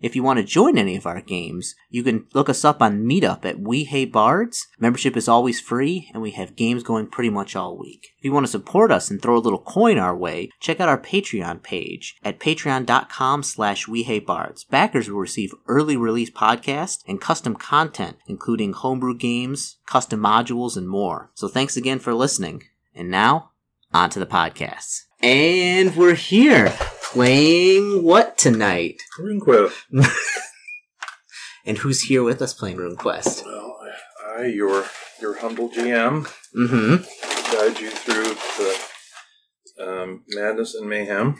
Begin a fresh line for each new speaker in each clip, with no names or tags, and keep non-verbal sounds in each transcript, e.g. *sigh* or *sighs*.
If you want to join any of our games, you can look us up on Meetup at We Hate Bards. Membership is always free, and we have games going pretty much all week. If you want to support us and throw a little coin our way, check out our Patreon page at patreon.com slash We Hate Bards. Backers will receive early release podcasts and custom content, including homebrew games, custom modules, and more. So thanks again for listening. And now, on to the podcasts. And we're here playing what tonight?
RuneQuest.
And who's here with us playing RuneQuest?
Well, I, your your humble GM,
Mm-hmm.
guide you through the um, madness and mayhem.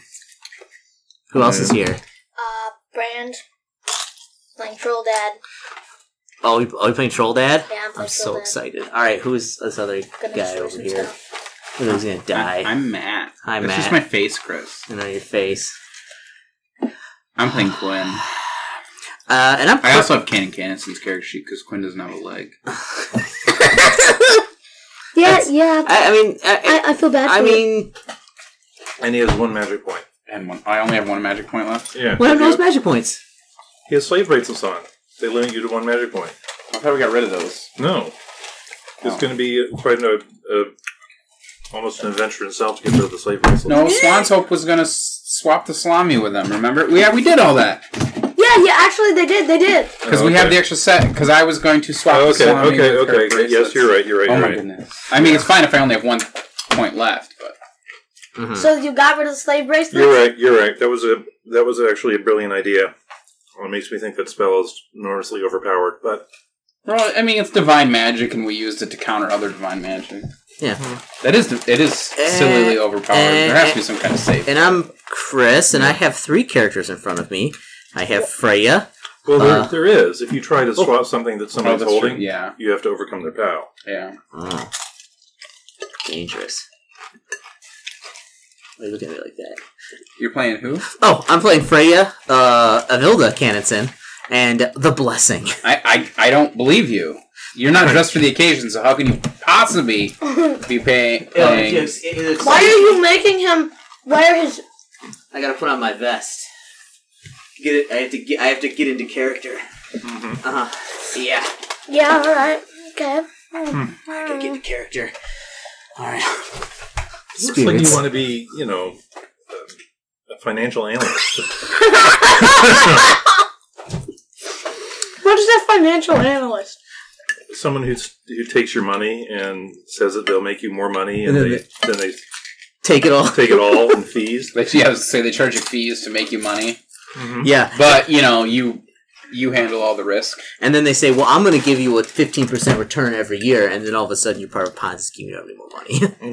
Who else is here?
Uh, Brand. Playing Troll Dad.
Oh, we, are we playing Troll Dad?
Yeah, I'm playing
I'm so
Troll Dad.
excited. All right, who's this other
Gonna
guy
destroy
over
some
here?
stuff.
Who's gonna die?
I, am Matt.
Hi,
That's
Matt.
just my face, Chris.
and on your face. *sighs*
I'm playing Quinn.
Uh, and I'm.
I also have Canon Caniston's character sheet because Quinn doesn't have a leg.
Yeah,
That's-
yeah.
I, I mean, I,
I, I feel bad for
I,
you.
mean,
And he has one magic point.
And one, I only have one magic point left.
Yeah.
what happened to
he,
those magic points?
he has slave rates and so on. They limit you to one magic point.
I thought we got rid of those.
No. It's
Oh.
going to be quite a, a almost an adventure in itself to get rid of the slave rates.
No, Swan's Hope was gonna s- swap the salami with them. Remember? We- Yeah, we did all that
yeah, yeah, actually, they did, they did.
because
Oh,
we
okay.
have the extra set. Because I was going to swap
Oh,
the
okay,
salami.
okay,
with her
okay. okay. Yes,
bracelets.
you're right. You're right.
Oh
You're
my
right.
goodness. I mean, it's fine if I only have one point left, but
Mhm.
So you got rid of the slave bracelet?
You're right. You're right. That was a that was actually a brilliant idea. Well, it makes me think that spell is enormously overpowered, but
well, I mean, it's divine magic, and we used it to counter other divine magic.
Yeah.
That is, it is
Eh,
sillily overpowered. there has to be some kind of save.
And I'm Chris, and I have three characters in front of me. I have Freya.
well, there,
Uh.
there is. If you try to swap something that
Oh,
somebody's
that's true.
holding,
Yeah,
you have to overcome their pow.
yeah.
Oh. Dangerous. Why are you looking at me like that?
You're playing who?
Oh, I'm playing Freya, uh, Avilda Canonson, and the Blessing.
I, I, I don't believe you. You're not dressed for the occasion, so how can you possibly be pay, playing?
Why are you making him wear his.
I gotta put on my vest. Get it? I have to get. I have to get into character. Uh huh. Yeah,
Yeah, alright. Okay.
I gotta get into character. All right.
Looks like you want to be, you know, a, a financial analyst.
What is a financial analyst?
Someone who's who takes your money and says that they'll make you more money, and they, then they
Take it all.
take it all in fees.
But yeah, I was gonna say they charge you fees to make you money,
Yeah,
but you know you you handle all the risk.
and then they say, "Well, I'm gonna give you a 15 percent return every year," and then all of a sudden you're part of a Ponzi scheme. You don't have any more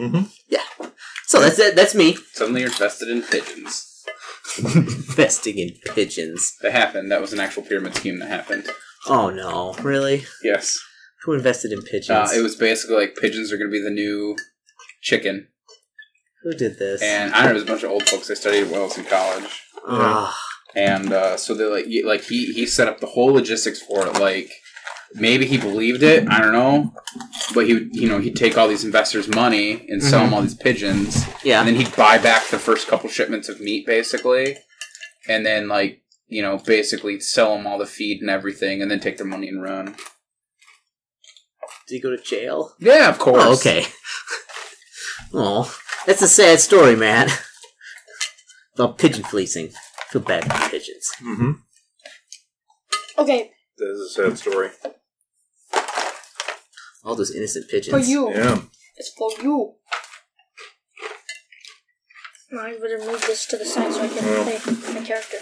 money. *laughs*
Mm-hmm.
so that's it. That's
*laughs*
me.
Suddenly you're invested in pigeons.
Investing in pigeons.
That happened. That was an actual pyramid scheme that happened.
Oh no, really?
Yes,
Who invested in pigeons?
uh, it was basically like pigeons are going to be the new chicken,
Who did this?
and I don't know. It was a bunch of old folks. I studied Wells in college.
Ugh.
and uh, so they like he- like he he set up the whole logistics for it. Like maybe he believed it, I don't know, but he would, you know he'd take all these investors' money and sell them all these pigeons,
yeah.
and then he'd buy back the first couple shipments of meat basically, and then like you know basically sell them all the feed and everything, and then take their money and run.
Did he go to jail?
Yeah, of course.
Oh, okay. *laughs* Oh, that's a sad story, man. About pigeon fleecing. Feel bad for the pigeons.
Mm-hmm.
Okay,
That is a sad story.
All those innocent pigeons.
for you.
Yeah.
It's for you. Now I better move this to the side so I can play my character.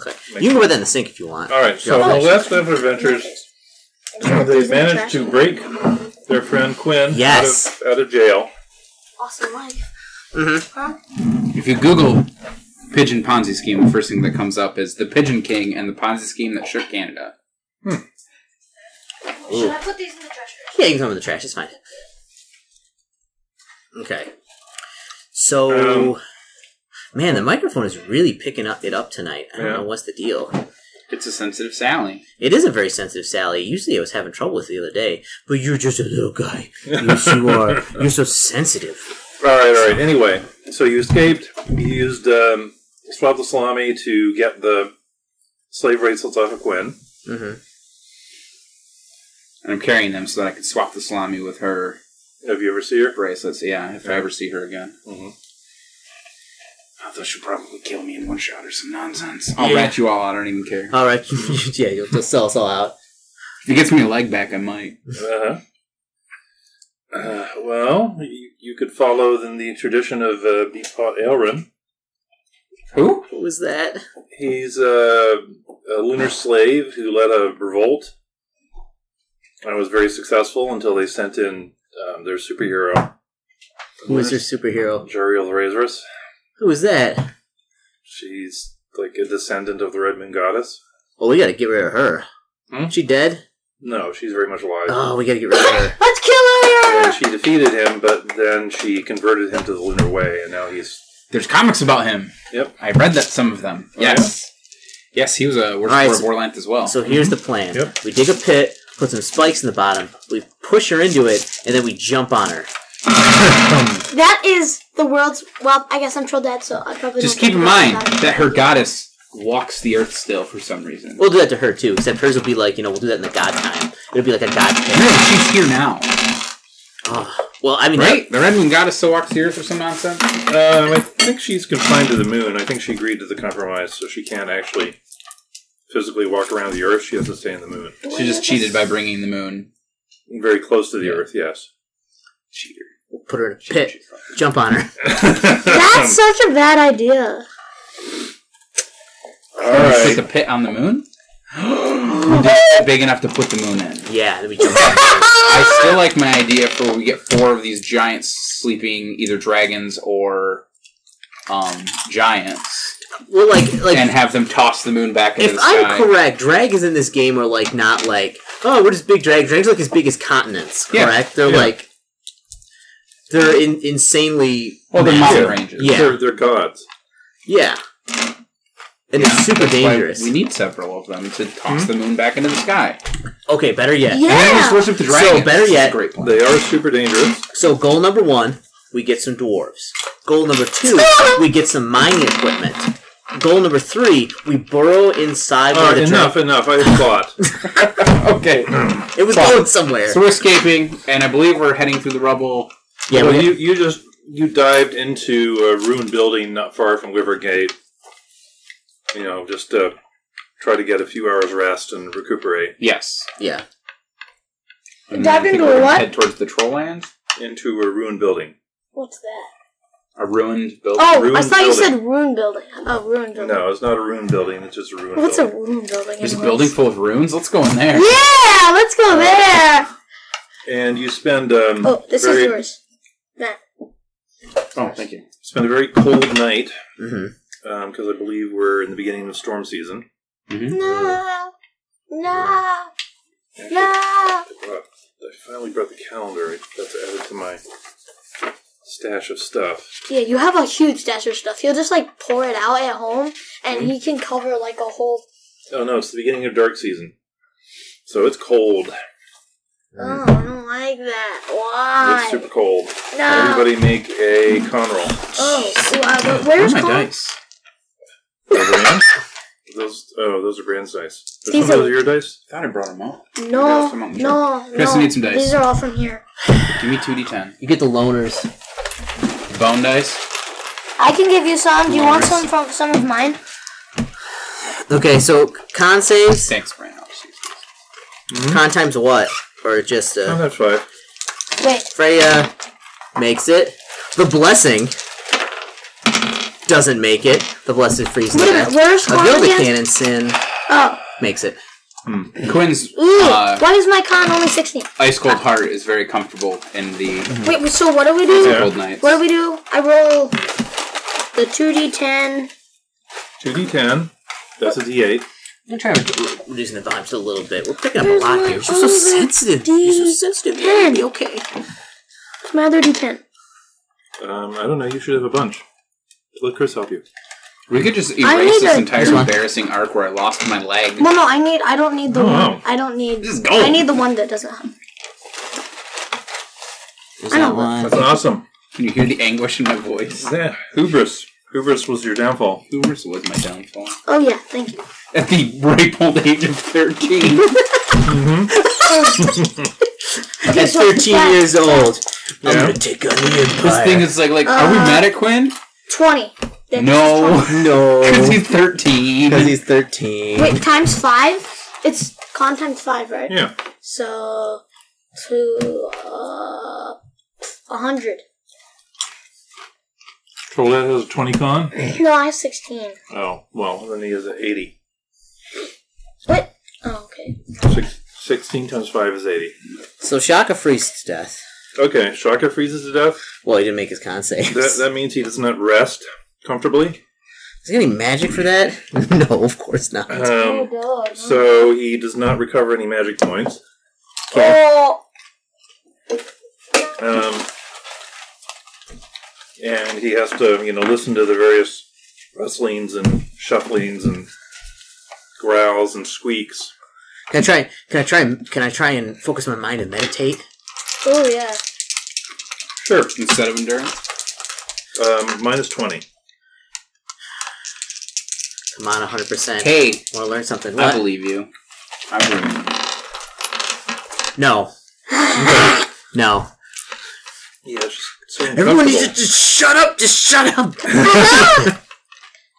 Okay. You can wear that in the sink if you want.
All right. So
Yeah.
the last of our adventures, *clears throat* they managed to break their friend Quinn
Yes.
out, of, out of jail.
Awesome life.
If you Google pigeon Ponzi scheme, the first thing that comes up is the Pigeon King and the Ponzi scheme that shook Canada.
Ooh.
Should I put these in the trash can?
Yeah, you can throw them in the trash. It's fine. Okay. So,
Um,
Man, the microphone is really picking up it up tonight. I don't
Yeah.
know what's the deal.
It's a sensitive Sally.
It is a very sensitive Sally. Usually I was having trouble with it the other day, but you're just a little guy.
*laughs*
Yes, you are. You're so sensitive.
All right, all right. Anyway, so you escaped. You used um, Swab the Salami to get the slave bracelets off of Gwen.
hmm
And I'm carrying them so that I can swap the salami with her
Have you ever seen her?
bracelets. Yeah, if I ever see her again.
Mhm.
Although she'll probably kill me in one shot or some nonsense. I'll
Yeah.
rat you all out. I don't even care.
All right. *laughs* yeah, you'll just sell us all out.
If it gets me a leg back, I might.
Uh-huh. Uh, well, you, you could follow then the tradition of uh, Beatpot Elrin.
Who?
What was that?
He's uh, a lunar slave who led a revolt. And was very successful until they sent in um, their superhero,
Who was your superhero?
Jariel the Razoress.
Who was that?
She's like a descendant of the Red Moon Goddess.
Well, we gotta get rid of her.
Hmm?
She dead?
No, she's very much alive.
Oh, we gotta get rid of her.
Let's kill
And she defeated him, but then she converted him to the Lunar Way, and now he's
There's comics about him.
Yep.
I read that some of them.
Oh,
yes. Yes, he was a worshiper
Alright,
of
so-
Orlanth as well.
So here's the plan.
Yep.
We dig a pit, put some spikes in the bottom, we push her into it, and then we jump on her.
That is the world's. Well, I guess I'm troll dead, so I probably don't
Just keep in
think
mind
about it.
that her goddess walks the earth still for some reason.
We'll do that to her too, except hers will be like, you know, we'll do that in the god time. It'll be like a god pit.
No, she's here now.
Oh, well, I mean,
Right? The Red Moon goddess still walks the earth or some nonsense?
Um, I think she's confined to the moon. I think she agreed to the compromise, so she can't actually physically walk around the Earth. She has to stay in the moon.
She just cheated by bringing the moon.
Very close to the
Yeah.
Earth, yes.
Cheater.
we'll put her in a
She-
pit,
she-
jump on her.
*laughs* That's such a bad idea.
*laughs* All right.
Stick the pit on the
*gasps*
moon? Just big enough to put the moon in.
Yeah, then we jump on her.
I still like my idea for we get four of these giant sleeping either dragons or um, giants
Well, like, like
and have them toss the moon back into
if
the sky.
I'm correct, dragons in this game are like not like oh we're just big dragons. Dragons are like as big as continents,
Yeah.
correct? They're
Yeah.
like they're in, insanely
well, they're
massive.
mountain ranges.
Yeah.
They're, they're gods.
yeah, and they're super
That's why
dangerous.
We need several of them to toss the moon back into the sky.
okay, better yet.
And then just
Yeah.
worship the
So,
dragons.
better
This is a
yet-
great plan.
They are super dangerous.
So goal number one, we get some dwarves. Goal number two, we get some mining equipment. Goal number three, we burrow inside
All
one
Uh,
of
right,
the
Uh, enough,
dragons.
enough. I
*laughs*
have thought.
okay.
It was
Fine.
going somewhere.
So we're escaping, and I believe we're heading through the rubble.
yeah,
well,
we,
you, you just you dived into a ruined building not far from Rivergate. You know, just to try to get a few hours rest and recuperate
Yes.
yeah.
And
Dived
I think
into
we're gonna
a what?
Head towards the troll land.
into a ruined building.
*laughs* What's that?
A ruined building.
Oh, I
Ruined
thought you
building.
said ruin building. Oh, ruin building.
No, it's not a ruined building. It's just a ruined
What's a
building.
ruin building?
There's a
anyways?
building full of ruins. Let's go in there.
Yeah, let's go there.
and you spend um,
Oh, this
very,
is yours. Nah.
Oh, thank you.
spend a very cold night
hmm
because I believe we're in the beginning of storm season.
No. No. No.
Uh, I finally brought the calendar. That's added to my stash of stuff.
Yeah, you have a huge stash of stuff. You'll just like pour it out at home, and you can cover like a whole.
Oh no, it's the beginning of dark season, so it's cold.
Oh, I don't like that. Why?
Mm. It's super cold.
no.
Everybody make a con roll.
Oh, wow. but
Where are
Where's
my
Colin?
dice?
Are they in? those oh, those are Brand's dice. Are some
These
of
are-
those your dice?
Thought I brought them all.
No,
Come on,
no, no.
Chris, I need some dice.
These are all from here.
Give me two d10.
You get the loners.
Bone dice.
I can give you some. Do you want
Nice.
some from some of mine?
Okay, so con saves.
Thanks, Brandon.
Hmm?
Con times what? Or just
Oh,
uh,
that's five.
Wait,
Freya makes it. The blessing doesn't make it. The blessed freezes.
wait a minute. Where's
A
Colin again?
Vildacan sin
Oh,
makes it.
Quinn's
ooh.
uh, hmm.
why is my con only sixteen?
ice cold heart is very comfortable in the
Wait, so what do we do?
Yeah.
cold nights.
What do we do? I roll the two d ten.
Two D ten. That's a D eight.
I'm trying to re- reducing the volume just a little bit. We're picking up
Where's
a lot
my
here. You're so
other
sensitive. You're so sensitive. You're gonna be okay.
It's my other d ten.
Um, I don't know. You should have a bunch. Let Chris help you.
We could just
I
erase
need
this
a-
entire
This one.
embarrassing arc where I lost my leg.
Well, no, I need. I don't need the
Oh,
one.
wow.
I don't need.
Just go.
I need the one that doesn't. have-
There's
I
that
know.
one.
That's awesome.
Can you hear the anguish in my voice?
Yeah. Hubris. Hubris was your downfall.
Hubris was my downfall.
Oh yeah, thank you.
At the ripe old age of
*laughs*
13. *laughs*
Okay,
At
so
13
that-
years old, I'm
Yeah.
gonna take on the
this
empire.
thing is like, like, are we
Uh,
mad at Quinn?
Twenty. That-
No.
*laughs* no,
Because he's 13.
because he's 13.
Wait, times five? It's con times five, right?
Yeah.
So to uh, a hundred.
Trollhead has a 20 con.
No, I have sixteen.
Oh, well, then he has an 80.
What? Oh, okay.
Six, 16 times 5 is 80.
So Shaka freezes to death.
Okay, Shaka freezes to death.
Well, he didn't make his con saves.
That, that means he does not rest comfortably.
Is there any magic for that? *laughs* no, of course not.
Um,
oh, God.
so he does not recover any magic points.
oh,
Um, and he has to, you know, listen to the various rustlings and shufflings and growls and squeaks.
Can I try? Can I try? and- Can I try and focus my mind and meditate?
oh yeah.
Sure.
Instead of endurance.
Um, minus 20.
Come on, hundred percent.
Hey,
want to learn something?
I
What?
believe you. I believe you.
no, *laughs* no.
Yeah, it's just so
Everyone needs to
uncomfortable.
just shut up. Just shut up.
Oh, *laughs*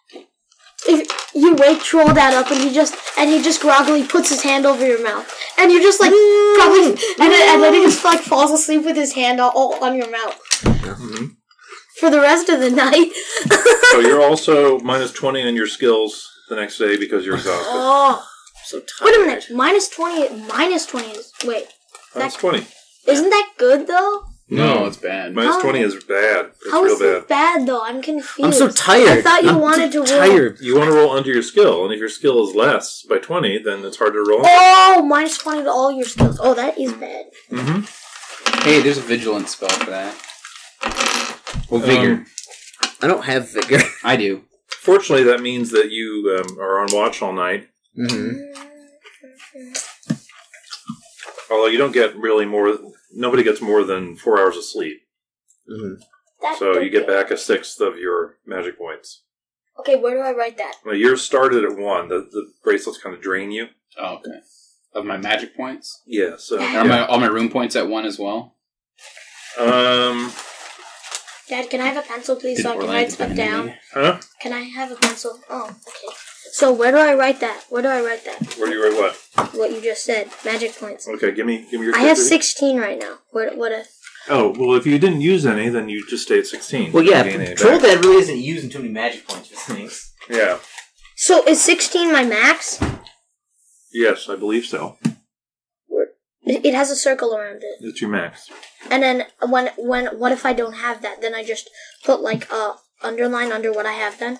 If you wake troll that up and he just and he just groggily puts his hand over your mouth and you're just like probably and then, and then he just like falls asleep with his hand all, all on your mouth
Mhm.
for the rest of the night.
So you're also minus 20 on your skills the next day because you're exhausted.
oh,
so tired.
wait a minute. Minus twenty. Minus twenty is wait.
Minus 20.
Isn't that good though?
No, it's bad.
Minus
How-
20 is bad. It's
Oh. How
real
is
bad.
it bad though? I'm confused.
I'm so tired.
I thought you
I'm
wanted
so
to roll.
tired.
You want to roll under your skill, and if your skill is less by 20, then it's hard to roll.
Oh, minus twenty to all your skills. Oh, that is bad.
Mm-hmm.
Hey, there's a vigilance spell for that. Well, vigor.
Um,
I don't have vigor. *laughs*
I do.
Fortunately, that means that you um, are on watch all night.
hmm
Although you don't get really more, nobody gets more than four hours of sleep.
hmm
That's
So you get
okay.
back a sixth of your magic points.
Okay, where do I write that?
Now, yours started at one. The, the bracelets kind of drain you.
Oh, okay. Of my magic points?
Yeah. So
Are
yeah.
my, all my room points at one as well?
um,
Dad, can I have a pencil, please,
Did
so I can
Orlando
write stuff
ban
down?
me?
huh?
Can I have a pencil? Oh, okay. So where do I write that? Where do I write that?
Where do you write what?
What you just said, magic points.
Okay, give me give me your.
I have
character.
16 right now. What? What? A,
Oh well, if you didn't use any, then you just stay at sixteen.
Well,
You
yeah,
gain any
troll
back.
dad really isn't using too many magic points for things.
*laughs* Yeah.
so is 16 my max?
Yes, I believe so.
It it has a circle around it.
It's your max.
And then when when what if I don't have that? Then I just put like a underline under what I have. Then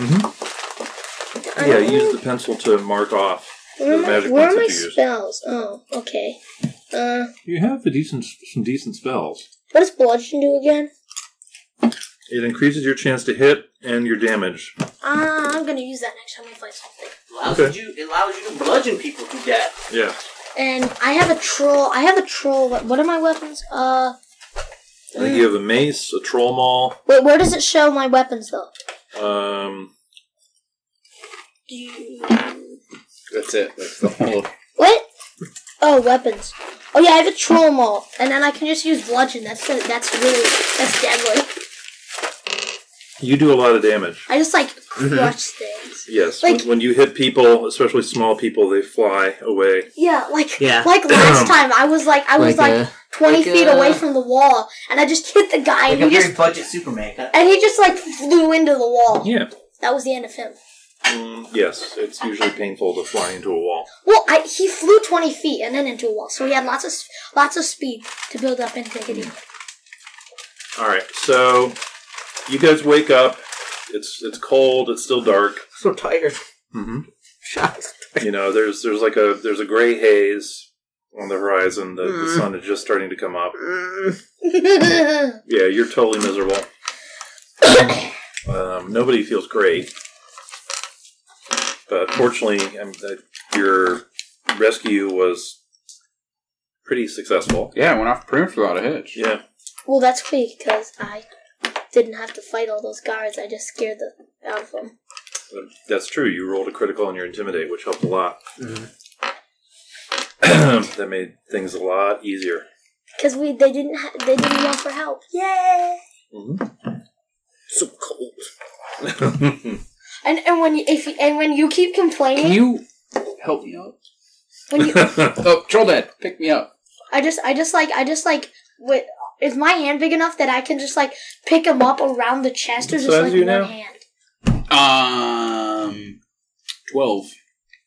Mm-hmm. Yeah, use the pencil to mark off
where,
the
am I-
magic
where are
points
my
that you used.
spells? Oh, okay. Uh,
You have a decent some decent spells.
what does bludgeon do again?
It increases your chance to hit and your damage.
Ah, I'm gonna use that next time I play something.
Allows
Okay.
you, it allows you to bludgeon people to death.
Yeah.
And I have a troll. I have a troll. What, what are my weapons? Uh,
I think you have a mace, a troll maul.
wait. Where does it show my weapons though?
Um,
Do you...
That's it. That's the whole.
What? Oh, weapons. Oh yeah, I have a troll maul, and then I can just use bludgeon. That's the, that's really that's deadly.
you do a lot of damage.
I just like crush
Mm-hmm.
things.
Yes.
Like-
when, when you hit people, especially small people, they fly away.
Yeah, like
Yeah. *clears throat*
like last time I was like I was like,
a,
twenty
like
feet
a-
away from the wall, and I just hit the guy,
like
and
a
he
very
just
budget Superman. Got-
and he just like flew into the wall.
Yeah.
That was the end of him.
Mm, yes, it's usually painful to fly into a wall.
Well, I, he flew 20 feet and then into a wall, so he had lots of s- lots of speed to build up and take it *laughs* in.
All right. So you guys wake up. It's it's cold. It's still dark.
so tired.
Mm-hmm.
*laughs* Shots.
you know there's there's like a there's a gray haze on the horizon the, the
Mm.
sun is just starting to come up
Mm.
yeah you're totally miserable Um, nobody feels great, but fortunately, um, that your rescue was pretty successful.
Yeah, it went off pretty much without a hitch.
Yeah,
Well, that's because I didn't have to fight all those guards. I just scared them out of them.
that's true. You rolled a critical on your intimidate, which helped a lot.
Mm-hmm.
*clears throat* that made things a lot easier.
Because we they didn't ha- they didn't yell for help. Yay!
Mm-hmm. So cold.
And and when you, if you, and when you keep complaining,
Can you help me out?
when you
Oh, troll dad, pick me up.
I just I just like I just like with is my hand big enough that I can just like pick him up around the chest or
What
just
size
like
are you
one
now?
hand.
Um, twelve.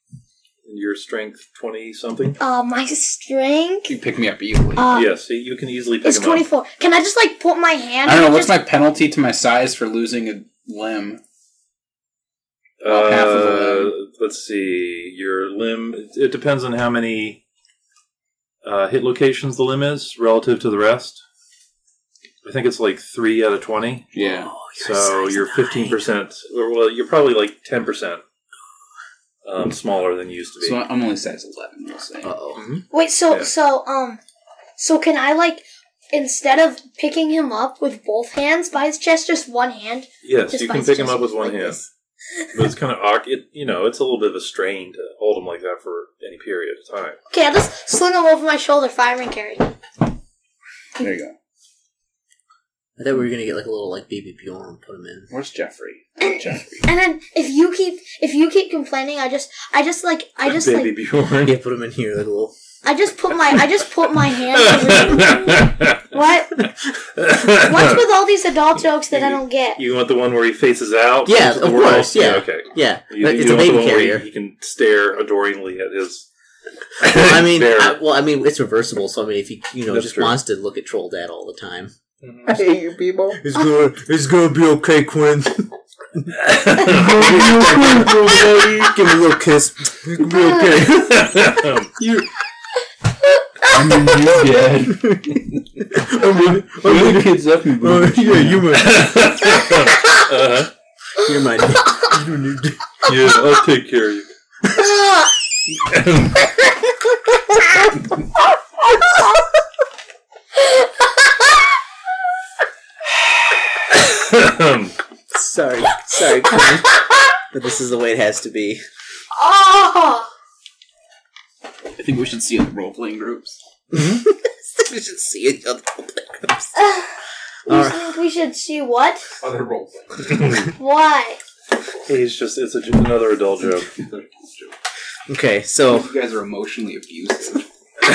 *laughs* your strength twenty something.
Uh, my strength
You pick me up easily.
uh,
yes, see, you can easily pick
is
him
twenty
up.
four. Can I just like put my hand?
I don't know
and
what's
just,
my penalty to my size for losing a limb. About half of a
Uh,
limb.
let's see. Your limb. It depends on how many uh, hit locations the limb is relative to the rest. I think it's like three out of twenty.
Yeah.
so you're fifteen percent, or well, you're probably like ten percent um, smaller than you used to be.
So I'm only size eleven. We'll say.
oh.
wait. So
Yeah.
so um, so can I like instead of picking him up with both hands by his chest, just one hand?
yes,
Just
you
by
can
his
pick him
chest,
up with one
like
hand,
this.
but it's kind of awkward. It, you know, it's a little bit of a strain to hold him like that for any period of time.
Okay, I'll just sling him over my shoulder, firing carry.
There you go.
I thought we were gonna get like a little like baby Bjorn and put him
*laughs*
in.
Where's Jeffrey?
*coughs*
Jeffrey.
And then if you keep if you keep complaining, I just I just like I just
Baby
like
*laughs*
Bjorn.
Yeah, put him in here, like a little.
I just put my I just put my
*laughs*
hand. what? What's with all these adult jokes that I don't
*laughs*
get?
You want the one where he faces out?
Yeah,
faces the
of
world?
course, yeah.
Okay.
Yeah,
You,
but
you
it's a
don't want the
baby
one where
carrier.
He, he can stare adoringly at his. *laughs*
Well, I mean,
bear.
I, well, I mean, it's reversible. So I mean, if he, you know,
That's
just
true.
wants to look at Troll Dad all the time,
I hate you people.
it's gonna, it's gonna be okay, Quinn. Give me a little kiss. It's gonna be *laughs* okay.
You. I'm you *laughs* dad. Wake the kids up, you
Uh, yeah, you might.
uh-huh.
You're my. You don't need to-
Yeah, I'll take care of you.
Ugh.
Sorry, *laughs* sorry, Quinn. But this is the way it has to be. *laughs*
Oh,
I think we should see other role playing groups.
we should see each other.
you
Alright.
think we should see what?
Other role playing.
Why?
He's just, it's a, another adult joke.
Okay, so
You guys are emotionally abusive.
*laughs*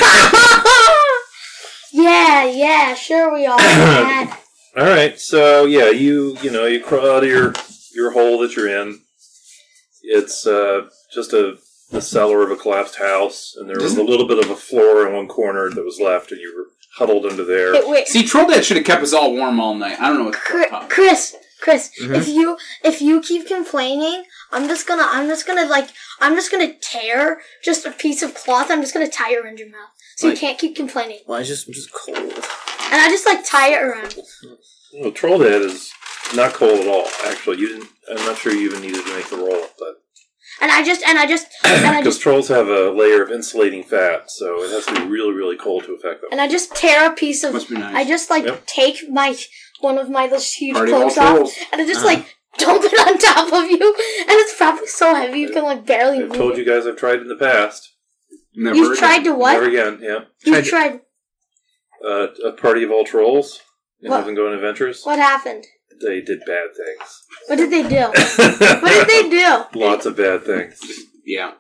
yeah, yeah, sure
*coughs*
we are. Dad.
All right, so yeah, you you know you crawl out of your your hole that you're in. It's uh, just a the cellar of a collapsed house, and there was a little bit of a floor in one corner that was left, and you were huddled under there.
Wait, wait.
See, Troll Dad should have kept us all warm all night. I don't know what
Cr-
the fuck.
Chris, Chris,
Mm-hmm.
Mhm.
if you if you keep complaining, I'm just gonna I'm just gonna like I'm just gonna tear just a piece of cloth. I'm just gonna tie it around your mouth so you
Right.
can't keep complaining.
well, I just I'm just cold.
And I just like tie it around.
Well, troll dad is not cold at all. Actually, you didn't. I'm not sure you even needed to make the roll, but
And I just and I
*coughs*
just and I
because
just
trolls have a layer of insulating fat, so it has to be really really cold to affect them.
and I just tear a piece of
Must be nice.
I just like
Yep.
take my one of my those huge
Party
cloaks
all
off
trolls.
and I just
Uh-huh.
like dump it on top of you and it's probably so heavy you can like barely
I've
move.
told you
it.
guys I've tried in the past.
*laughs* Never
You've tried
again.
to what?
Never again. Yeah,
You've
tried to-
tried.
uh, a party of all trolls. And
What?
Heaven Going Adventures.
What happened?
They did bad things.
What did they do? What did they do?
Lots of bad things.
Yeah.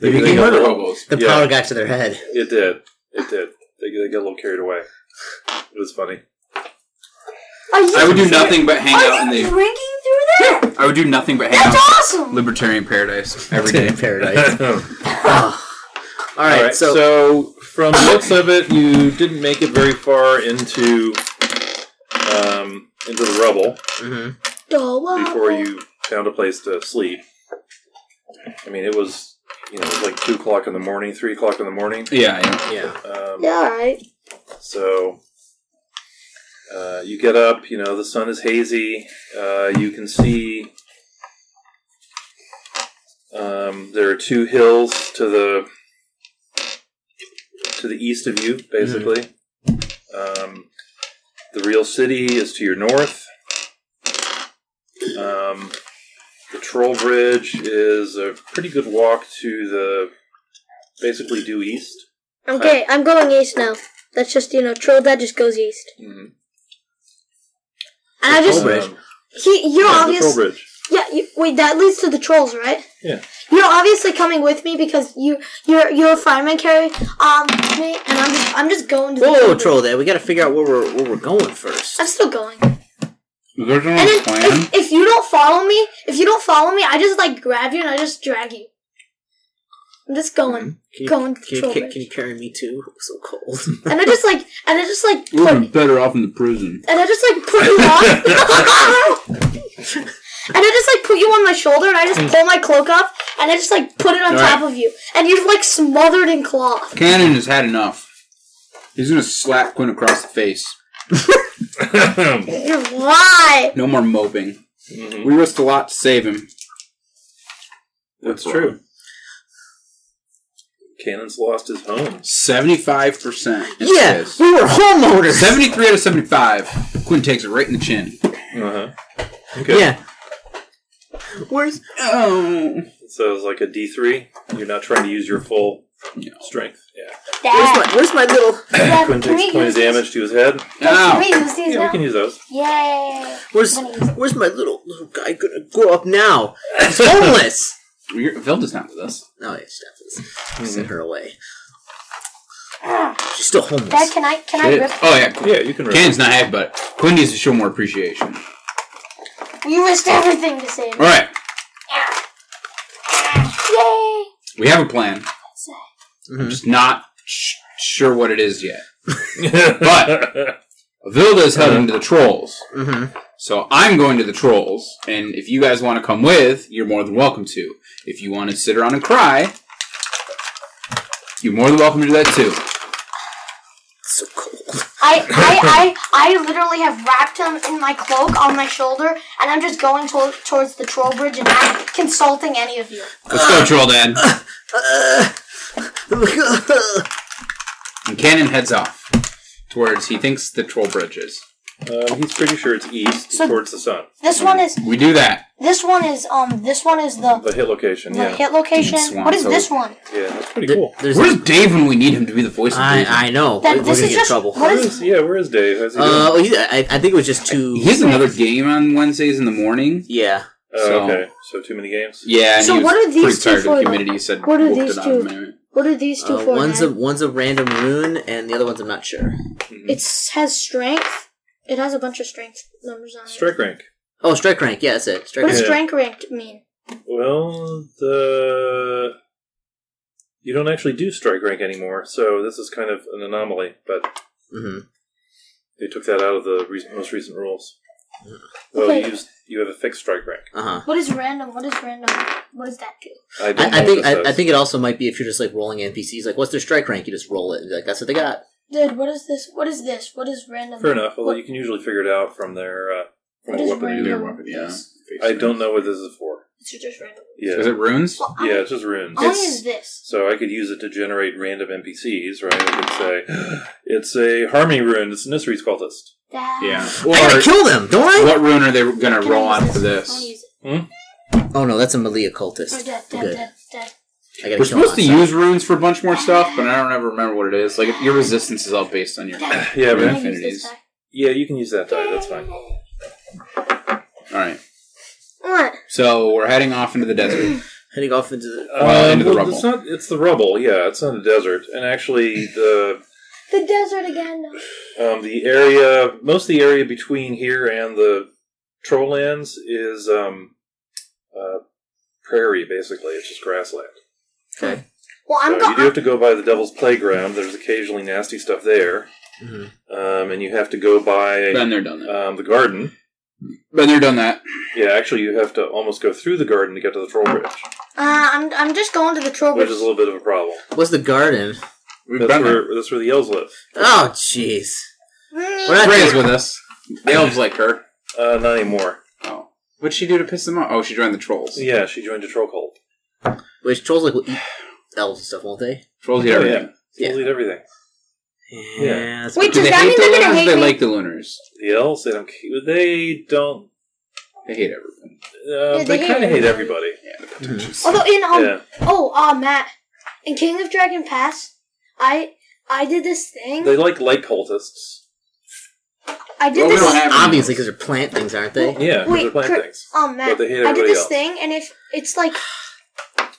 They,
They
they got a
Murder
little-
hobos.
The
Yeah.
power got to their head.
It did. It did. They, they got a little carried away. It was funny.
Are you
I would do nothing but hang
Are
out in
you
the.
drinking through that?
I would do nothing but hang
That's
out.
awesome.
Libertarian paradise every
Everyday
day.
in paradise.
*laughs* All
All right,
right. So,
so,
from the looks of it, you didn't make it very far into um, into the rubble
Mhm.
Double.
before you found a place to sleep. I mean, it was you know it was like two o'clock in the morning, Um, three o'clock in the morning.
Yeah, yeah.
yeah,
Um,
Yeah, all right.
So Uh, you get up, you know, the sun is hazy. Uh, you can see um, there are two hills to the to the east of you, basically. Um, the real city is to your north. Um, the Troll Bridge is a pretty good walk to the basically due east.
Okay, I'm going east now. That's just you know, troll that just goes east. And I just
Troll Bridge.
Um,
he,
yeah,
you're
the Troll
obvious.
Bridge.
Yeah, you, wait, that leads to the trolls, right?
Yeah.
You're obviously coming with me because you you're you're a fireman carry um me, and I'm just I'm just going to. the
Whoa,
Troll Bridge.
troll! That we got to figure out where we're where we're going first.
I'm still going.
There's no
And then
plan.
if, if you don't follow me, if you don't follow me, I just like grab you and I just drag you. I'm just
Mm-hmm.
going,
Can you,
going to the
can,
troll
you, can,
bridge.
can you carry me too? I'm so
*laughs*
cold.
and I just like, and I just like, put,
We're
and
better off in the prison.
I just like put you *laughs* on, and I just like put you on my shoulder, and I just pull my cloak up, and I just like put it on
All
top of you, and you're like smothered in cloth.
Cannon has had enough. He's gonna slap Quinn across the face.
You're why?
No more moping.
Mhm.
We risked a lot to save him.
That's
true.
Cannon's lost his home.
Seventy-five percent.
yeah, we were homeowners.
Seventy-three out of seventy-five. Quinn takes it right in the chin.
Uh-huh. Okay.
Yeah. Where's
Oh.
So it's like a D three. You're not trying to use your full
No.
strength. Yeah.
where's
*laughs*
Dad,
my where's my little
Dad,
Quinn
can we
takes
use
point of
these?
damage to his head.
Can
Ow.
we use these
Yeah, we
now?
can use those.
Yay!
where's where's my little little guy gonna grow up now? He's homeless. *laughs*
You're- Velda's not with us.
No, yeah, Steph is. Send her away. She's still homeless.
Dad, can I can I
It
rip?
is. Oh yeah.
Yeah, you can. rip
Cannon's not happy, but Quinn needs to show more appreciation.
You risked everything to save
All
me.
right,
Yay!
we have a plan. I'm just not sh- sure what it is yet.
it. *laughs*
But- Vilda's heading to the trolls.
Mhm.
So I'm going to the trolls, and if you guys want to come with, you're more than welcome to. If you want to sit around and cry, you're more than welcome to do that too.
It's so cold.
I, I, I, I literally have wrapped him in my cloak on my shoulder, and I'm just going to, towards the troll bridge and not consulting any of you.
Let's go, troll dad.
Uh, *laughs*
And Cannon heads off towards he thinks the troll bridge is.
um, he's pretty sure it's east
So-
towards the sun.
This one is,
We do that.
this one is, um, this one is the,
The hit location.
the
Yeah.
hit location.
Swamp
What is
Toad.
this one?
Yeah, that's pretty
There-
cool.
There's
Where's Dave when we need him to be the voice of
I
reason?
I know.
That-
We're
this
gonna
is
get in
just-
trouble.
what
Where
is-
is, yeah, where is Dave? How's he doing?
Uh, well, he- I, I think it was just too.
He has another game on Wednesdays in the morning.
yeah.
Oh,
so-
okay, so too many games.
Yeah. And
So
he was
what are these
pretty
two
tired of
for,
the
though?
humidity. He said,
What are
"Whooped it
these
out
two?
of my-"
What are these two
Uh,
for?
one's a
man?
one's a random rune, and the other one's I'm not sure.
It's has strength. It has a bunch of strength numbers on it.
Strike rank.
Oh, strike rank. Yeah, that's it. Strike
What does
Yeah.
rank.
strength ranked mean?
Well, the you don't actually do strike rank anymore, so this is kind of an anomaly. But
hmm
They took that out of the recent, most recent rules. Well,
Okay.
you, use, you have a fixed strike rank.
Uh huh.
What is random? What is random? What does that do?
I don't
I, I
know
think
what
I, I
this
think it also might be if you're just like rolling NPCs, like what's their strike rank? You just roll it, and be like that's what they got.
Dude, what is this? What is this? What is random?
is. Fair enough. Although you can usually figure it out from their uh, from
What
what
is
weapon you
random?
do.
Their weapon, Yeah.
I don't know what this is for.
It's just random.
Yeah,
Is it runes?
Well,
yeah, it's just runes.
I, I is this.
So I could use it to generate random NPCs, right? I could say *gasps* it's a harmony rune. It's Nisri's cultist.
That.
Yeah.
I gotta
Or
kill them, don't I?
what rune are they gonna
Can I
roll
use
on for
I'll
this?
use it. Oh,
Oh no, that's a Malia
Or
cultist.
dead, dead,
Good.
dead, dead.
I
We're
gotta kill them
supposed to
on sight.
use runes for a bunch more stuff, but I don't ever remember what it is. Like your resistance is all based on your. All
*coughs*
dead.
Yeah,
Can
but,
I use
Right.
this
Infinities.
guy?
yeah, you can use that die. That's fine.
right.
What?
So we're heading off into
*clears throat*
the desert.
heading off into the.
Well, into the
Um, well, It's not. It's the rubble. Yeah, it's not a desert. And actually, the
The desert again.
Um, the area, most of the area between here and the troll lands is um, uh, prairie. Basically, it's just grassland.
Okay.
Well, I'm uh,
So you do
going.
have to go by the Devil's Playground. There's occasionally nasty stuff there,
Mhm.
Mm-hmm.
um, and you have to go by
Been there, done that.
um, the garden.
Been there, done that.
Yeah, actually, you have to almost go through the garden to get to the troll bridge,
Uh, I'm, I'm just going to the troll
which
bridge.
is a little bit of a problem.
What's the garden?
We've
That's
been there.
where that's where the elves live.
Oh jeez.
Mm.
We're not
Freya's
doing-
with us. The elves like her.
Uh, not anymore.
Oh. What'd she do to piss them off? Oh, she joined the trolls.
Yeah, she joined a troll cult.
Which trolls like will eat elves and stuff, won't they?
Trolls eat
Oh,
everything.
We'll eat everything.
Yeah. that's-
Wait,
Do
does
they
that
hate
mean
the
they're
lunars
gonna
or
hate
they
me?
like the lunars?
The elves, they don't. They don't.
They hate everything.
Uh,
Yeah,
they
they
kind of
hate
hate everybody.
Although in um
Yeah.
oh ah Matt in King of Dragon Pass, I I did this thing.
They like light cultists.
I did
Oh,
Well, we
this.
don't have-
Obviously, because they're plant things, aren't they?
Yeah, 'cause
Wait,
they're plant
cr-
things.
um Matt,
But they hate
I did
everybody
this
else.
thing, and if it's like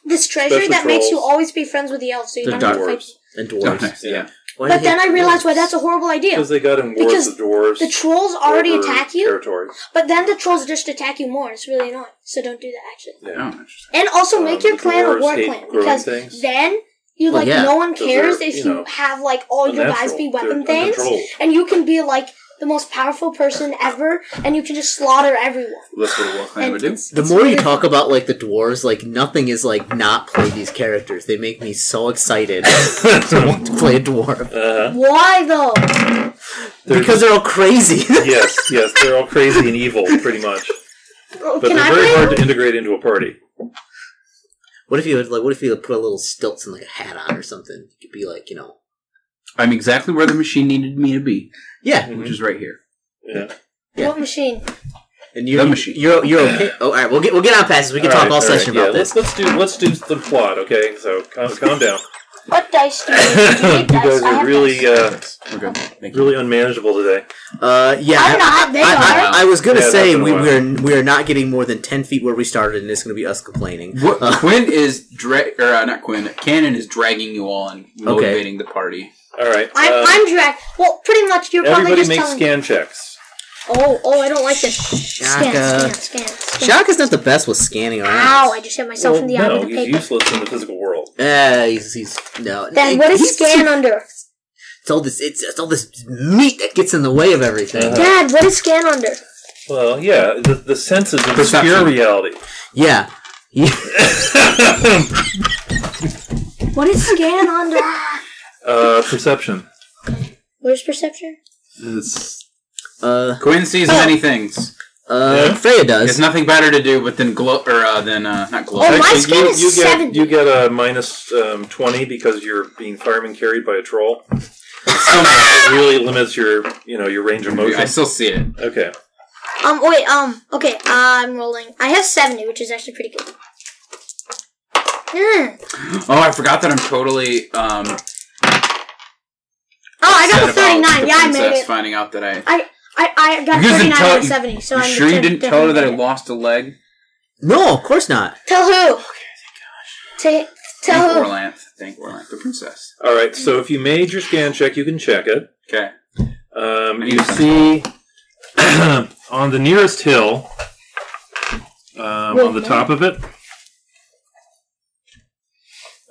this treasure
Especially
that makes you
trolls.
always be friends with the elves, so you
The
don't have to
dwarves.
fight.
And
Oh,
dwarves.
nice. Yeah.
Why do
But
they
then
hate
I realized
dwarves?
why that's a horrible idea.
Because they got in wars
Because
with dwarves.
The trolls already
over
attack you,
Territory.
but then the trolls just attack you more. It's really annoying. So don't do that actually.
Oh,
Yeah.
interesting.
And also
Um,
make your
the
clan a
dwarves
war
hate
clan
growing
because
things.
then you
Well,
like
yeah,
no one
those
cares
are,
if
you
you,
know,
have like all your guys
Unnatural.
be weapon
They're
things,
uncontrolled.
and you can be like the most powerful person ever, and you can just slaughter everyone.
That's what a wolf clan
And
would do.
it's-
The
it's
more you
really-
talk about like the dwarves, like nothing is like not play these characters. They make me so excited to want
*laughs*
to *laughs* play a dwarf
Uh-huh.
why though?
They're
because they're all crazy. *laughs*
yes, yes, they're all crazy and evil, pretty
*laughs*
much.
Oh,
But
Can
they're
I
very
play?
hard to integrate into a party.
what if you had like? What if you put a little stilts and like a hat on or something? You could be like, you know,
I'm exactly where the machine needed me to be,
yeah.
Mhm.
which is right here.
Yeah.
Yeah.
What machine?
And you're
The machine.
you're you're okay. Oh, all right, we'll get we'll get on passes. We can talk
right,
all
right,
session
yeah,
about this.
let's, Let's do let's do the plot, okay? So calm, calm
*laughs*
down.
What dice
*laughs*
do you
you
use? Do you need dice?
guys
I have
are really
dice.
uh,
We're good.
*laughs*
Thank you.
really unmanageable today.
Uh, yeah.
I'm not. They are.
I, I, I was gonna
Yeah, that's
say
been a
we
while.
we are we are not getting more than ten feet where we started, and it's gonna be us complaining.
What,
Uh,
Quinn is dra- or uh, not Quinn. Cannon is dragging you on, motivating the party.
All right.
I'm,
uh,
I'm drag. Well, pretty much. You're probably
everybody
just
makes
telling.
scan checks.
Oh, oh, I don't like this. Scan,
Shaka.
scan, scan, scan.
Shaka's not the best with scanning around.
Ow! I just hit myself
Oh,
in the eye
no,
with the
he's
paper.
useless in the physical world.
Uh, he's, he's no.
Then
It-
what is
he's-
scan under?
It's all this. It's, it's all this meat that gets in the way of everything.
Uh-huh.
Dad, what is scan under?
Well, yeah, the, the senses obscure
Perception.
reality.
Yeah. Yeah.
What is scan under?
Uh, perception.
*laughs* Where's perception?
Uh.
Quinn sees many
Oh.
things.
Uh.
Yeah.
Freya
There's
does.
nothing better to do, but then glow or uh, than uh, not glow.
Oh, my
Actually,
skin
you,
is
you get
70.
you get a minus um, twenty because you're being fireman carried by a troll.
Some-
It really limits your you know your range of
I
motion.
still see it.
Okay.
Um, wait, um, okay, I'm rolling. I have 70, which is actually pretty good. Mm.
Oh, I forgot that I'm totally. Um,
Oh, I got
upset
the
about
39.
the
Yeah, I
princess
made it.
Finding out that I.
I, I got
You guys didn't
39 out of
tell-
70, so
You
I'm
sure you didn't tell her that I
definitely-
lost a leg?
No, of course not.
Tell who? Ta-
Thank
tell who?
Orlanth. Thank Orlanth, the princess.
All right. So if you made your scan check, you can check it.
Okay.
Um,
I
you
need
see *clears throat* on the nearest hill, um, on the top of it,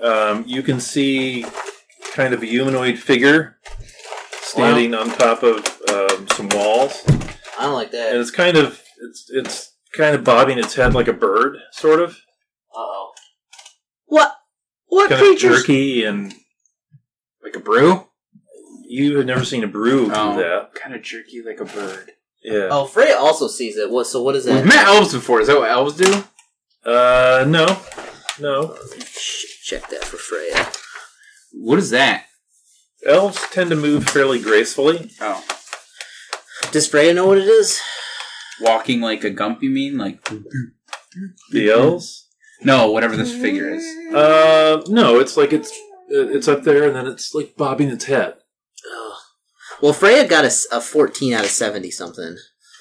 um, you can see kind of a humanoid figure standing on top of um, some walls, and
I don't like that. Uh
it's kind of it's it's kind of bobbing its head like a bird, sort of,
oh.
What? What
kind of
creatures?
jerky, and
Like a brew?
you have never seen a brew do that.
Kind of Oh, jerky like a bird.
Yeah.
Oh, Freya also sees it. What? So what is
We've
that?
met elves before. Is that what elves do?
Uh, no, no.
Sh- Check that for Freya.
What is that?
Elves tend to move fairly gracefully.
Oh.
Does Freya know what it is?
Walking like a gump, you mean? Like,
The elves?
no, whatever this figure is.
Uh, no. It's like it's uh, it's up there, and then it's like bobbing its head.
Ugh. Well, Freya got a, s- a fourteen out of seventy something.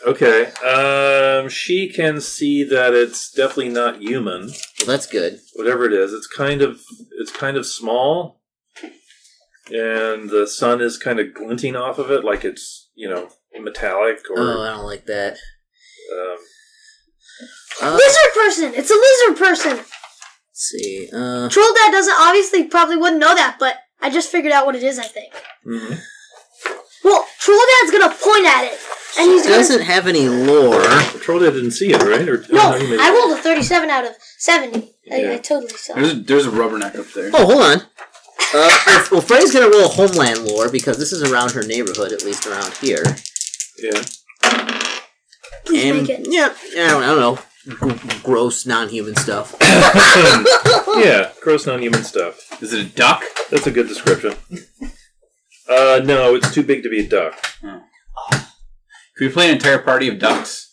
Okay. Um, she can see that it's definitely not human.
Well, that's good.
Whatever it is, it's kind of it's kind of small, and the sun is kind of glinting off of it, like it's you know metallic or
Oh, I don't like that.
Oh,
um,
Uh, let's
Lizard person! It's a lizard person!
see. Uh,
Troll Dad doesn't obviously probably wouldn't know that, but I just figured out what it is, I think.
mhm.
Well, Troll Dad's gonna point at it, and he's
it
gonna.
doesn't have any lore.
The troll dad didn't see it, right? Or,
No,
he made-
I rolled a 37 out of 70. I, I totally saw.
There's,
it.
a, there's a rubberneck up there.
Oh, hold on.
Uh,
Well, Freya's gonna roll homeland lore because this is around her neighborhood, at least around here.
yeah.
Please
And
make it.
yeah, I don't, I don't know. G- gross non-human stuff.
yeah, gross non-human stuff.
Is it a duck?
That's a good description. Uh, no, it's too big to be a duck.
Could we play an entire party of ducks?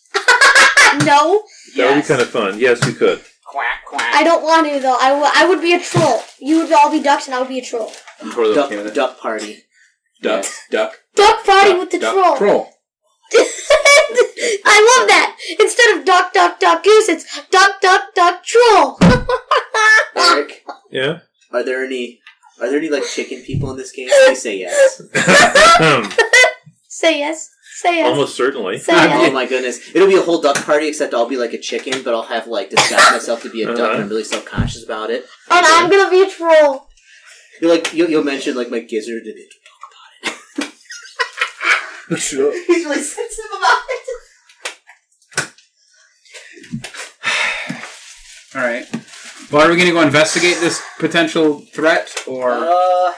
No,
That would be kind of fun. Yes, you could.
Quack, quack.
I don't want to though. I wa- I would be a troll. You would all be ducks, and I would be a troll.
I'm totally
duck,
okay with it.
duck party.
Duck, duck,
Duck fighting with the
duck,
troll.
troll.
*laughs* I love that. Instead of duck, duck, duck, goose, it's duck, duck, duck, troll.
Eric,
Yeah.
are there any? Are there any like chicken people in this game? Please say
*laughs*
yes.
Say yes. Say yes.
Hmm. Almost
*laughs*
certainly.
Say
Oh
yes.
my goodness! It'll be a whole duck party, except I'll be like a chicken, but I'll have like disguise myself to be a
Uh-huh.
duck, and I'm really self conscious about it.
And Oh, I'm gonna be a troll.
You're like you'll, you'll mention like my gizzard. And it,
He's really sensitive about it.
All right. Well, are we going to go investigate this potential threat, or
uh,
Um,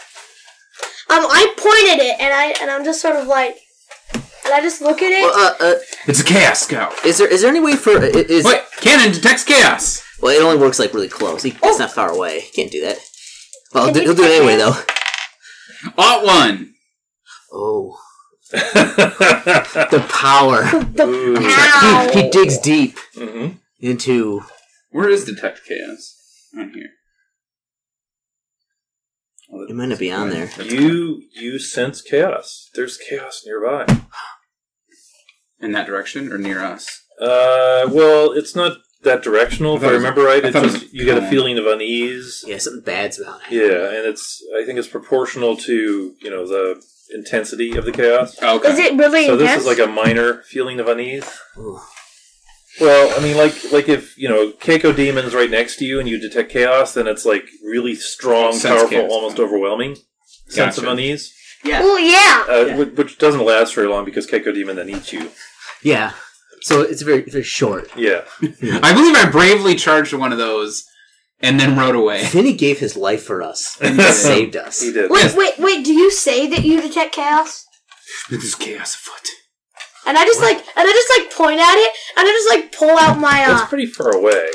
I pointed it, and I and I'm just sort of like, and I just look at it.
well, uh, uh,
it's a chaos scout?
is there is there any way for i- is
Wait, cannon detects chaos.
well it only works like really close. He,
Oh.
It's not far away. He can't do that. Well, he'll
Can
do-
you
he'll do it
check
anyway
it?
though.
Ought one.
Oh, the power!
The
Ooh.
ow.
he digs deep
hmm
into
Where is detect chaos on here? Oh,
It might not be on there.
You you sense chaos. There's chaos nearby.
in that direction or near us.
Uh, well, it's not that directional. If
I
I
thought it was-
remember right,
I
it's
thought it was
just you get a
calm.
feeling of unease.
Yeah, something bad's about it.
Yeah, and it's I think it's proportional to you know the intensity of the chaos.
Oh, Okay.
Is it really
So this
intense?
is like a minor feeling of unease.
Ooh.
Well, I mean, like like if you know Keiko demons right next to you and you detect chaos, then it's like really strong,
Sense
powerful,
chaos.
almost overwhelming sense of
Gotcha.
unease,
well, yeah.
uh,
Yeah.
whi- which doesn't last very long because Keiko demon then eats you.
Yeah. So it's very very short.
Yeah,
I believe I bravely charged one of those and then rode
*laughs*
away.
Then he gave his life for us and
*laughs*
Yeah.
saved us.
he did.
Wait, wait, wait. Do you say that you detect chaos?
There's chaos afoot.
And I just like, and I just like point at it, and I just like pull out my.
That's
Uh,
pretty far away,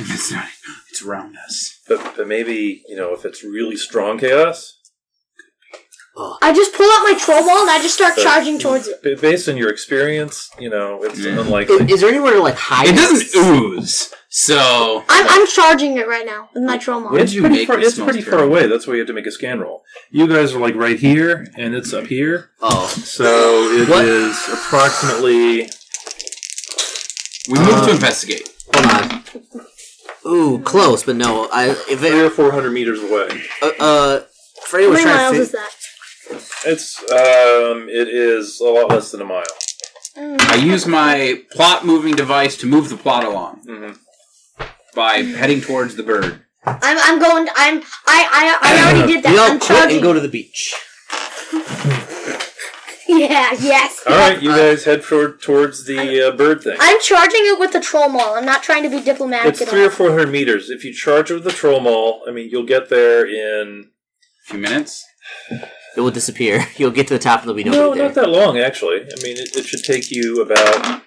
It's not. It's around us.
but, but maybe you know if it's really strong chaos,
I just pull out my troll ball, and I just start
So-
charging towards it.
ba- based on your experience, you know it's
Yeah.
unlikely.
Is, is there anywhere to like hide?
It doesn't ooze. So
I'm, I'm charging it right now with my troll ball.
What did
It's
you
pretty,
make
far,
this
it's
most
pretty far
terrible?
away. That's why you have to make a scan roll. You guys are like right here, and it's up here.
Oh,
So it is
What?
approximately.
we move
Um.
to investigate.
hold on. Ooh, close, but no. I if
three
it,
or four hundred meters away.
uh, uh Freya
How
was
many
trying
miles
to
is
think,
that?
It's um, it is a lot less than a mile.
I use my plot moving device to move the plot along
Mhm.
by heading towards the bird.
I'm, I'm going. I'm. I, I, I already did that.
we all
I'm
quit
charging. *laughs*
and go to the beach.
yeah. Yes.
All right, you guys head for towards the uh, bird thing.
I'm charging it with the troll ball. I'm not trying to be diplomatic
It's
at
three
all.
or four hundred meters. If you charge it with the troll mall, I mean, you'll get there in
A few minutes.
It will disappear. *laughs* You'll get to the top and there'll be
no,
nobody
not that long actually. I mean, it, it should take you about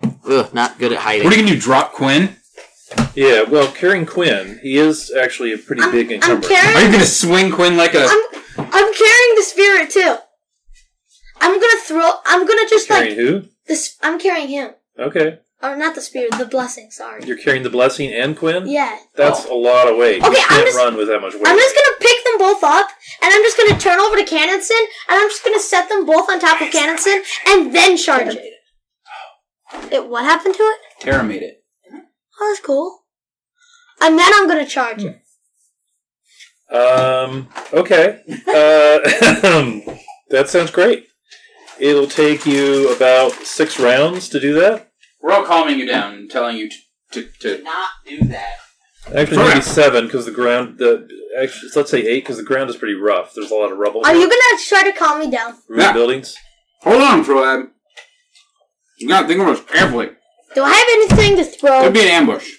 there. Ugh, not good at
What are
hiding.
you gonna do? Drop Quinn?
yeah. Well, carrying Quinn, he is actually a pretty big
I'm
encumbrance.
Are you
carrying.
gonna swing Quinn like a?
I'm, I'm carrying the spirit too. I'm gonna throw. I'm gonna just
carrying
like
who?
this. I'm carrying him.
Okay,
Or not the spirit. The blessing. Sorry.
you're carrying the blessing and Quinn.
Yeah.
That's a lot of weight.
Okay,
you
I'm
can't
just-
run with that much weight.
I'm just gonna pick them both up, and I'm just gonna turn over to Cannonson, and I'm just gonna set them both on top of Cannonson, and then charge it. It. What happened to it?
Terra made it.
Oh, that's cool. And then I'm gonna charge it.
Um. Okay. Uh, *laughs* that sounds great. It'll take you about six rounds to do that.
We're all calming you down and telling you to to, to
Not do that.
Actually, maybe seven because the ground. The actually, let's say eight because the ground is pretty rough. There's a lot of rubble.
Are you gonna try to calm me down?
ruined
Yeah.
buildings?
Hold on, Troab. You gotta think of us carefully.
Do I have anything to throw?
Could be an ambush.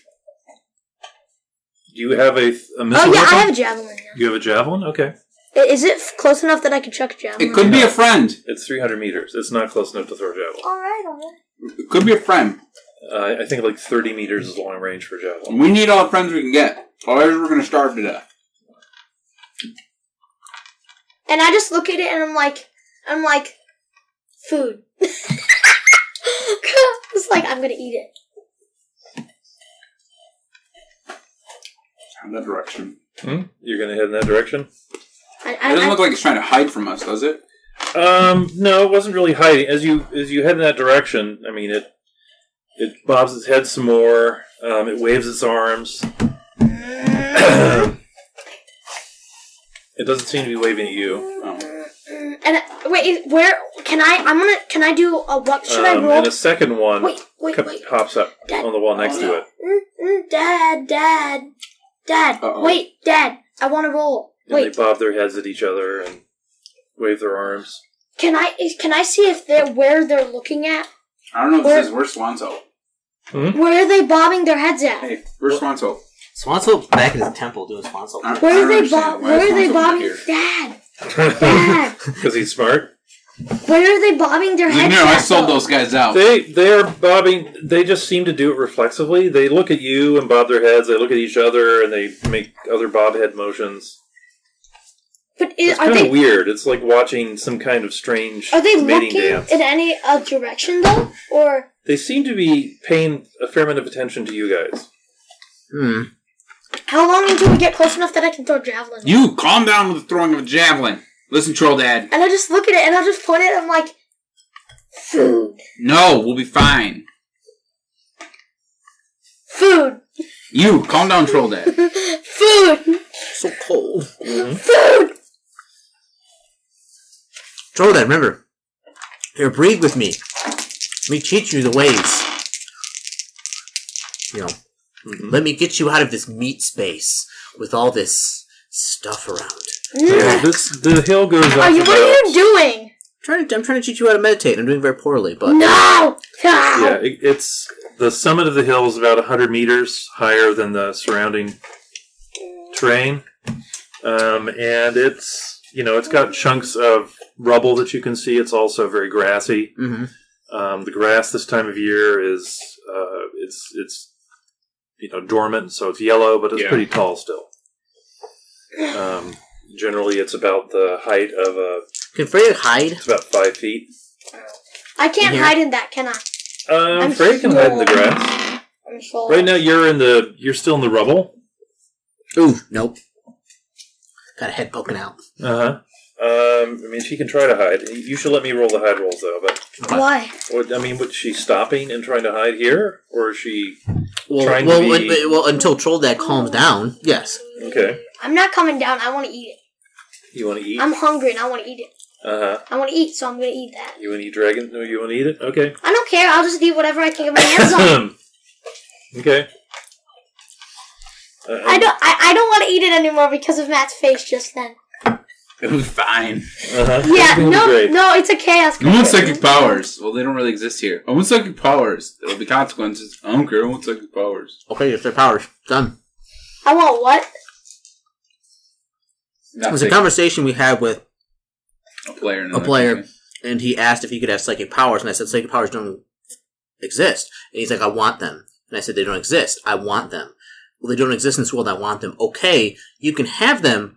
Do you have a, a missile
Oh yeah,
weapon?
I have a javelin.
you have a javelin? Okay.
Now. I- Is it f- close enough that I can chuck a javelin?
It could be a friend.
It's 300 meters. It's not close enough to throw a javelin.
All right, all right.
It could be a friend.
Uh, I think like 30 meters is long range for a javelin.
We need all the friends we can get. Otherwise, we're going to starve to death.
And I just look at it and I'm like, I'm like, food. *laughs* it's like I'm gonna eat it.
In that direction.
Hmm? You're going to head in that direction?
I,
It
I,
doesn't
I,
look like it's trying to hide from us, does it?
Um, no, it wasn't really hiding. As you as you head in that direction, I mean it. It bobs its head some more. Um, it waves its arms. *clears throat* it doesn't seem to be waving at you.
Oh.
Mm, and I, wait, is- where can I? I'm gonna. Can I do a what? Should I
Um,
roll?
and a second one
Wait, wait,
co-
wait.
pops up
Dad.
on the wall next
Oh,
to
no.
it.
Mm, mm, dad, dad, dad.
Uh-oh.
Wait, dad. I want to roll.
And
Wait,
they bob their heads at each other and wave their
*laughs*
arms.
can I? is- Can I see if they're where they're looking at?
I don't know if
Where-
this is. Where's Swan's Hope?
Where are they bobbing their heads at?
Hey, where's Swan's Hope?
Swansoul back in his temple doing Swansoul.
I- I
Where are
don't
they
understand.
bob?
Why is
Where are they
Swan's Hope not
bobbing?
here?
Dad,
*laughs*
dad.
Because he's smart.
Where are they bobbing their
You
heads?
know,
at,
I sold
though?
those guys out.
They they are bobbing. They just seem to do it reflexively. They look at you and bob their heads. They look at each other and they make other bob head motions.
But is,
It's
are
kind
they
of weird. It's like watching some kind of strange
are they
mating
looking
dance.
in any uh, direction though, or
They seem to be paying a fair amount of attention to you guys.
Hmm.
how long until we get close enough that I can throw javelin?
You calm down with the throwing of a javelin. Listen, troll dad.
and I just look at it and I just point it. And I'm like, food,
No, we'll be fine.
food,
You calm down, troll dad.
food,
So cold.
Hmm?
food.
Troll that, remember. Here, breathe with me. Let me teach you the ways. You know, let me get you out of this meat space with all this stuff around.
Yeah, this the hill goes up.
Are you? What are you doing?
trying to, I'm trying to teach you how to meditate. and I'm doing very poorly, but
No. Ah.
Yeah, it, it's the summit of the hill is about hundred meters higher than the surrounding terrain, um, and it's you know it's got chunks of rubble that you can see. It's also very grassy.
Mhm.
Um, the grass this time of year is uh, it's it's you know dormant, so it's yellow, but it's
Yeah.
pretty tall still. Um, generally, it's about the height of a
can Freya hide?
it's about five feet.
*laughs* I can't
Mm-hmm.
Yeah.
hide in that, can I?
Um,
I'm
Freya can hide in the
small.
grass.
I'm sure.
Right now, you're in the you're still in the rubble.
Ooh, nope. Got a head poking out.
Uh huh. Um, I mean, she can try to hide. You should let me roll the hide rolls though. But
Why?
what, I mean, was she stopping and trying to hide here, or is she
Well,
Trying to
well,
be-
un- well, until Troll Dad calms down. Yes.
okay?
I'm not coming down. I want to eat
You want to eat?
it.
Uh
I'm hungry and I want to eat it.
huh.
I want to eat, so I'm gonna eat that.
You want to eat dragon? No, you want to eat it? Okay.
I don't care. I'll just eat whatever I can get my hands
*laughs*
on.
*coughs* okay. Uh,
I don't. I, I don't want to eat it anymore because of Matt's face just then.
It was fine.
uh-huh.
Yeah.
That'd be
No.
great.
No. It's a chaos.
I
computer.
want psychic powers. Well, they don't really exist here. I want psychic powers. There'll be consequences. I don't care. I want psychic powers.
Okay, it's their powers. Done.
I want what?
It was a
Nothing.
conversation we had with,
A player. in
A
another
player.
country.
and he asked if he could have psychic powers, and I said psychic powers don't exist. And he's like, I want them. And I said they don't exist. I want them. Well, they don't exist in this world. I want them. Okay, you can have them,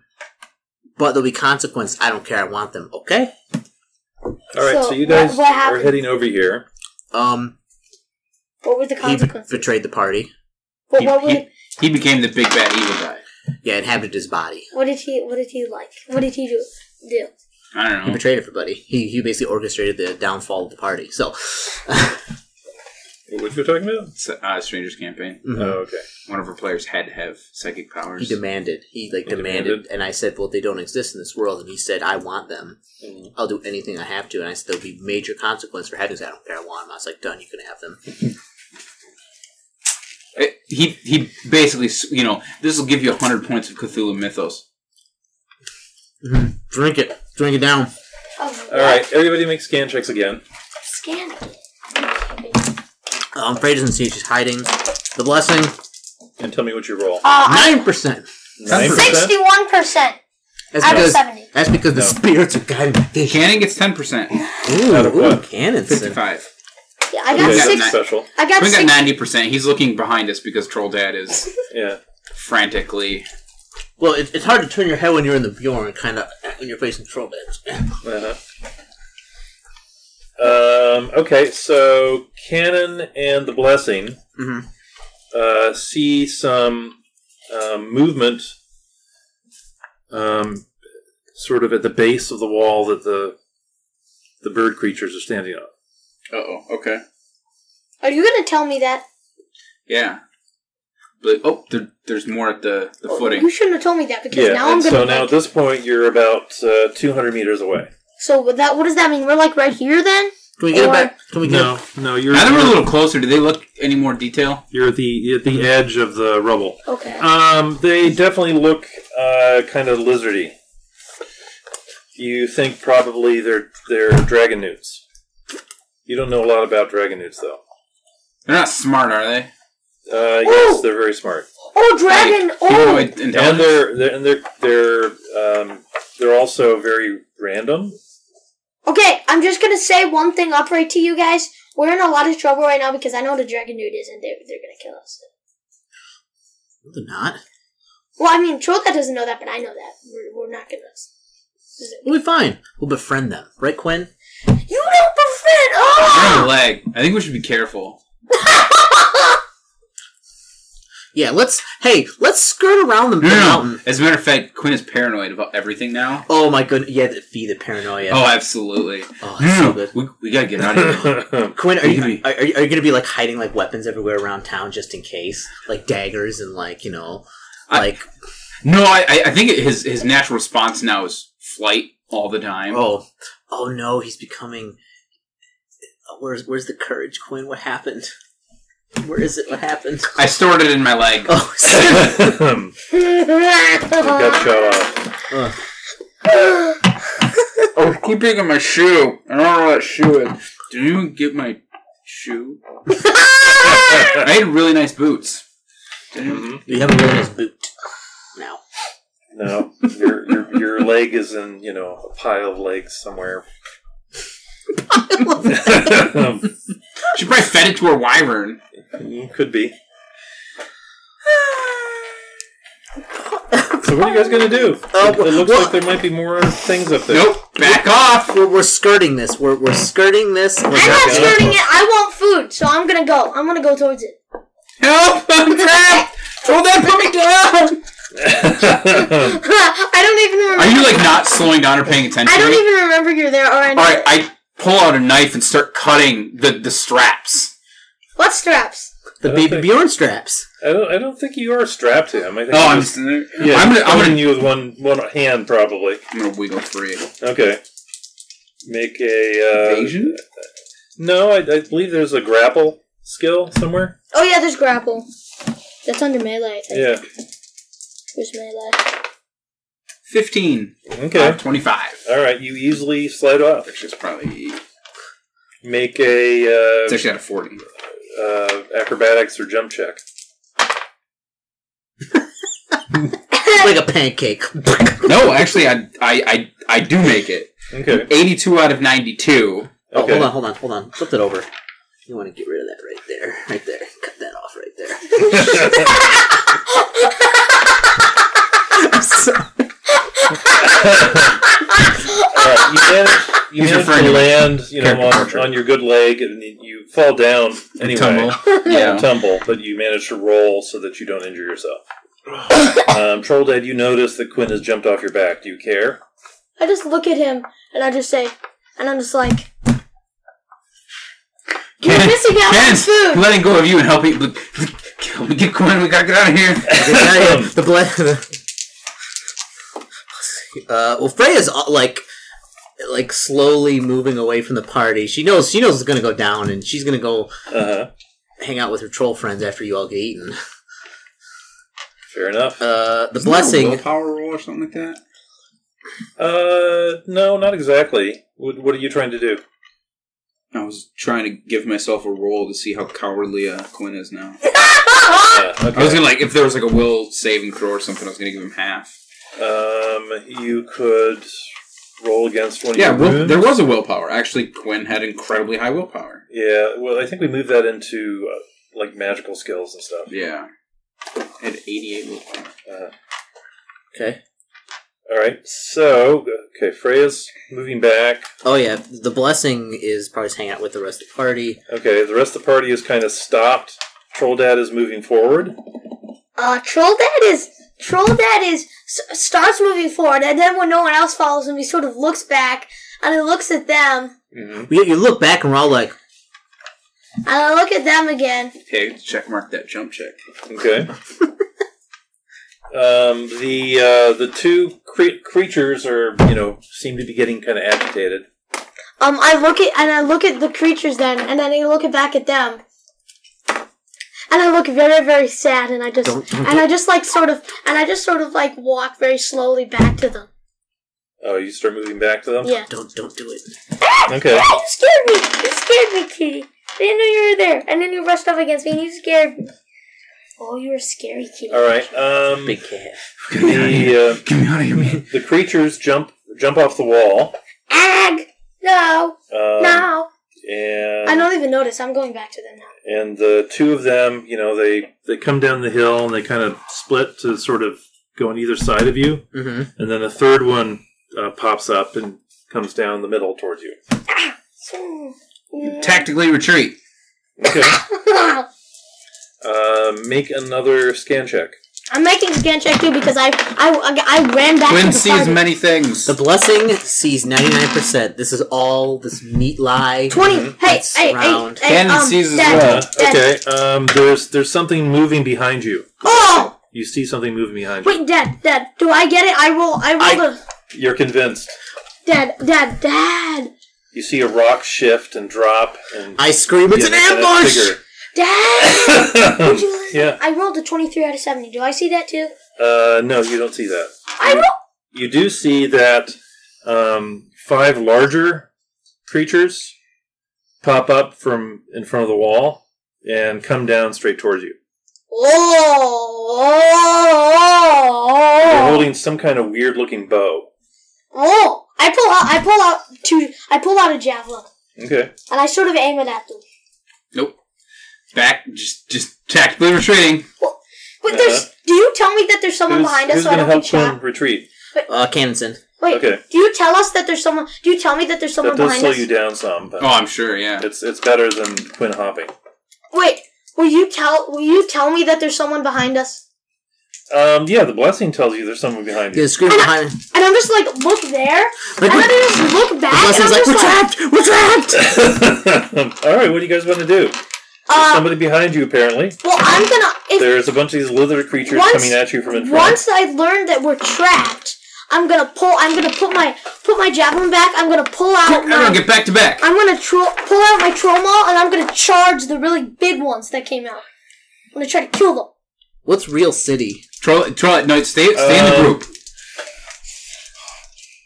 but there'll be consequence. I don't care. I want them. Okay.
All right, so,
So,
you guys
what- what
are
happened?
heading over here.
Um,
What were the
he be-
consequences?
betrayed the party.
what,
He,
what, were,
he- he became the big bad evil guy.
Yeah, inhabited his body.
what did he? What did he like? What did he do? Do
I
He
don't know.
betrayed everybody. He he basically orchestrated the downfall of the party. So, *laughs*
What you talking about?
It's a uh, Strangers campaign.
mhm.
Oh, okay.
One of our players had to have
he
psychic powers.
demanded. He like
He
demanded,
demanded.
and I said, "Well, they don't exist in this world." And he said, "I want them. I'll do anything I have to." And I said, "There'll be major consequence for having this. I don't care. I want them." I was like, "Done. You can have them."
It- Uh, he he basically s- you know this will give you hundred points of Cthulhu mythos.
Drink it. Drink it down.
oh,
All right, everybody make scan checks again.
Scan it.
Um, Frey doesn't see. it. She's hiding. The blessing.
and tell me what you roll.
Uh,
Nine percent.
Nine percent.
Sixty-one percent
That's
out of
because
seventy.
that's because the
No.
spirits are guiding my vision.
Cannon gets ten percent.
Ooh,
Out of
ooh,
what?
cannons.
Fifty-five.
Yeah, I got
Okay,
Yeah.
that's
six.
special.
I got
We got
six.
ninety percent. He's looking behind us because Troll Dad is
Yeah.
frantically.
Well, it, it's hard to turn your head when you're in the Bjorn, kind of when you're facing troll beds.
Uh-huh. Um, okay, so Canon and the Blessing
Mhm.
uh, see some um, movement um, sort of at the base of the wall that the the bird creatures are standing on.
Uh oh. Okay.
Are you gonna tell me that?
Yeah. But oh, there, there's more at the,
Oh.
the
You
footing.
shouldn't have told me that because
Yeah,
now I'm
and
gonna.
so now at
like-
this point you're about uh, 200 meters away.
so with that what does that mean? We're like right here then.
Can we get
Or-
it back? Can we get it?
no, you're
Now that we're a little closer, do they look any more detail?
you're at the at the edge of the rubble.
Okay.
Um, they definitely look uh, kind of lizardy. You think probably they're they're dragon newts. You don't know a lot about dragon newts though.
They're not smart, are they?
Uh, yes,
Ooh.
they're very smart,
oh, dragon!
Like,
oh,
humanoid
and
intelligence?
they're, they're and they're they're um, they're also very random. *coughs*
Okay, I'm just gonna say one thing upright to you guys. We're in a lot of trouble right now because I know the dragon dude is, and they're, they're gonna kill us.
No, they're not.
Well, I mean, Trotha doesn't know that, but I know that. We're, we're not gonna.
We'll be fine. We'll befriend them, right, Quinn?
You don't befriend!
They're on a
Oh!
leg. I think we should be careful.
Yeah. Let's. Hey, let's skirt around the
No, no, no.
mountain.
As a matter of fact, Quinn is paranoid about everything now.
Oh my goodness! Yeah, the fee, the paranoia.
Oh, absolutely.
Oh,
No,
that's
no,
so
no.
good.
We, we gotta get out
*laughs*
of here.
yeah,
Quinn, are
It
you,
could be.
are, are you, are you going to be like hiding like weapons everywhere around town just in case, like daggers and like you know,
I- *laughs*
like
No, I, I- I think it, his his natural response now is flight all the time.
oh, oh no, he's becoming. oh, Where's where's the courage, Quinn? What happened? Where is it? What happened? *laughs*
I stored it in my leg.
Oh, sorry.
*laughs*
got shot off.
Ugh.
I was keeping in Oh, my shoe. I don't know where that shoe is. Did you get my *laughs* shoe? I had really nice boots. Did anyone-
Mhm.
you have a really nice boot now.
No, your, your your leg is in you know a pile of legs
*laughs*
somewhere.
She probably fed it to her wyvern.
Could
*laughs*
be. So what are you guys gonna do? it, it looks like there might be more things up there.
Uh,
*laughs*
Nope. Back off.
We're, we're skirting this. We're, we're skirting this.
*laughs* I'm
We're
not
Yeah.
skirting it. I want food, so I'm gonna go. I'm gonna go towards it. *laughs*
Help! I'm trapped. Throw that put me down.
I don't even remember.
Are you like not slowing down or paying attention?
I don't
to me?
even remember you're there or anything.
All right. I pull out a knife and start cutting the the straps.
What straps?
the
I don't
baby
think-
Bjorn straps.
I don't. I don't think you are strapped to him. I think
Oh, I'm
you're
just.
just-
Yeah,
Yeah,
I'm gonna.
I'm
I'm
holding
gonna.
you with one one hand probably.
I'm gonna wiggle free.
Okay. Make a uh,
Asian?
No, I, I believe there's a grapple skill somewhere.
Oh yeah, there's grapple. That's under melee. I think.
Yeah.
Where's melee?
Fifteen.
Okay.
Twenty-five.
All right. You easily slide off.
Actually, it's probably.
Make a
It's
uh,
actually out of forty.
uh, acrobatics or jump check.
Like a pancake. *laughs*
No, actually, I I I, I do make it.
Okay.
Eighty-two out of ninety-two.
Oh,
Okay.
hold on, hold on, hold on. Flip it over. You want to get rid of that right there. Right there. Cut that off right there. I'm sorry.
Alright, you manage, you
He's
manage
referring
to
to
land, you know,
character
on,
portrait.
on your good leg, and you- you fall down anyway.
Tumble.
*laughs* You
Yeah.
tumble, but you manage to roll so that you don't injure yourself. um, Troll Dad, you notice that Quinn has jumped off your back. Do you care?
I just look at him and I just say, and I'm just like, you're
Ken-
missing out on
Ken's
food.
letting go of you and helping. Help me get Quinn. We gotta get out of here.
*laughs* Yeah, yeah, *laughs* the blood. Uh, well, Freya's uh, like, like slowly moving away from the party. She knows she knows it's gonna go down, and she's gonna go
Uh-huh.
hang out with her troll friends after you all get eaten.
Fair enough.
Uh, the
Isn't that
blessing.
a willpower roll or something like that.
Uh, no, not exactly. What, what are you trying to do?
I was trying to give myself a roll to see how cowardly uh, Quinn is now.
Yeah, okay.
I was gonna like if there was like a will saving throw or something, I was gonna give him half.
Um, you could roll against one. Of
Yeah,
your
will,
wounds.
there was a willpower. Actually, Quinn had incredibly high willpower.
Yeah, well, I think we moved that into uh, like magical skills and stuff.
Yeah, had eighty-eight willpower.
Uh,
Okay.
all right, so okay, Freya's moving back.
Oh yeah, the blessing is probably just hang out with the rest of the party.
Okay, the rest of the party is kind of stopped. Troll Dad is moving forward.
Uh, troll dad is troll dad is s- starts moving forward, and then when no one else follows him, he sort of looks back and he looks at them,
Mm-hmm.
You, you look back and we're all like,
and I look at them again.
Hey, check mark that jump check.
Okay. um, the uh, the two cre- creatures are you know seem to be getting kind of agitated.
Um, I look at and I look at the creatures then, and then I look back at them, and I look very very sad, and I just
Don't- don't-
and I just like sort of and I just sort of like walk very slowly back to them.
Oh, you start moving back to them.
Yeah.
"Don't, don't do it."
Okay.
Ah, *laughs* you scared me. You scared me, kitty. I didn't know you were there, and then you rushed up against me, and you scared me. Oh, you were scary, kitty.
All right. Um,
Big cat.
the
Get me out of here, man.
uh, the creatures jump jump off the wall.
Ag! No,
Um, uh,
no.
And
I don't even notice. I'm going back to them now.
and the two of them, you know, they they come down the hill and they kind of split to sort of go on either side of you,
Mm-hmm.
and then a third one uh, pops up and comes down the middle towards you.
So- Mm.
Tactically retreat.
Okay, uh, make another scan check.
*laughs* I'm making a scan check too because I I, I ran back to
Quinn
the
sees
party.
many things.
The blessing sees ninety nine percent. This is all this meat lie.
20. Hey,
Mm-hmm. That's
hey, hey,
round.
hey.
Cannon
um,
sees as
Dad,
well.
Dad.
Uh, Okay, um, there's there's something moving behind you.
Oh!
You see something moving behind you.
Wait, Dad, Dad, do I get it? I roll, I roll the.
You're convinced.
Dad, Dad, Dad,
You see a rock shift and drop, and
I scream, "It's an
Yeah, and
ambush!"
*laughs*
Dad! Would *laughs*
figure.
you listen?
yeah.
I rolled a 23 out of 70. Do I see that too?
Uh, no, you don't see that.
I roll.
you do see that um, five larger creatures pop up from in front of the wall and come down straight towards you.
Oh,
They're
oh, oh,
holding some kind of weird looking bow.
oh. I pull out. I pull out two. I pull out a javelin
Okay.
and I sort of aim it at them.
nope. Back. Just just tactically retreating.
But there's. Do you tell me that there's someone
Who's,
behind us
who's
so I
going to
don't get
help
shot?
Quinn retreat?
Uh, Cannonson.
Wait.
Okay.
Do you tell us that there's someone? Do you tell me that there's someone
That does
behind
slow
us?
you down some, but
Oh, I'm sure. Yeah.
it's it's better than Quinn hopping.
Wait. Will you tell? Will you tell me that there's someone behind us?
Um, yeah, the blessing tells you there's someone behind you.
Yeah, scream behind. me.
And I'm just like, look there,
Like,
and then
the
I just look back, and
blessing's
I'm
like,
just
"We're
like,
trapped! We're trapped!"
*laughs* All right, what do you guys want to do? There's
uh,
somebody behind you, apparently.
well, I'm gonna. If
There's a bunch of these lizard creatures
Once-
coming at you from in front.
Once I learn that we're trapped, I'm gonna pull. I'm gonna put my put my javelin back. I'm gonna pull out
Everyone
my.
get back to back.
I'm gonna tro- pull out my troll maul and I'm gonna charge the really big ones that came out. I'm gonna try to kill them.
What's real city?
Troll. Troll. No, stay stay in
Um,
the group.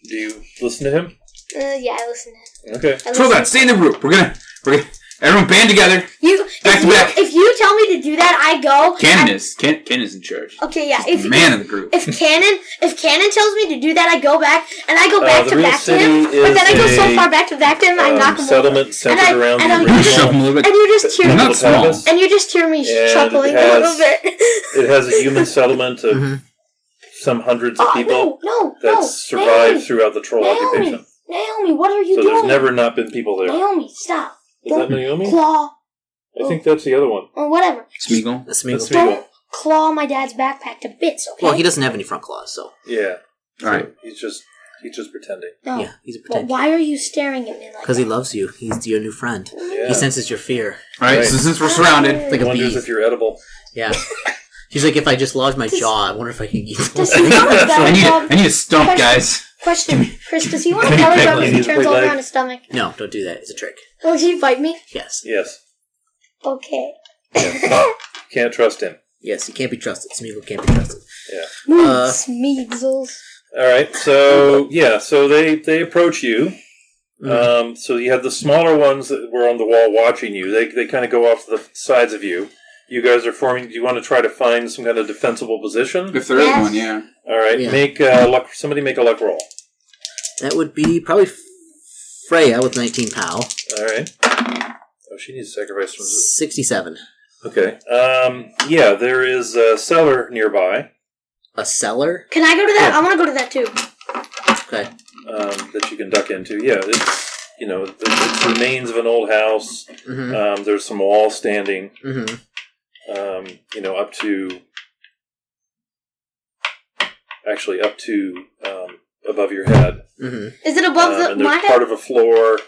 Do you listen to him?
Uh, yeah, I listen. To
Okay.
I
Troll
listen.
that. Stay in the group. We're gonna. We're gonna. Everyone band together.
You,
Back
if,
to
you
back.
if you tell me to do that, I go.
Cannon is. Can, Cannon's in charge.
I- okay, yeah. If
Man of the group.
if Cannon if Cannon tells me to do that, I go back and I go
Uh,
back
the
to
real
back to him.
city
But then I go
is
so
a,
far back to back to him, I
um,
knock him over.
settlement centered
And I-
around
and I-
the
You
original.
shove him a little
And
bit.
you just hear
They're
me,
not small.
and you just hear me
it
chuckling a
has-
little bit.
It has a human settlement of
Mhm.
some hundreds of
*laughs* Oh,
people
no, no,
that
no.
survived
Naomi,
throughout the troll
Naomi,
occupation.
Naomi, what are you
So there's
doing?
never not been people there. Is
Naomi, stop.
that
Don't
Naomi?
claw
I think that's the other one.
or whatever.
Smeagol.
That's
That's
Smeagol.
Smeagol.
Don't claw my dad's backpack to bits, okay?
Well, he doesn't have any front claws, so
Yeah.
All right.
He's just he's just pretending.
no.
yeah, he's a
But
potential.
why are you staring at me like
Because
that?
he loves you. He's your new friend.
Yeah.
He senses your fear.
All right.
Right.
So since we're surrounded,
Like a
wonders
bee.
if you're edible.
Yeah. He's like, if I just lodge my jaw, I wonder if I can eat.
Does he want a
I
belly
need.
rub?
I need a stump, guys.
Question, Chris, does he want a
Peg
belly
leg.
rub if
He
he
needs a
turns
peg
over
leg.
on his stomach?
*laughs* no, don't do that. It's a trick.
Will he bite me?
Yes.
*laughs*
Yes.
Okay.
Can't trust him.
Yes, he can't be trusted. Smeagol can't be trusted. Uh,
Smeagles.
All right. So yeah. So they they approach you.
Mm-hmm.
Um, so you have the smaller ones that were on the wall watching you. They they kind of go off to the sides of you, You guys are forming. Do you want to try to find some kind of defensible position?
If there is
Yes.
one, yeah.
All right,
Yeah.
make uh, luck. Somebody make a luck roll.
That would be probably Freya with 19 POW.
All right. Oh, she needs to sacrifice from.
67.
Okay. Um. Yeah, there is a cellar nearby
A cellar?
Can I go to that? I want to go to that too.
Okay.
um, that you can duck into. Yeah, it's you know it's, it's remains of an old house.
Mm-hmm.
Um, there's some wall standing.
Mm-hmm.
Um, you know, up to actually up to um, above your head.
Mm-hmm.
Is it above
Um,
the
and
my
there's
head?
part of a floor,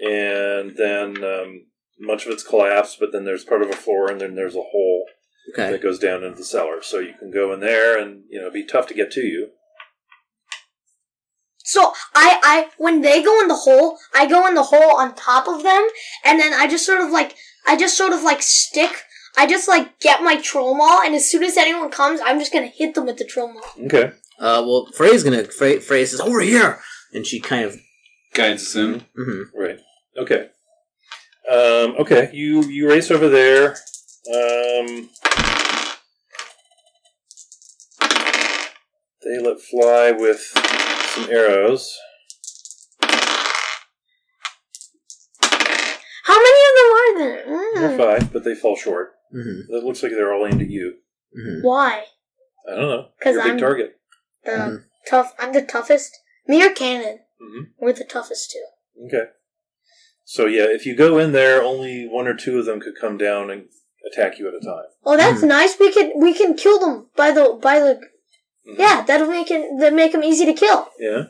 and then um, much of it's collapsed. But then there's part of a floor, and then there's a hole
Okay.
that goes down into the cellar. So you can go in there, and you know, it'd be tough to get to you.
So I, I, when they go in the hole, I go in the hole on top of them, and then I just sort of like, I just sort of like stick. I just like get my troll maul, and as soon as anyone comes, I'm just gonna hit them with the troll maul.
Okay.
Uh, well, Freya's gonna. Freya, Freya says, over here! And she kind of.
Guides us in.
Mm-hmm.
Right. Okay. Um, okay. You you race over there. Um, they let fly with some arrows.
How many of them are
There are
there? Mm.
five, but they fall short.
Mm-hmm.
It looks like they're all aimed at you.
Mm-hmm.
Why?
I don't know.
'Cause
You're a big
I'm-
target. Mm-hmm.
The
Mhm.
tough. I'm the toughest. Me or Cannon?
Mhm.
We're the toughest two.
Okay. So yeah, if you go in there, only one or two of them could come down and attack you at a time.
Oh, that's nice. We can we can kill them by the by the.
Mhm.
Yeah, that'll make it that make them easy to kill.
Yeah.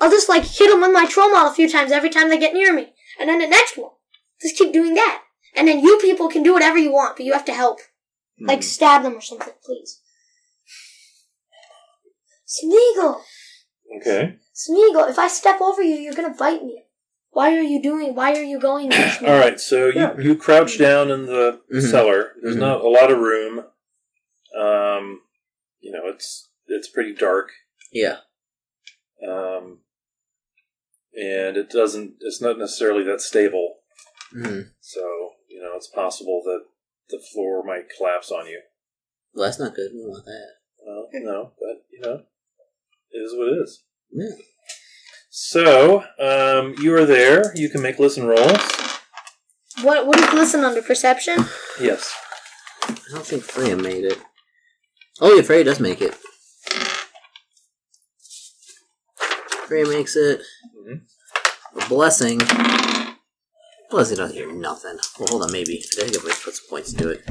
I'll just like hit them with my troll model a few times every time they get near me, and then the next one. Just keep doing that, and then you people can do whatever you want, but you have to help,
Hmm.
like stab them or something, please. Smeagol,
Okay.
Smeagol, if I step over you, you're gonna bite me. Why are you doing? Why are you
*coughs*
going? There, Smeagol?
All right. So you
Yeah.
you crouch down in the
Mhm.
cellar. There's
Mhm.
not a lot of room. Um, you know, it's it's pretty dark.
Yeah.
Um, and it doesn't. It's not necessarily that stable.
Mm-hmm.
So you know, it's possible that the floor might collapse on you.
Well, that's not good. We don't want that.
Well, no, but you know, it is what it is.
Yeah.
So, um, you are there. You can make listen rolls.
What? What is listen under perception?
Yes.
I don't think Freya made it. Oh, yeah, Freya does make it. Freya makes it.
Mhm.
Mm-hmm.
A blessing. Blessing doesn't hear nothing. Well, hold on, maybe. I think I might put some points to it.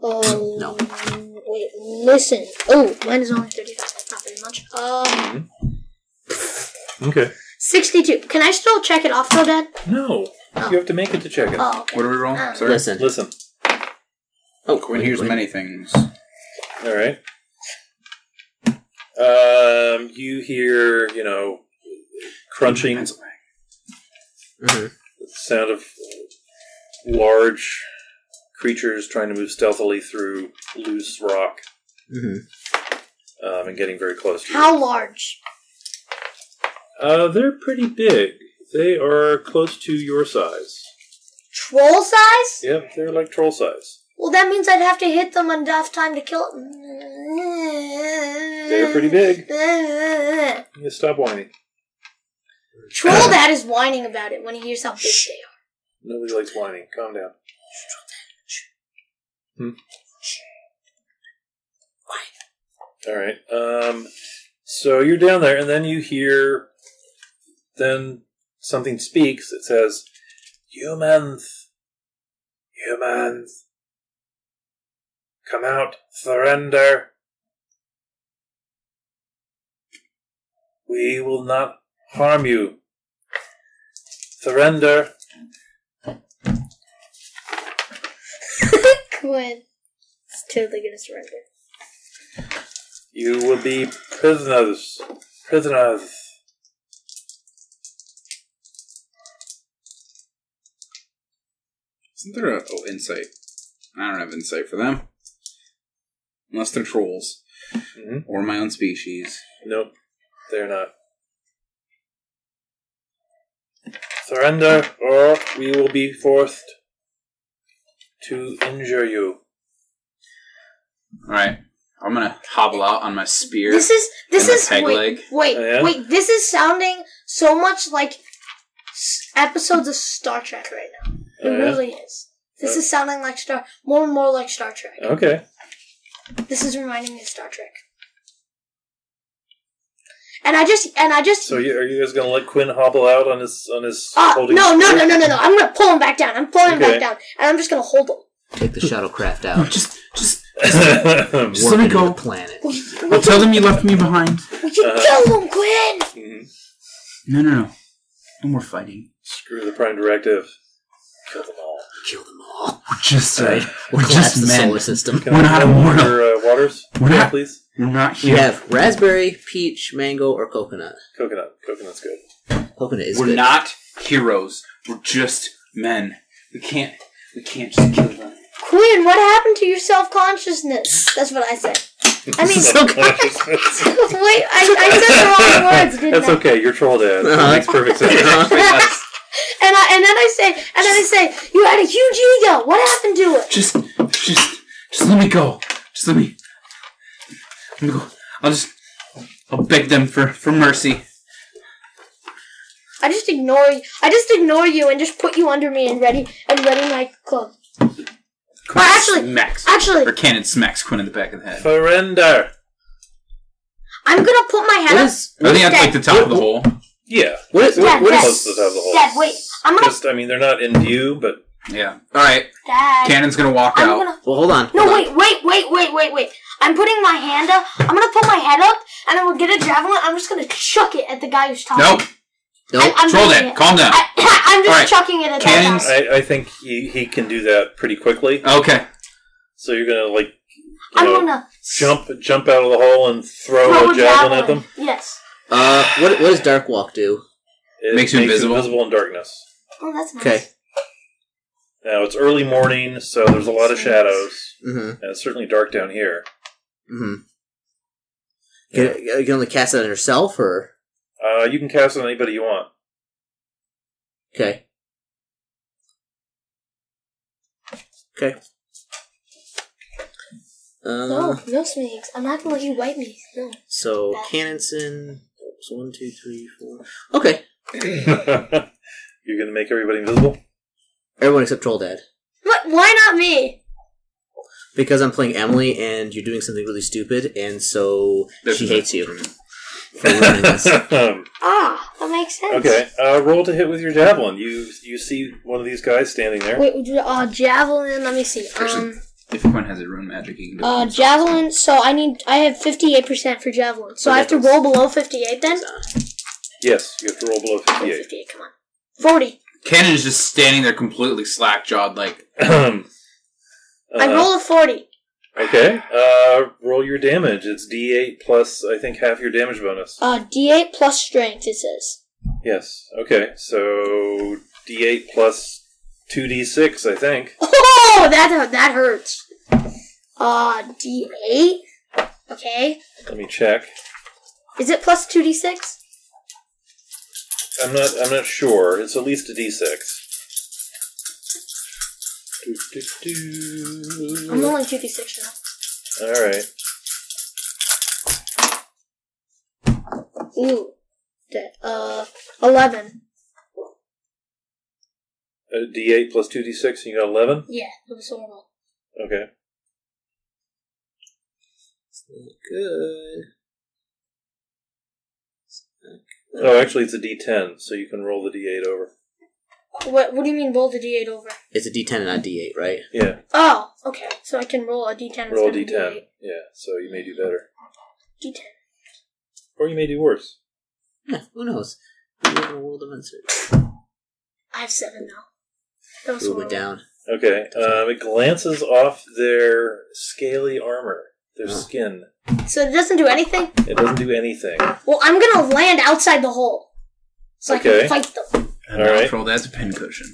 Oh
No.
Wait, listen. Oh, mine is only thirty-five. That's not very much. Um,
Mm-hmm. Okay.
sixty-two. Can I still check it off though, Dad?
No, you have to make it to check it.
Oh, okay.
What are we rolling?
Ah.
Sorry.
Listen.
Listen.
Oh,
Quinn
wait,
hears
wait.
many things.
All right. Um, you hear, you know, crunching, the
Mhm.
sound of large creatures trying to move stealthily through loose rock
Mhm.
Mm-hmm.
um, and getting very close to you.
How large?
Uh, they're pretty big. They are close to your size.
Troll size?
Yep, they're like troll size.
Well, that means I'd have to hit them enough time to kill.
They're
They're
pretty
*laughs*
big.
Troll
You stop whining.
Dad is whining about it when he hears how big they are.
Nobody likes whining. Calm down. Hmm. All right. Um, so you're down there, and then you hear, then something speaks. It says, "Humans, humans, come out, surrender. We will not harm you. Surrender."
*laughs* Quinn, it's totally gonna surrender.
You will be prisoners. Prisoners.
Isn't there a oh, insight? I don't have insight for them. Unless they're trolls.
Mhm.
Or my own species.
Nope, they're not. Surrender, or we will be forced to injure you.
All right, I'm gonna hobble out on my spear. *laughs*
This is this
and my
is
peg
wait,
leg.
wait,
Oh, yeah?
wait. This is sounding so much like s- episodes of Star Trek right now. It
Oh, yeah?
really is. This is sounding like Star, more and more like Star Trek.
Okay.
This is reminding me of Star Trek. And I just, and I just,
So you, are you guys gonna let Quinn hobble out on his on his
uh, no,
holding?
no,
his
no,
*laughs* spear?
no, no, no. I'm gonna pull him back down. I'm pulling him
Okay.
back down, and I'm just gonna hold
*laughs*
him.
Take the shuttlecraft out.
Just, just.
Warp
*laughs* let me
into
go.
the planet.
We, we
I'll
can,
tell them you left me behind.
we can
Uh,
kill him, Quinn.
Mhm.
No, no, no. No more fighting.
Screw the prime directive. Kill them all.
Kill them all.
We're just,
Uh,
we're
Collapse
just
the
men.
solar system.
*laughs*
Can
We're
I
not
have
immortal.
your, uh, waters,
We're
Yeah,
not-
please.
We're not
You
here.
have raspberry, peach, mango, or coconut.
Coconut. Coconut's good.
Coconut is
we're
good.
not heroes. We're just men. We can't. We can't just kill them.
Quinn, what happened to your self consciousness? That's what I said.
*laughs*
I mean,
Consciousness.
*laughs* wait, I, I
*laughs*
said the wrong words, didn't
That's
I?
okay. You're troll dad. That
Uh-huh.
makes perfect sense.
*laughs*
*laughs*
And I, and then I say, and then I say, you had a huge ego. What happened to it?
Just, just, just let me go. Just let me. Let me go. I'll just. I'll beg them for for mercy.
I just ignore you. I just ignore you and just put you under me and ready and ready my club.
Quinn
actually-
smacks.
Actually,
or cannon smacks Quinn in the back of the head.
Surrender.
I'm gonna put my
What
head up.
is-
I think that's like the top of the hole.
Yeah.
What is,
Dad,
what
Dad,
Close to the top of the hole.
Dad, wait. I'm gonna.
Just, I mean, they're not in view, but
Yeah. All right.
Dad,
Cannon's gonna walk
I'm
out.
gonna.
Well, hold on.
No,
hold on.
wait, wait, wait, wait, wait, wait. I'm putting my hand up. I'm gonna put my head up, and I'm gonna get a javelin. I'm just gonna chuck it at the guy who's talking.
Nope.
I'm,
Nope.
I'm
Troll
doing
that.
it.
Calm down.
I, *laughs* I'm just
Alright.
chucking it at
Cannons-
that guy.
I, I think he, he can do that pretty quickly.
Okay.
So you're gonna like, you
I'm
know,
gonna
jump jump out of the hole and throw,
throw
a javelin at them.
Yes.
Uh, what, what does Dark Walk do?
It
Makes you invisible.
invisible in darkness.
Oh, that's nice.
Okay.
Now it's early morning, so there's a lot of shadows,
Mm-hmm.
and it's certainly dark down here.
Mm-hmm. Can, you can only cast it on yourself, or
Uh, you can cast it on anybody you
*laughs*
want.
okay, okay. Um, Uh,
No, no snakes. I'm not gonna let you wipe me. No.
so Cannonson, oops, one, two, three, four. Okay,
you're gonna make everybody invisible. *laughs*
everyone except Troll Dad,
What? Why not me?
because I'm playing Emily, and you're doing something really stupid, and so
This
she
is it.
hates you. For ruining this.
Um,
Ah, that makes sense.
okay, uh, roll to hit with your javelin. You you see one of these guys standing there.
Wait, would you- uh, javelin. Let me see. Um,
If Quinn has a rune magic, he can do
uh,
it.
javelin. So I need. I have fifty-eight percent for javelin. So I have to roll below fifty-eight then.
Yes, you have to roll below
Oh,
fifty-eight.
Fifty-eight. Come on. Forty.
Cannon is just standing there completely slack jawed, like
I
Uh,
roll a forty.
Okay. Uh, roll your damage. It's D8 plus, I think, half your damage bonus.
Uh, D8 plus strength. It says. *laughs*
Yes. Okay. So D8 plus 2D6, I think.
Oh, that hurt- that hurts. Uh, D8. Okay.
Let me check.
Is it plus two D6?
I'm not. I'm not sure. It's at least a D6. Do, do,
I'm
do.
rolling two D6 now.
All right.
Ooh. That, uh, 11.
A D8 Uh, plus 2D6, and you got 11.
Yeah, it was horrible.
Okay.
Good.
Oh, actually, it's a D10, so you can roll the D8 over.
What, what do you mean roll the D8 over?
*laughs* It's a D10 not D8, right?
Yeah.
Oh, okay. So I can roll a D10
Roll
instead of
D10. Yeah. So you may do better,
D8. D10.
or you may do worse.
Yeah, who knows? We live in a world of uncertainty.
I have 7 now. That was
We went
horrible.
down.
Okay. Um, it glances off their scaly armor, their
Huh.
skin.
So it doesn't do anything?
It doesn't do anything.
Well, I'm gonna land outside the hole. So
Okay.
I can fight them.
And
All
I'll
right.
throw that as a pincushion.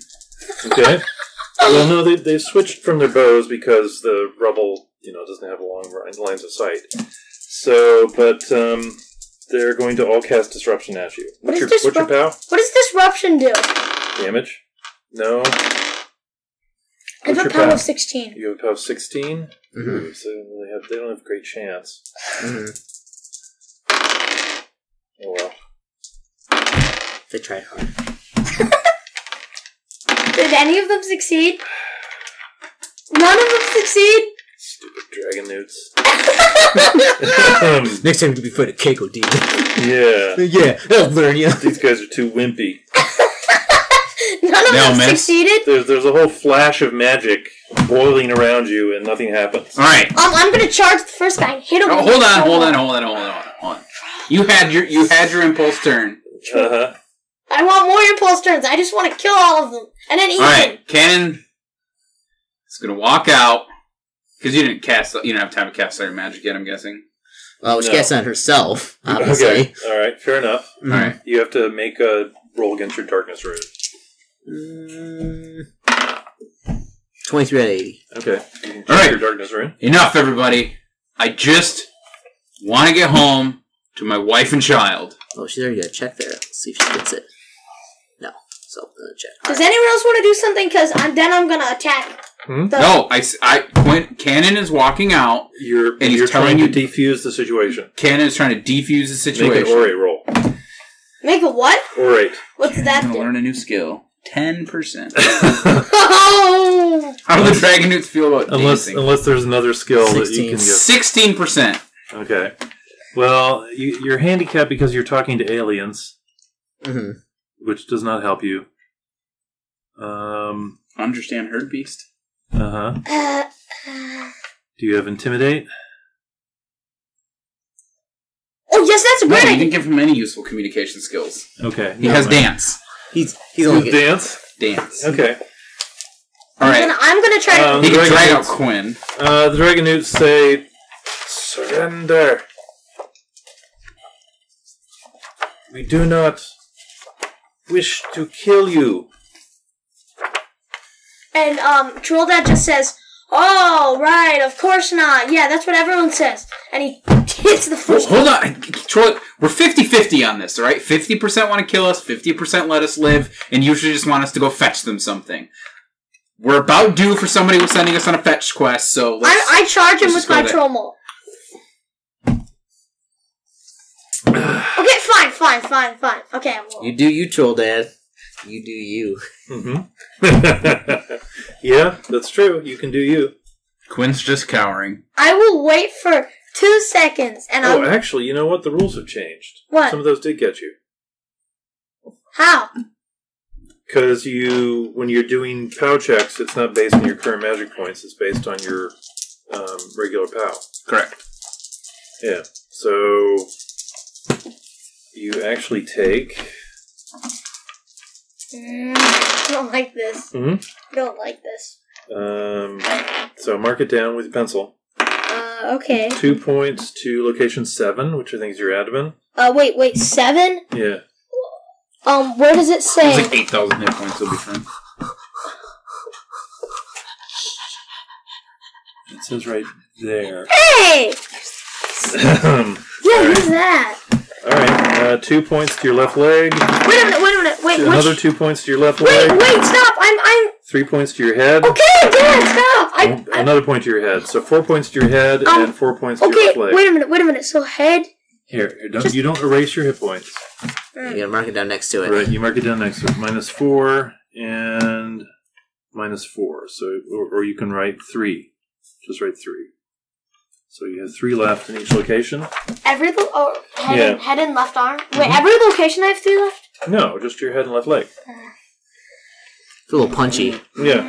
Okay. *laughs* well, no, they, they've switched from their bows because the rubble, you know, doesn't have long ri- lines of sight. So, but um, they're going to all cast disruption at you.
What
What's your,
is
what's your pow?
What does disruption do?
Damage? No.
I have
What's
a
your
power
power?
of 16.
You have a pow of 16?
Mm-hmm.
Mhm.
So they don't really have they don't have a great chance.
Mhm.
Oh well.
They tried hard.
Did any of them succeed? None of them succeed. *laughs*
Stupid dragon newts. Um,
Next time you can be afraid of Keiko D.
yeah.
*laughs* yeah, that'll learn you.
These guys are too wimpy.
None of
They all
them
missed.
succeeded.
There's there's a whole flash of magic boiling around you and nothing happens.
All right.
Um, I'm gonna charge the first guy and hit him.
Oh,
with
hold
my
on,
sword.
hold on, hold on, hold on, hold on. You had your you had your impulse turn.
Uh-huh.
I want more impulse turns. I just want to kill all of them and then eat them.
All right, Cannon is gonna walk out because you didn't cast. You didn't have time to cast Iron Magic yet. I'm guessing.
Well, she
No.
cast on *laughs* herself, obviously.
Okay. All right. Fair enough.
Mhm.
All right.
You have to make a roll against your darkness rune.
Mm. 23 out of 80.
Okay. You can check
All right.
Your darkness rune.
Enough, everybody. I just want to get home to my wife and child.
Oh, she's already got a check there. Let's see if she gets it. No. So, uh, check.
Does anyone else want to do something? Because then I'm gonna attack.
Hmm?
The,
No, I, s- I- Quin- Cannon is walking out.
You're
he's
you're
telling
trying
you-
to defuse the situation.
Cannon is trying to defuse
Make
the
an
situation.
orate roll.
Make a what?
*laughs* Orate.
What's that
I'm gonna
do?
*laughs* learn a new skill. Ten
*laughs*
percent.
*laughs* Oh,
How do the dragon newts feel about
Unless
dancing?
unless there's another skill that
16.
you can get.
Sixteen percent.
Okay. Well, you, you're handicapped because you're talking to aliens,
Mm-hmm.
hmm
which does not help you. Um.
Understand herd beast.
Uh huh.
uh, uh,
Do you have intimidate?
oh yes, that's a
No,
great
you
idea.
didn't give him any useful communication skills.
Okay.
He has
never mind.
dance.
He's, he's only getting
Dance.
Dance.
Okay.
All
I'm,
right.
gonna, I'm gonna try to.
Um,
He can
Dragon
drag out
Newts.
Quinn.
Uh, the dragon newts say, "Surrender. We do not wish to kill you."
And um, Troll Dad just says, "Oh right, of course not. Yeah, that's what everyone says." And he *laughs* hits the
Well,
first.
hold on. Troy, we're 50 50 on this, all right? 50% want to kill us, 50% let us live, and usually just want us to go fetch them something. We're about due for somebody who's sending us on a fetch quest, so let's.
I, I charge him
let's
with
just go
my
there.
troll mole. okay, fine, fine, fine, fine. Okay, well,
You do you, troll dad. You do you.
Mm-hmm. *laughs* yeah, that's true. You can do you.
Quinn's just cowering.
I will wait for two seconds, and
Oh,
I'll
eh?
actually, you know what? The rules have changed.
Um, What?
Some of those did get you.
how?
Because you, when you're doing POW checks, it's not based on your current magic points. It's based on your um, regular POW.
Correct.
Yeah. So you actually take.
Mm, *laughs* I don't like this.
Mm-hmm.
Mhm.
I don't like this.
Um, so mark it down with your pencil.
Uh, okay.
Two points to location seven, which I think is your admin.
Uh, wait, wait, seven.
Yeah.
Um, where does it
It's
say?
like 8,000 hit points, will be fine.
It says right
*laughs*
there.
Hey,
All
yeah, use that.
right. Uh, two points to your left leg.
Wait a minute, wait a minute, wait,
Another
which?
two points to your left
Wait,
leg.
wait, stop! I'm, I'm
Three points to your head.
okay, Dad, stop! I,
An-
I
Another point to your head. So four points to your head
Um,
and four points to your
okay.
left leg.
Wait a minute, wait a minute. So head.
Here, don't, you don't erase your hit points.
You gotta mark it down next to it.
Right, you mark it down next to it. Minus four and minus four. So, or, or you can write three. Just write three. So you have three left in each location.
Every lo- oh, head,
Yeah. Mm-hmm.
and, head and left arm. Wait, every location I have three left.
No, just your head and left leg.
It's a little punchy.
Yeah,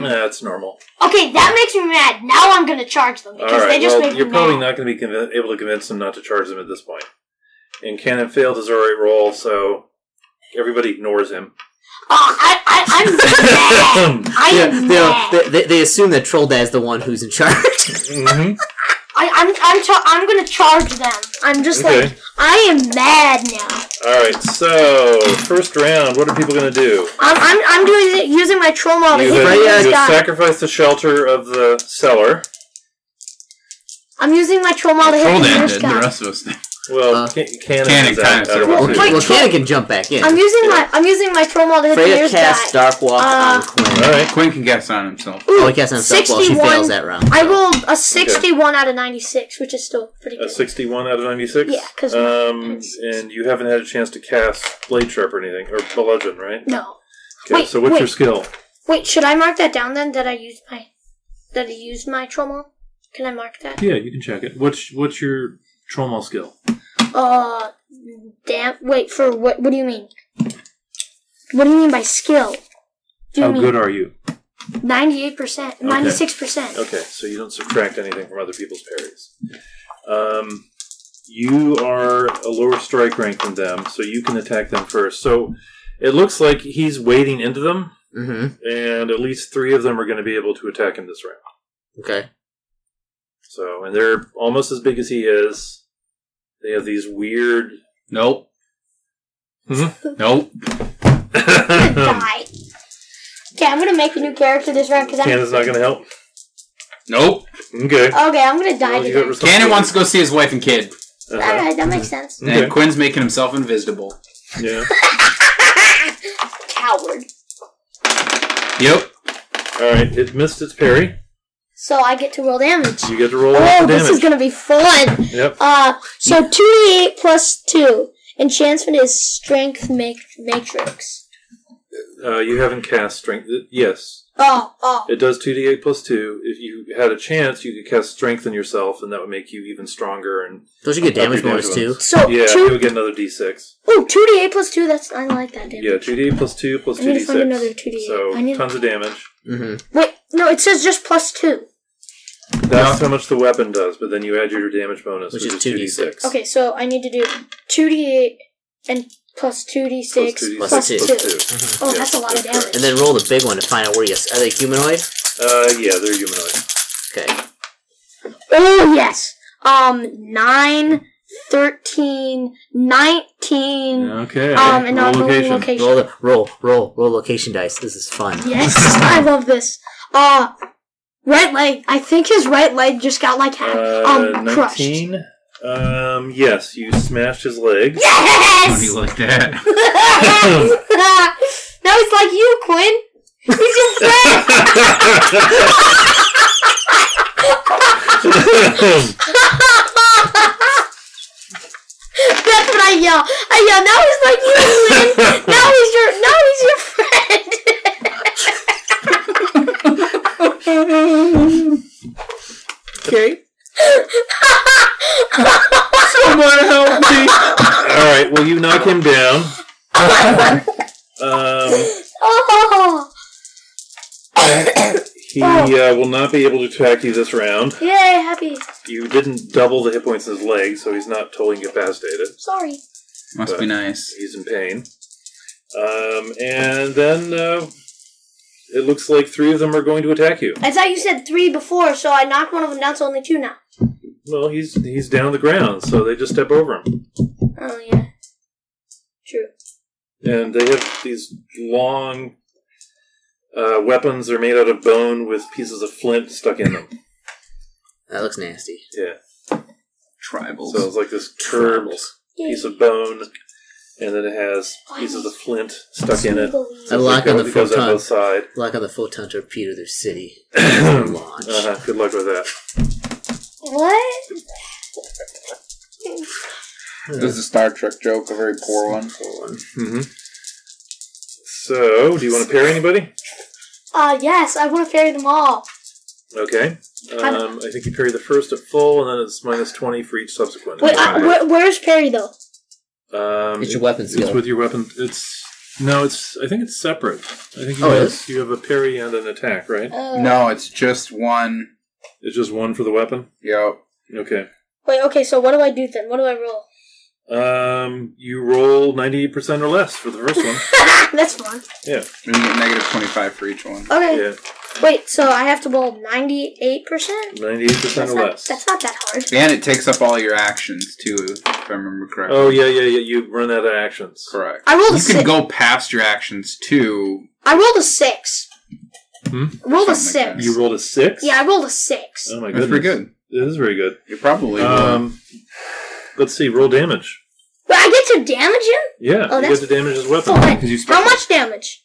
that's normal.
Mm, Okay, that makes me mad. Now I'm gonna charge them
All
because they
right.
just
Well,
make
you're
me
probably
mad.
not going to be conv- able to convince them not to charge them at this point. And Cannon failed his already roll, so everybody ignores him. *coughs*
Oh, I, I,
*laughs*
I'm mad. I
Yeah,
am
they,
mad.
they, they, they assume that troll dad's the one who's in charge.
Mhm.
I, I'm, I'm, char- I'm gonna charge them. I'm just
Okay.
like, I am mad now.
All right. So first round. What are people going to do?
I'm, I'm, I'm doing using my troll model to
You
hit
have,
Freya
this
you
guy.
have sacrificed the shelter of the cellar.
I'm using my troll model to hit Oh,
Troll
the
Dad
first
did, the
guy.
rest of us.
Well,
Uh,
can- cannon,
Cannon
is out,
kinda sort of
out
works
too.
too. Wait.
Well, Shannon can jump back in.
I'm using my I'm using my promo to hit the
Freya
nearest
casts
die.
Dark Walk
Uh,
on Quinn.
All right.
Quinn can guess on himself.
Oh, he casts on himself. Well, she
61.
fails that round.
I rolled a 61 out of 96, which is still pretty
A
good.
61 out of 96?
Yeah, 'cause
Um,
mine's-
and you haven't had a chance to cast Blade Sharp or anything, or Bludgeon, right?
No.
Okay,
Wait,
so what's
wait.
your skill?
Wait, should I mark that down then? That I used my that I used my trauma? Can I mark that?
Yeah, you can check it. What's what's your Tromal skill?
Uh, damn. Wait for what? What do you mean? What do you mean by skill? Do you
How
mean
good are you?
ninety-eight percent, ninety-six percent?
Okay, so you don't subtract anything from other people's parries. Um, you are a lower strike rank than them, so you can attack them first. So it looks like he's wading into them,
Mm-hmm.
and at least three of them are going to be able to attack him this round.
Okay.
So, and they're almost as big as he is. They have these weird. *laughs*
Nope.
Mhm.
Nope.
Cannon's
Die. *laughs* Okay, I'm gonna make a new character this round because I'm.
not going to help.
Nope.
Okay.
Okay, I'm gonna die
Well, Oh, you got
today.
res-
Cannon wants to go see his wife and kid,
All
Uh-huh.
right, that makes sense.
Okay.
and Quinn's making himself invisible.
Yeah.
Coward.
Yep.
All right. It missed its parry.
So I get to roll damage.
You get to roll
Oh,
off the
this is
damage.
gonna be fun.
Yep.
Uh, so two d eight plus two. Enchantment is strength ma- matrix.
Uh, you haven't cast strength. Uh, Yes.
Oh, oh.
It does 2d8 plus 2. If you had a chance, you could cast strength on yourself, and that would make you even stronger. And
Don't you get
Up your
damage bonus
damage
too?
bonus.
So
Yeah,
two
you would get another d6.
Oh, 2d8 plus 2, that's, I like that damage.
Yeah, 2d8 plus 2 plus
I need to
2d6.
find another 2d8. I
So,
need-
tons of damage.
Mm-hmm.
Wait, no, it says just plus 2.
That's how much the weapon does, but then you add your damage bonus,
Which is
which, is 2d6.
Okay, so I need to do 2d8 and plus
Plus 2d6
2d6 plus,
plus
2.
two.
Oh, that's a lot of damage.
And then roll the big one to find out where you are they humanoid.
Uh, yeah, they're humanoid.
Okay.
oh, yes. Um, 9, 13, 19.
Okay.
Um, and now I'm moving location.
Roll the roll roll roll location dice. This is fun.
Yes, I love this. Uh, right leg. I think his right leg just got like ha-
Uh,
um crushed.
19. Um, yes, you smashed his leg.
Don't
Yes.
you like that?
*laughs* now he's like you, Quinn. He's your friend. *laughs* That's what I yell. I yell. Now he's like you, Quinn. Now he's your. Now he's your friend. *laughs*
Okay.
Someone help me! Alright, well, you knock him
*laughs*
down. um,
oh,
he uh, will not be able to attack you this round.
yay! Happy.
You didn't double the hit points in his leg, so he's not totally incapacitated.
Sorry.
Must be nice.
He's in pain. Um, and then uh, it looks like three of them are going to attack you.
I thought you said three before, so I knocked one of them down, so only two now.
Well, he's he's down on the ground, so they just step over him.
Oh yeah. True.
And they have these long uh, weapons. They're made out of bone with pieces of flint stuck in them.
That looks nasty.
*laughs* Yeah.
Tribals.
So it's like this curved
Yay.
piece of bone, and then it has pieces of flint stuck in it.
I like on the
It goes up
photon.
both sides.
Lock on the photon torpedo their
*clears throat*
city. Launch.
Uh-huh. Good luck with that.
What?
It was a Star Trek joke, a very poor one.
Mm-hmm. So, do you want to pair anybody?
Uh, yes, I want to ferry them all.
Okay. Um, I think you parry the first at full, and then it's minus 20 for each subsequent.
Wait, uh, where, where's Perry though?
um,
It's your weapon
it's
skill.
with your weapon. It's. No, it's. I think it's separate. I think you,
Oh, it
have, you have a parry and an attack, right?
Uh,
No, it's just one.
It's just one for the weapon?
Yep.
Okay.
Wait, okay, so what do I do then? What do I roll?
Um, you roll 98% or less for the first one.
*laughs* That's fun.
Yeah.
And you get negative 25 for each one.
Okay.
Yeah.
Wait, so I have to roll 98%?
98%
That's
or
not,
less.
that's not that hard.
And it takes up all your actions, too, if I remember correctly.
Oh, yeah, yeah, yeah. You run out of actions.
Correct.
I rolled a
You can
six.
go past your actions, too.
I rolled a six.
Hmm?
I rolled a
Something like
six.
that.
You rolled a six?
yeah, I rolled a six.
Oh, my goodness.
That's
Um,
pretty good.
It is very good.
You probably will.
Um, Let's see. Roll damage.
But I get to damage him?
Yeah,
Oh,
you
that's-
get to damage his
So
weapon.
what?
Because you
How
special.
much damage?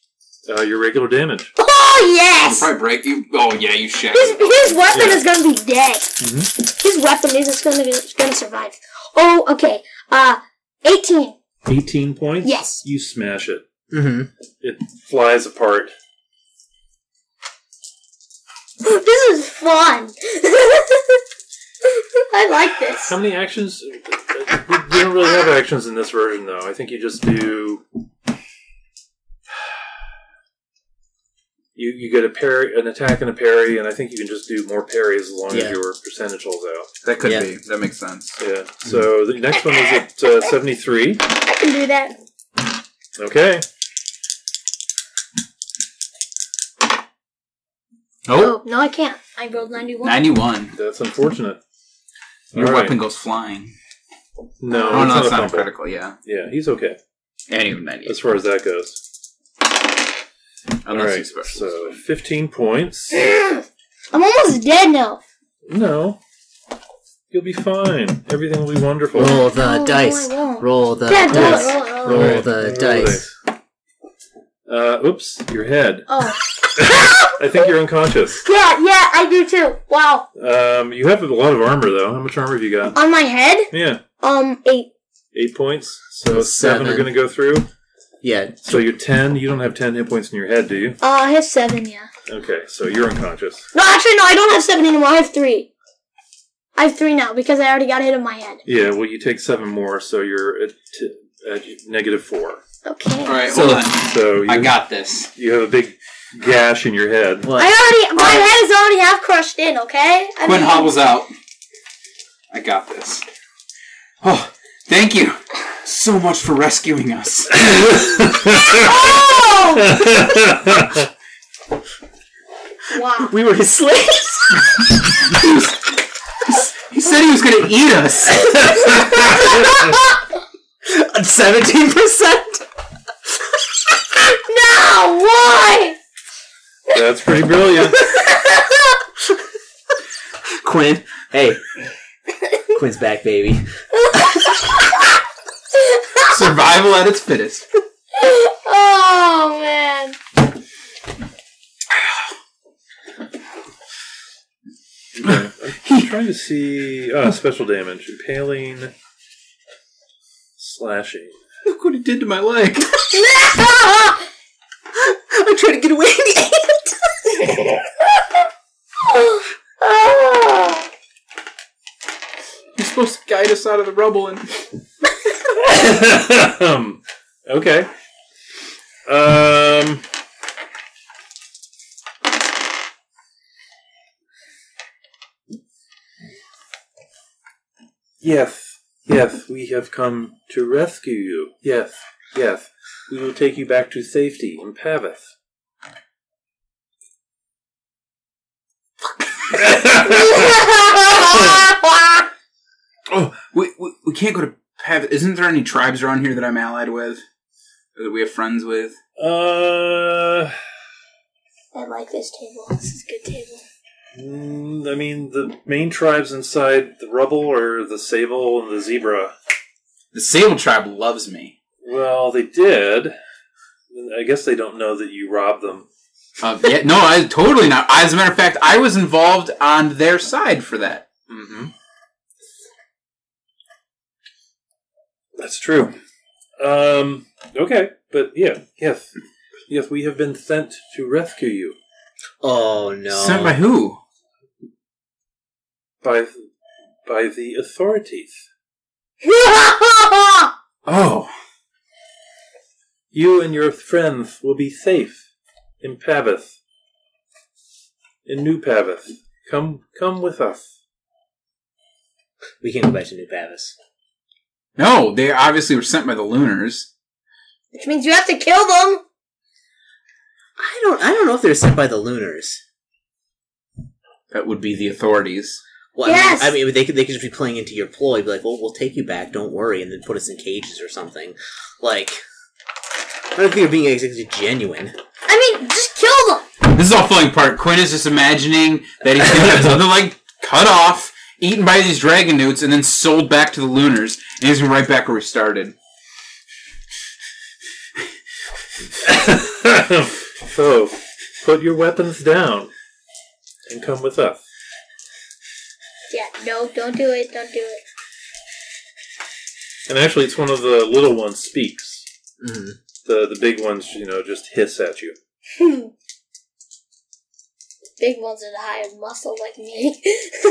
Uh, your regular damage.
Oh,
It'll
yes!
probably break you. Oh yeah, you shattered.
His, his weapon
Yeah.
is gonna be dead.
Mm-hmm.
His weapon isn't gonna, gonna survive. Oh, okay. Uh, 18.
18 points?
Yes.
You smash it.
Mm-hmm.
It flies apart.
*laughs* this is fun. *laughs* I like this.
How many actions? We we don't really have actions in this version, though. I think you just do. *sighs* You, you get a parry, an attack and a parry, and I think you can just do more parries as long
Yeah.
as your percentage holds out.
That could
Yeah.
be. That makes sense.
Yeah. So the next one is at uh, 73.
I can do that.
Okay.
Oh,
Oh, no, I can't. I rolled 91.
91.
That's unfortunate.
Your
All right.
weapon goes flying.
No,
Oh,
it's
no,
not,
that's
a
not a
fumble.
critical, yeah.
Yeah, he's okay
Anyway, 90.
as far as that goes.
Unless
All
you
right,
special.
so 15 points.
I'm almost dead now.
No. You'll be fine. Everything will be wonderful.
Roll the
Oh, No,
dice.
no, I won't.
Roll the
Dad, roll
dice.
it, roll it, roll it.
Roll
Alright,
the dice.
Uh, oops, your head.
Oh.
I think you're unconscious.
yeah, yeah, I do too. Wow.
Um, you have a lot of armor, though. How much armor have you got?
On my head?
Yeah,
Um, 8.
eight points. So seven, are
Seven.
going to go through.
Yeah.
So you're ten. You don't have ten hit points in your head, do you?
Uh, I have 7, yeah.
Okay, so you're unconscious.
No, actually, no, I don't have 7 anymore. I have 3. I have 3 now because I already got hit in my head.
Yeah, well, you take seven more, so you're at, t- at negative four.
Okay.
Alright,
So-
hold on.
So you,
I got this.
you have a big gash in your head.
What?
I already, my
uh,
head is already half crushed in, okay? I
*laughs* Quinn
mean-
hobbles out. I got this. Oh, thank you so much for rescuing us.
Oh! *laughs* wow.
we were his slaves.
*laughs* He said he was gonna eat
*laughs*
us. *laughs*
Seventeen percent.
*laughs* No! Why? *laughs*
That's pretty brilliant.
Quinn. Hey. Quinn's back, baby.
Survival at its fittest.
Oh, man. *laughs*
Okay. I'm trying to see uh, special damage, impaling, slashing.
Look what he did to my leg.
I tried to get away. and he ate it.
Oh.
You're supposed to guide us out of the rubble and
um, okay. Um. Yes, yes, we have come to rescue you. Yes, yes, we will take you back to safety in Pavith.
Oh, we, we, we can't go to Pav. Isn't there any tribes around here that I'm allied with? Or that we have friends with?
*laughs* Uh,
*laughs* I like this table. This is a good table.
mm, I mean, the main tribes inside the rubble are the sable and the zebra.
The Sable tribe loves me.
Well, they did. I guess they don't know that you robbed them.
Uh, yeah, no, I totally not. As a matter of fact, I was involved on their side for that.
Mm-hmm. That's true. Um. Okay, but yeah, yes, yes, we have been sent to rescue you
Oh no.
Sent by who?
by by the authorities.
Oh,
You and your friends will be safe in Pavith. In New Pavith. Come, come with us.
we can't go back to New Pavis.
no, they obviously were sent by the Lunars.
*laughs* Which means you have to kill them.
I don't. I don't know if they're sent by the Lunars.
That would be the authorities.
Well,
Yes!
I, mean, I mean, they could they could just be playing into your ploy, be like, "Well, we'll take you back. Don't worry," and then put us in cages or something. Like, I don't think they're being exactly genuine.
I mean, just kill them.
This is all falling apart. Quinn is just imagining that he's gonna have his other leg cut off, eaten by these dragon newts, and then sold back to the Lunars, and he's right back where we started.
so, put your weapons down and come with us.
Yeah, no, don't do it, don't do it.
And actually, it's one of the little ones speaks.
Mhm.
The the big ones, you know, just hiss at you.
Hmm. *laughs* Big ones are the higher muscle like me.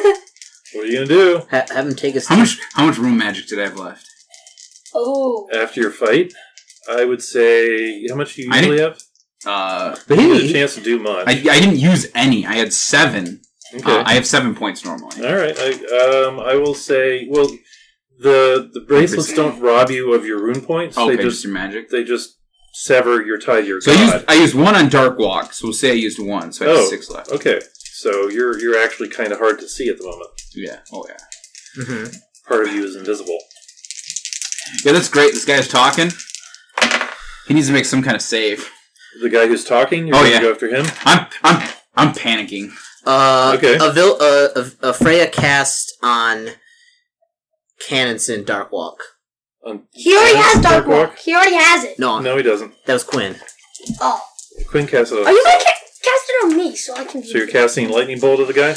*laughs*
What are you gonna do
Ha- have him take his.
How much how much room magic did I have left?
oh.
after your fight? I would say, how much do you
I
usually have?
Uh,
But
You
he-
didn't get a chance to do much.
I, I didn't use any. I had seven.
okay.
Uh, I have seven points normally.
All right. I, um, I will say. Well, the the bracelets don't rob you of your rune points.
Oh, okay,
they
just
just
your magic.
they just sever your tie to your
So I
god.
used I used one on Dark Walk. So we'll say I used one. So I have
Oh.
six left.
okay. So you're you're actually kind of hard to see at the moment.
Yeah. Oh yeah.
Mm-hmm.
Mhm.
Part of you is invisible.
Yeah, that's great. This guy's talking. He needs to make some kind of save.
The guy who's talking. You're
Oh,
going
yeah.
to go after him.
I'm I'm I'm panicking.
Uh,
Okay.
A, vil- uh, a, a Freya cast on Cannonson Dark Walk.
Um,
He already has
Dark
Dark Walk.
Walk?
He already has it.
No,
no, he doesn't.
that was Quinn.
Oh.
Quinn casts it.
Are you gonna ca- cast it on me so I can
so you're
be
casting lightning bolt at the guy.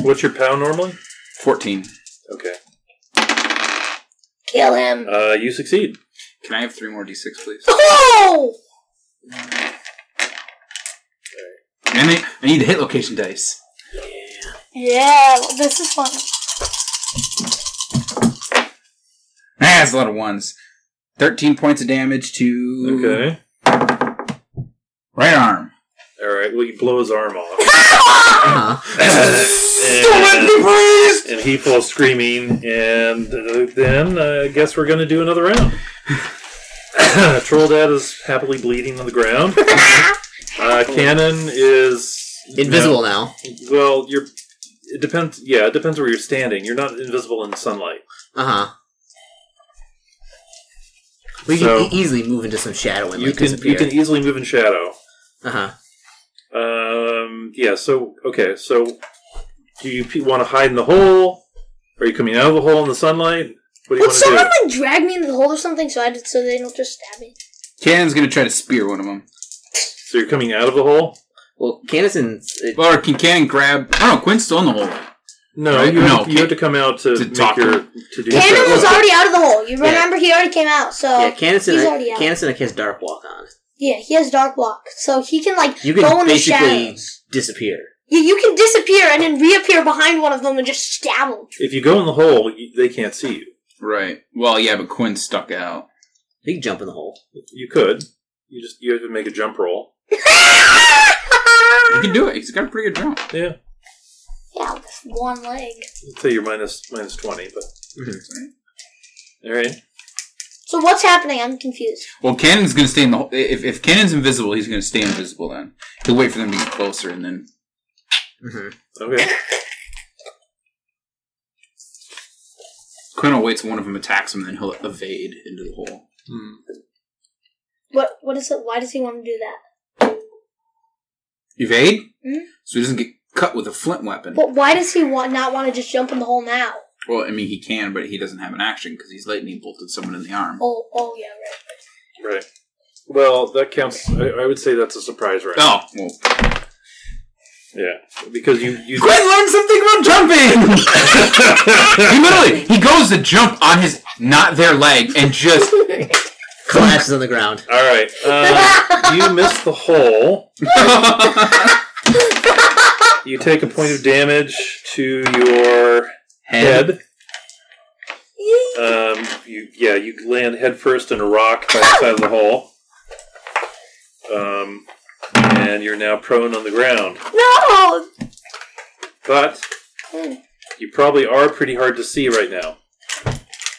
What's your pound normally?
Fourteen.
Okay.
kill him?
Uh, you succeed.
Can I have three more d6, please?
Oh!
And I, I need the hit location dice.
Yeah, this is fun.
Ah, that's a lot of ones. Thirteen points of damage to
Okay.
right arm.
All right. Well, you blow his arm off.
Uh-huh.
And- And he falls screaming, and uh, then uh, I guess we're going to do another round. *coughs* Troll Dad is happily bleeding on the
*laughs*
ground. Uh, Cannon is
Invisible now.
No, well, you're. It depends. Yeah, it depends where you're standing. You're not invisible in sunlight.
Uh huh. We
So-
can e- easily move into some shadow and
You
like
can you
disappear.
can easily move in shadow.
uh huh.
Um. Yeah. So okay. So do you p- want to hide in the hole? Are you coming out of the hole in the sunlight? What do you
Would
want to do?
someone like drag me into the hole or something so I so they don't just stab me?
Cannon's gonna try to spear one of them.
So you're coming out of the hole.
Well, uh, Cannison's. It,
Or can Cannon grab? Oh no, Quinn's still in the hole.
No,
Right?
you,
No,
have, you
okay.
have to come out to,
To
make
talk to
your
him.
to do
Cannon
so.
was already out of the hole. You
Yeah.
remember he already came out, so
yeah, Cannison.
he's already out.
Cannison like, has Dark Walk on.
yeah, he has dark walk, so he can like
You can
go in the
basically-
shadows.
Disappear.
Yeah, you can disappear and then reappear behind one of them and just stab them. *laughs*
If you go in the hole, you, they can't see you.
Right. Well, yeah, but Quinn's stuck out.
He can jump in the hole.
You could. You just you have to make a jump roll.
He can do it. He's got a pretty good jump.
Yeah,
Yeah, with one leg.
I'd say you're minus minus twenty, but all right.
So what's happening? I'm confused.
Well, Cannon's gonna stay in the hole. If if Cannon's invisible, he's gonna stay invisible. Then he'll wait for them to get closer, and then
Mm-hmm.
Okay,
Quinn will wait till one of them attacks him, and then he'll evade into the hole.
What what is it? Why does he want to do that?
Evade?
Mhm.
So he doesn't get cut with a flint weapon.
But why does he want not want to just jump in the hole now?
Well, I mean, he can, but he doesn't have an action because he's lightning bolted someone in the arm.
Oh oh yeah right.
right. Well, that counts. I, I would say that's a surprise round.
Oh, well.
*laughs*
Yeah, because you you
Quinn learned something
*laughs*
about jumping!
*laughs*
*laughs* he literally, he goes to jump on his not their leg
*laughs*
and just.
Collapses on the ground.
all right. Uh, you miss the hole. You take a point of damage to your head. Um, you yeah, you land headfirst in a rock by the side of the hole. Um, and you're now prone on the ground.
No.
But
Hmm.
you probably are pretty hard to see right now.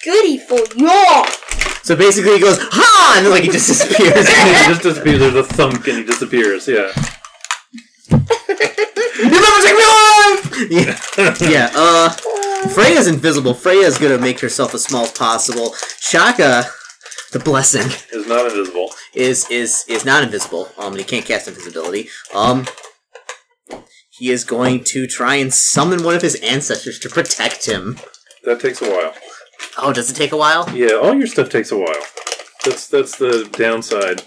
Goody for y'all.
So basically, he goes ha, and then, like he just disappears.
he just disappears. There's a thunk, and he disappears. Yeah.
Your mother's like, no! Yeah, yeah. Uh, Freya's invisible. Freya's gonna make herself as small as possible. Shaka, the blessing,
Is not invisible.
is is is not invisible. Um, he can't cast invisibility. Um, He is going to try and summon one of his ancestors to protect him.
That takes a while.
Oh, does it take a while?
Yeah, all your stuff takes a while. That's that's the downside.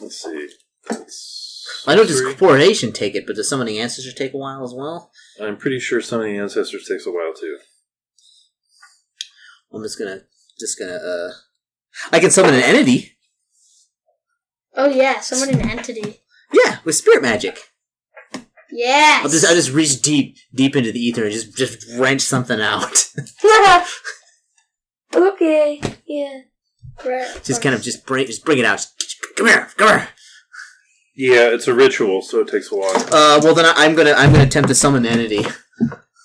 Let's see. It's
I know does
three.
corporation take it, but does summoning ancestors take a while as well?
I'm pretty sure some of the ancestors takes a while too.
I'm just gonna just gonna uh I can summon an entity.
Oh yeah, someone an entity.
Yeah, with spirit magic.
Yes.
I'll just I'll just reach deep, deep into the ether and just just wrench something out. *laughs*
okay. Yeah. Right.
just kind of just bring just bring it out. Just, come here, come here.
Yeah, it's a ritual, so it takes a while.
Uh well then I, I'm gonna I'm gonna attempt to summon an entity.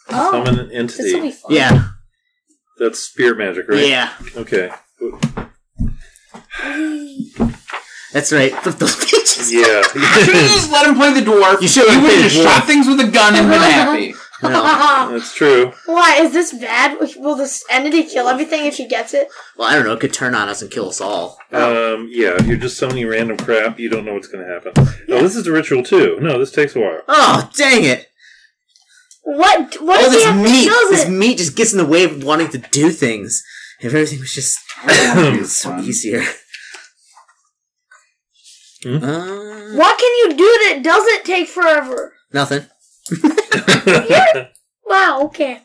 Oh,
Summon an
this will be
entity.
fun.
Yeah.
That's spirit magic, right?
Yeah.
Okay.
That's right. Flip those pages.
Yeah. *laughs*
Should have just let him play the dwarf.
You should've
He would
played
have
dwarf.
shot things with a gun and been happy.
No.
That's true.
*laughs* Why is this bad? Will this entity kill everything if he gets it?
Well, I don't know. It could turn on us and kill us all.
Um, yeah, if you're just summoning random crap, you don't know what's going to happen. No, this is a ritual too. No, this takes a
*coughs*
while.
*laughs* Oh, dang it!
What? What
All
if he
Oh, this
actually
meat,
kills
this
it?
meat just gets in the way of wanting to do things. If everything was just so
Fun.
easier.
Hmm?
Uh,
What can you do that doesn't take forever?
nothing.
*laughs* Wow. Okay.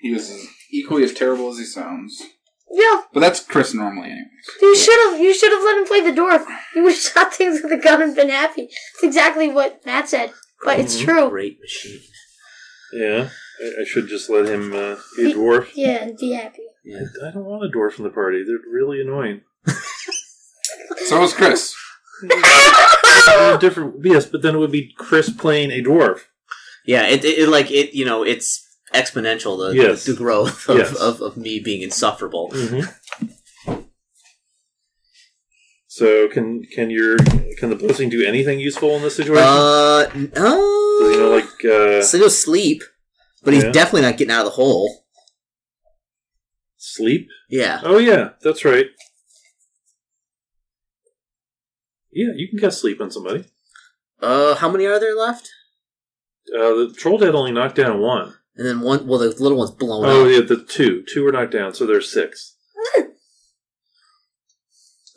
He was as- equally as terrible as he sounds.
Yeah.
But that's Chris normally, anyways.
You should have. You should have let him play the dwarf. You would have shot things with a gun and been happy. That's exactly what Matt said. But it's true.
Great machine.
yeah, I, I should just let him uh, be a dwarf.
Yeah, and be happy.
I don't want a dwarf in the party. They're really annoying.
So was Chris.
They're different, yes, but then it would be Chris playing a dwarf.
Yeah, it, it, it like it. You know, it's exponential the
Yes.
the growth *laughs* of,
Yes.
of, of me being insufferable.
Mm-hmm. So can can your can the blessing do anything useful in this situation?
Uh, no.
you know, like uh,
so he'll sleep, but he's
Yeah.
definitely not getting out of the hole.
sleep.
Yeah.
Oh yeah, that's right. Yeah, you can cast sleep on somebody.
Uh, how many are there left?
Uh, the troll dead only knocked down one.
And then one. Well, the little one's blown
Oh,
up.
yeah, the two. Two were knocked down, so there's six.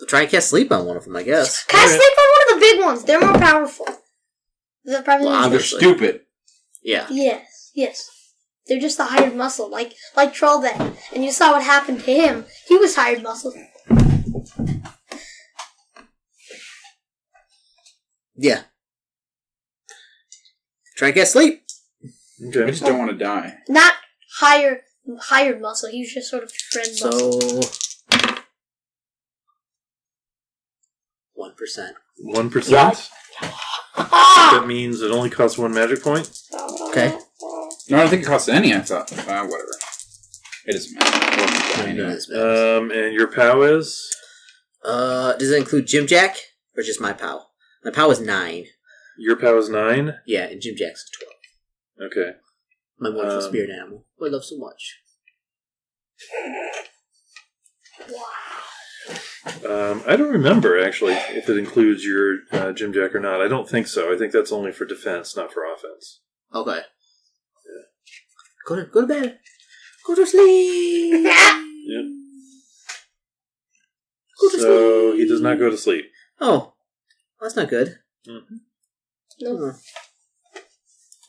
Try and cast sleep on one of them, I guess.
Can I
Alright.
sleep on one of the big ones? They're more powerful. They're probably
Wow,
They're
Obviously.
stupid.
Yeah.
Yes, yes. They're just the hired muscle, like like Troll then. And you saw what happened to him. He was hired muscle.
Yeah. Try and cast sleep.
I
Okay.
just don't want to die.
Not hired hired muscle. He was just sort of friend muscle.
So. 1%.
One percent. That means it only costs one magic point.
*laughs*
Okay.
No, I don't think it costs any. I thought, uh, whatever. It doesn't matter. We'll die
I know
anyway.
this matters.
Um, and your POW is
Uh, does it include Jim Jack or just my POW? My POW is 9.
your POW is nine.
Yeah, and Jim Jack's
Okay.
12. My wonderful
Um,
spirit animal. who I love so much.
Um, I don't remember actually if it includes your uh, Jim Jack or not. I don't think so. I think that's only for defense, not for offense.
Okay. Go to, go to bed. Go to
*laughs*
sleep.
Yeah.
Go to
So
sleep.
he does not go to sleep.
Oh. That's not good.
No.
Hmm.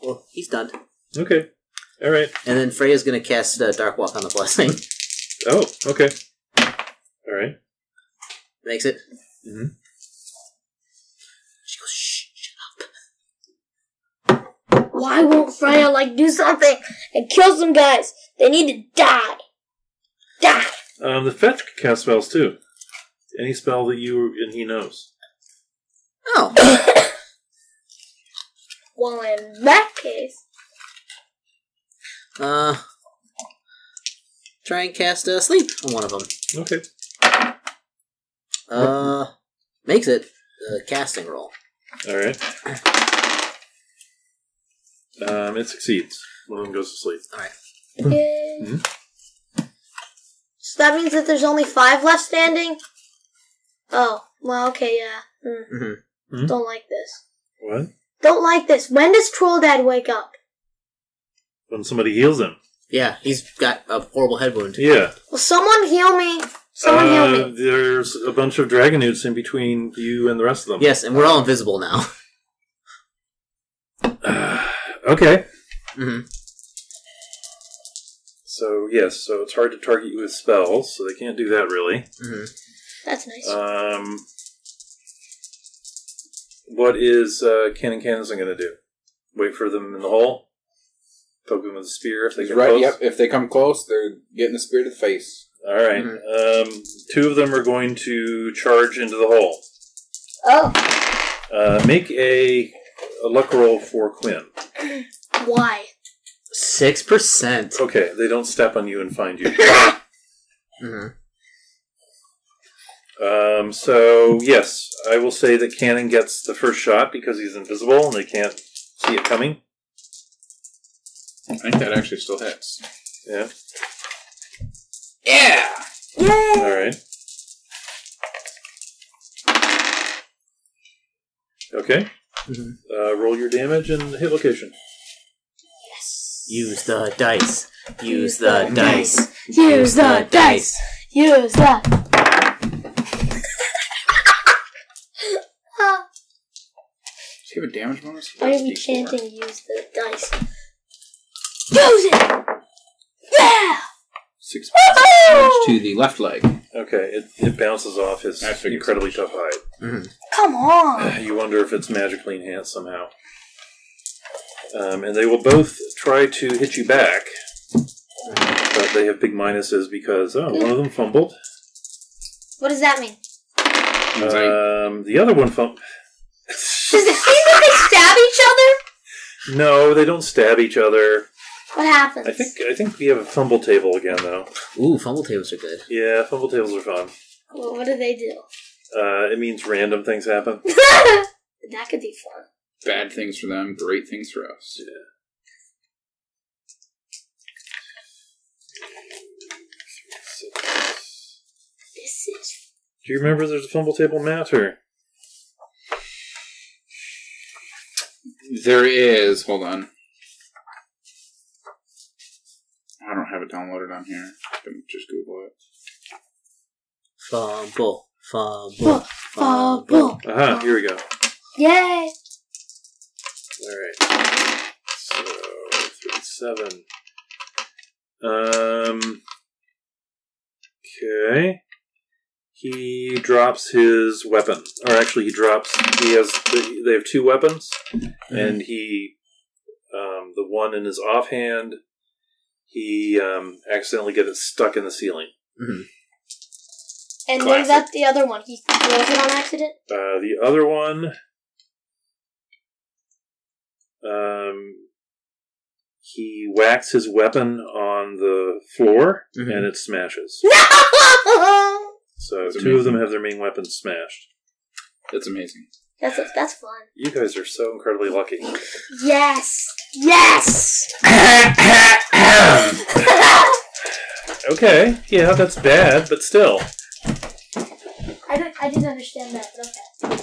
Well, he's done.
Okay. All right.
And then Freya's gonna cast uh, Dark Walk on the blessing. *laughs*
Oh. Okay. All right.
Makes it.
Mhm.
She goes, shh. shh."
Why won't Freya like do something and kill some guys? They need to die. Die.
Um, the fetch can cast spells too. Any spell that you and he knows.
Oh,
Well in that case.
uh, try and cast uh, sleep on one of them.
Okay.
Uh, makes it. The casting roll.
All right. Um, it succeeds. One of them goes to sleep.
Yay. So that means that there's only five left standing? Oh, well, okay, yeah. Mm.
Mhm.
Mhm.
Don't like this.
What?
Don't like this. When does Troll Dad wake up?
When somebody heals him.
Yeah, he's got a horrible head wound.
Yeah.
Will someone heal me? Someone heal
Uh,
me.
there's a bunch of dragonutes in between you and the rest of them.
Yes, and we're all invisible now. *laughs*
Okay.
hmm
So yes, so it's hard to target you with spells, so they can't do that really.
hmm
That's nice.
Um, what is uh, Cannon Cannonson going to do? Wait for them in the hole. Poke them with a spear if they
He's
get
right.
close.
Yep. If they come close, they're getting the spear to the face.
All right. Um, two of them are going to charge into the hole.
oh,
Uh, make a, a luck roll for Quinn.
why?
Six percent.
Okay, they don't step on you and find you.
hmm
Um, so yes, I will say that Cannon gets the first shot because he's invisible and they can't see it coming.
I think that actually still hits.
Yeah.
Yeah.
All
Yay!
right. Okay.
Mhm.
Uh, roll your damage and hit location.
Use the dice. Use the dice.
Use the dice. Use the. Ah,
Does he have a damage bonus?
Why are we
D4.
chanting use the dice? Use it! Yeah!
Six damage
Woohoo!
to the left leg.
Okay, it, it bounces off his
I figured
incredibly tough hide.
Come on!
*sighs* You wonder if it's magically enhanced somehow. Um, and they will both try to hit you back, but they have big minuses because oh, one of them fumbled.
What does that mean?
Right.
Um, the other one fumbled.
Does it mean that they stab each other?
No, they don't stab each other.
What happens?
I think I think we have a fumble table again, though.
Ooh, fumble tables are good.
Yeah, fumble tables are fun.
Well, what do they do?
Uh, it means random things happen.
*laughs* that could be fun.
Bad things for them, great things for us.
This is.
Do you remember there's a fumble table matter?
There is. Hold on. I don't have it downloaded on here. Don't Just Google it.
Fumble. Fumble.
Boom, boom, boom.
Aha, here we go.
Yay!
Alright. So, 37. Um. Okay. He drops his weapon. Or actually, he drops. He has. They have two weapons. And he. Um, the one in his offhand, he um, accidentally gets it stuck in the ceiling.
And what about the other one? He throws it on accident? *laughs*
Uh, the other one, um, he whacks his weapon on the floor
Mhm.
and it smashes.
No!
So
That's
two of
amazing.
them have their main weapons smashed.
That's amazing. *coughs*
That's, that's fun.
You guys are so incredibly lucky.
Yes! Yes! *laughs*
Okay, yeah, that's bad, but still.
I, don't, I didn't understand that, but okay.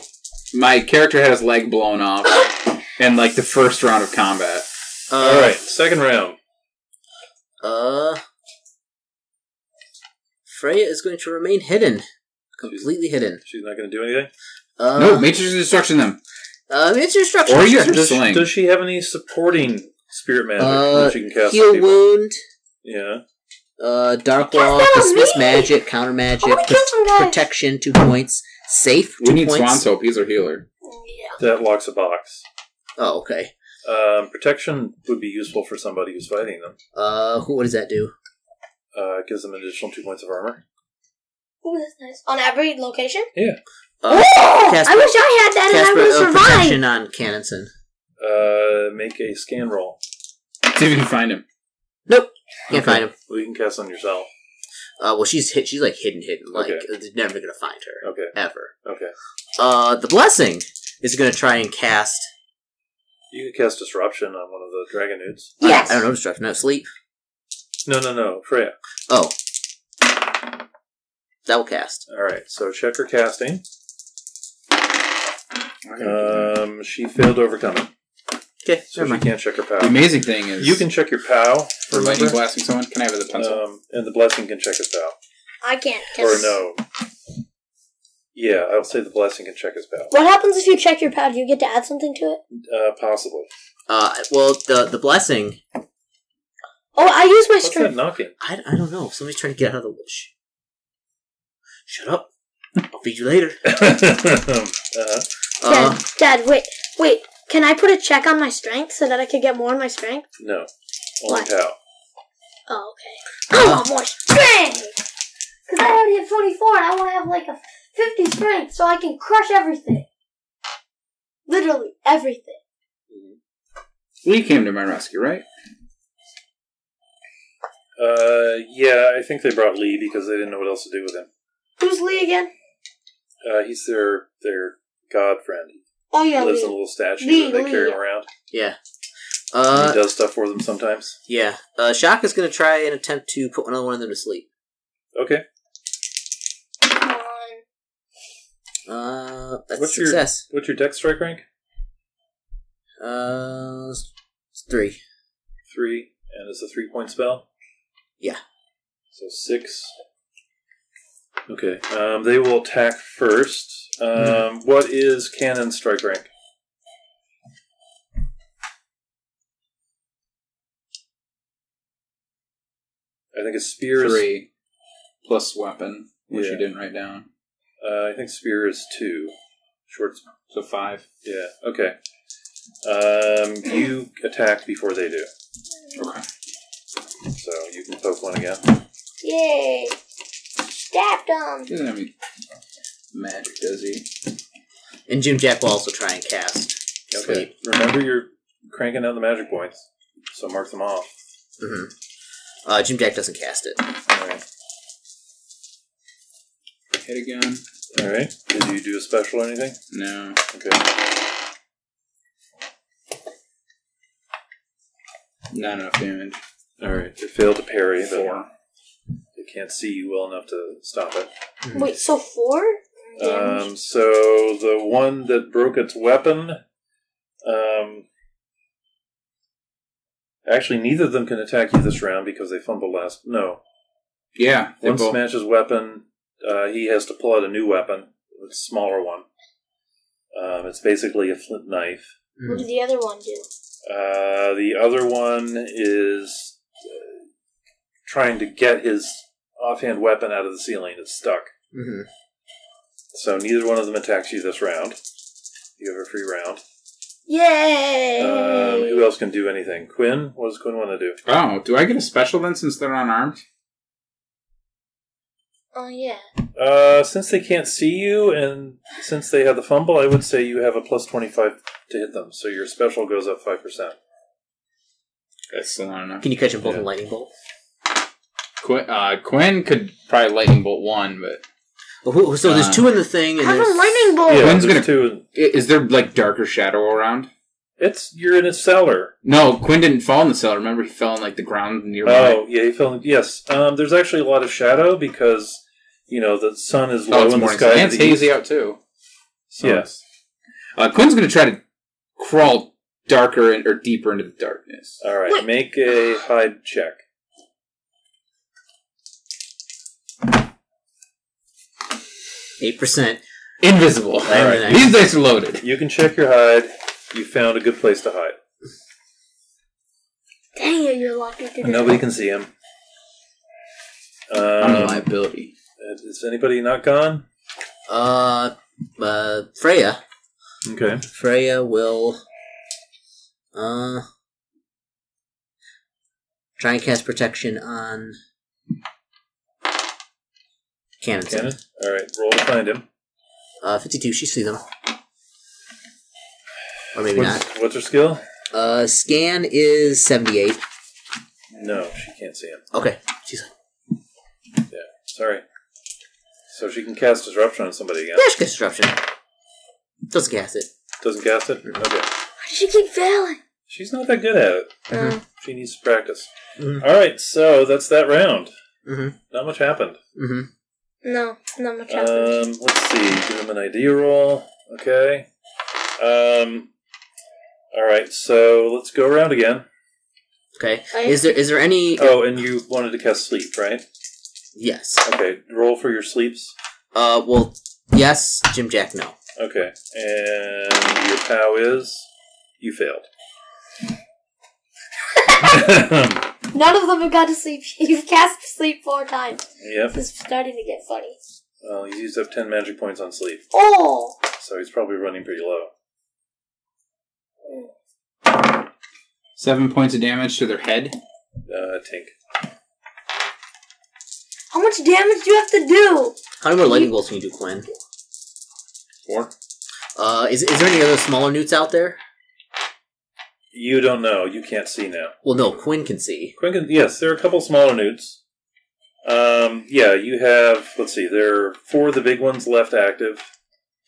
My character had his leg blown off in like the first round of combat.
Uh,
All right, second round.
Uh, Freya is going to remain hidden, completely hidden.
She's not going to do anything.
Uh,
no, Matrix of Destruction them.
uh, it's your structure.
Or
sure.
use your
Does,
sling.
does she have any supporting spirit magic
Uh,
that she can cast? on
heal
people?
wound,
Yeah.
uh, dark
Cast that
wall,
on
dismiss
me!
magic, counter
I
magic,
want to kill some guys!
protection two points, safe
We
two
need
points.
Swan Soap. He's our healer.
Yeah.
That locks a box.
Oh, okay.
Um, protection would be useful for somebody who's fighting them.
Uh, who- what does that do?
Uh, it gives them an additional two points of armor.
Ooh, that's nice. On every location?
Uh, cast-
Oh! I wish I had that Oh, and I
cast
would
uh,
have survived!
protection on Cannonson.
Uh, make a scan roll.
See if you can find him.
Can't find him.
Well, you can cast on yourself.
Uh, well, she's hit. She's like hidden, hidden. Like
Okay.
they're never gonna find her
Okay,
ever.
okay.
Uh, the blessing is gonna try and cast.
You can cast disruption on one of the dragonutes.
Yes!
I don't know destruction. No sleep.
No, no, no, Freya.
Oh. That will cast.
All right, so check her casting. Um, she failed to overcome it,
Okay,
so she can't check her
The
POW.
amazing thing is
You can check your POW,
for lightning
remember?
blasting someone. Can I have the pencil?
Um, and the blessing can check his POW.
I can't.
Or
'cause-
no. Yeah, I'll say the blessing can check his POW.
What happens if you check your pad? Do you get to add something to it?
Uh, possible.
Uh, well, the the blessing.
Oh, I use my
What's that
strength.
knocking? *laughs*
I, I don't know. Somebody's trying to get out of the witch. Shut up. I'll feed you later.
uh,
Uh,
Dad, Dad, wait, wait. Can I put a check on my strength so that I could get more on my strength?
no. Only
What?
POW.
Oh, okay. I want more strength! Because I already have 24 and I want to have like a 50 strength so I can crush everything. Literally everything.
Well, you came to my rescue, right?
Uh, yeah, I think they brought Lee because they didn't know what else to do with him.
Who's Lee again?
Uh, he's their their god friend.
Oh,
He
yeah,
lives in a
Lee.
little statue
Lee,
that they carry
Lee.
him around.
yeah.
he
Uh,
does stuff for them sometimes.
yeah. Uh, Shock is going to try and attempt to put another one of them to sleep.
Okay.
Come on.
Uh, that's
What's your-
success.
What's your deck strike rank?
Uh, it's three.
Three, and it's a three point spell.
Yeah.
So six. Okay. Um, they will attack first. Um, what is cannon strike rank? I think a spear is
Three plus weapon, which
Yeah.
you didn't write down.
Uh, I think spear is two. Short. sp-
So five.
Yeah. Okay. Um, you attack before they do,
Okay.
so you can poke one again.
Yay. um, Stabbed him.
He doesn't have any magic, does he?
And Jim Jack will also try and cast.
Okay.
Sleep.
Remember, you're cranking out the magic points, so mark them off.
hmm Uh, Jim Jack doesn't cast it.
All right.
Hit again?
All right. Did you do a special or anything?
No.
Okay.
Not enough damage.
All right. It failed to parry. But
Four.
They can't see you well enough to stop it.
Wait, so four? Damage.
Um, so the one that broke its weapon, um, actually neither of them can attack you this round because they fumbled last. No,
Yeah. They
one
both
smashes weapon. Uh, he has to pull out a new weapon, a smaller one. Um, it's basically a flint knife.
What did the other one do?
Uh, the other one is uh, trying to get his offhand weapon out of the ceiling. It's stuck.
Mm-hmm.
hmm
So neither one of them attacks you this round. You have a free round.
Yay!
Um, who else can do anything? Quinn? What does Quinn want to do?
Oh, do I get a special then since they're unarmed?
oh, yeah.
Uh, since they can't see you and since they had the fumble, I would say you have a plus 25 to hit them. So your special goes up 5%.
That's still not enough.
Can you catch them both in
Yeah.
lightning bolt?
Quinn, uh, Quinn could probably lightning bolt one, but
Oh, who- so there's
Uh,
two in the thing, and
Have
there's
a lightning bolt!
Yeah,
Oh. Quinn's
there's
gonna-
two.
I- is there like darker shadow around?
It's you're in a cellar.
No, Quinn didn't fall in the cellar. Remember, he fell on like the ground nearby.
Oh yeah, you fell. Yes, um, there's actually a lot of shadow because you know the sun is
Oh,
low
it's
in the
morning.
sky.
sun.
to
And it's
the east.
hazy out too. So
Yeah.
it's- Uh, Quinn's going to try to crawl darker and, or deeper into the darkness. Uh,
All right,
Wait.
make a hide check.
eight percent.
Invisible.
All right.
These dice are loaded.
You can check your hide. You found a good place to hide.
Dang it, you're lucky to do
Nobody can see him.
I'm a
Um,
liability.
is anybody not gone?
Uh, uh, Freya.
Okay.
Freya will. Uh. Try and cast protection on. Cannon.
Cannon. All right. Roll to find him.
Uh, 52, she see them. Or maybe
What's,
not.
what's her skill?
Uh, scan is 78.
No, she can't see him.
Okay. She's like,
Sorry. So she can cast disruption on somebody again.
yeah, she gets disruption. Doesn't cast it.
Doesn't cast it. Okay.
Why does she keep failing?
She's not that good at it.
Uh,
She needs to practice.
Mhm.
All right, so that's that round.
Mhm.
Not much happened.
Mm-hmm.
No, not much happens.
Um, let's see. Give him an idea roll. Okay. Um. All right. So let's go around again.
Okay.
I-
Is there is there any?
Oh, and you wanted to cast sleep, right?
Yes.
Okay. Roll for your sleeps.
Uh. Well. Yes. Jim Jack. No.
Okay. And your POW is you failed.
None of them have got to sleep. *laughs* You've cast sleep four times.
yep.
This is starting to get funny.
Well, he's used up ten magic points on sleep,
Oh,
so he's probably running pretty low.
Seven points of damage to their head.
Uh, Tink.
how much damage do you have to do?
How many more lightning bolts can you do, Quinn?
Four.
Uh. Is is there any other smaller newts out there?
You don't know. You can't see now.
Well, no. Quinn can see.
Quinn can, yes, there are a couple smaller newts. Um, yeah, you have, let's see, there are four of the big ones left active.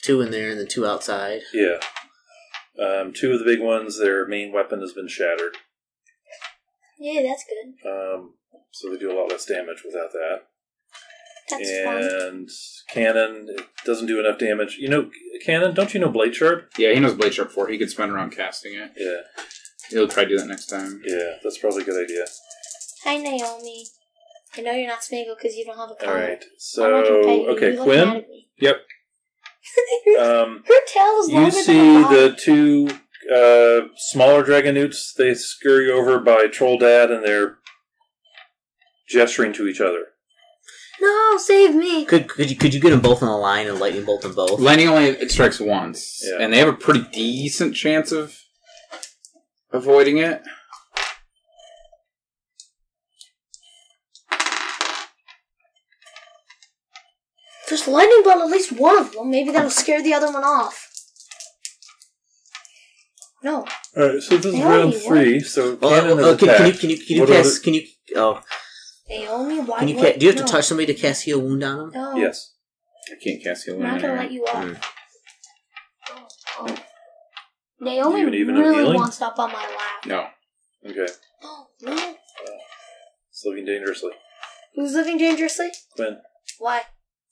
Two in there and then two outside.
Yeah. Um, two of the big ones, their main weapon has been shattered.
Yeah, that's good.
Um, so they do a lot less damage without that.
That's fun.
and cannon, it doesn't do enough damage. You know, cannon, don't you know blade shard?
Yeah, he knows Blade Sharp 4. He could spin around casting it.
Yeah,
He'll try to do that next time.
yeah, that's probably a good idea.
Hi, Naomi. I know you're not Smeagol because you don't have a
All
collar.
right,
I'm not gonna
so,
pay you.
okay,
You're looking mad
Quinn.
at me. *laughs*
Yep.
Um,
Her tail is
You
longer
see
than her body.
the two uh, smaller dragonutes. They scurry over by Troll Dad, and they're gesturing to each other.
No, save me.
Could could you could you get them both on a line and lightning bolt them both?
Lightning only it strikes once,
Yeah.
and they have a pretty decent chance of avoiding it.
There's lightning bolt at least one of them. Maybe that'll scare the other one off.
All
No.
right, so this is
Naomi,
round
what?
three. So
Well,
Cannon
uh, uh,
is
can, can you
attacked.
can you can you
What are
cast can you oh
Naomi, why
can you
would-
ca- do you have
no.
to touch somebody to cast heal wound on them?
No.
the- Yes.
I can't cast heal
I'm not gonna let
anyway.
you up.
Mm.
Oh,
Hmm.
oh. Naomi
You would even have
really
healing?
wants up on my lap. *gasps*
No.
Okay.
Oh no!
It's living dangerously.
Who's living dangerously?
Quinn,
Why?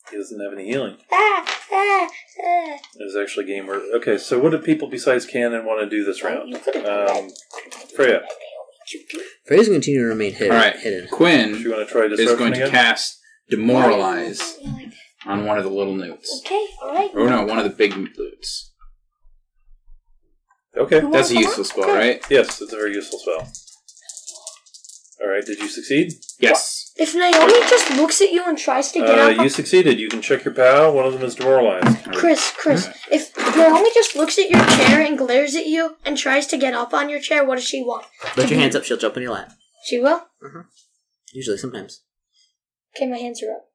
he doesn't have any healing.
Ah! Ah! Ah!
It was actually a game where. Okay, so what do people besides Cannon want to do this
Oh,
round?
you could have done that.
Um, Freya,
Fraser's gonna continue to remain hidden.
All right.
hidden.
do
Quinn
you want to try
is
disruption
going to
again?
cast Demoralize on one of the little newts.
Okay, alright.
Or no, one of the big newts.
okay.
Who-
That's a useful spell, right?
Yes, it's a very useful spell. All right. Did you succeed?
Yes.
If Naomi just looks at you and tries to get
Uh,
up,
you succeeded. You can check your pal. One of them is demoralized.
Chris, Chris, if Naomi just looks at your chair and glares at you and tries to get up on your chair, what does she want?
Put your hands up. She'll jump in your lap.
She will.
Usually, sometimes.
Okay, my hands are up.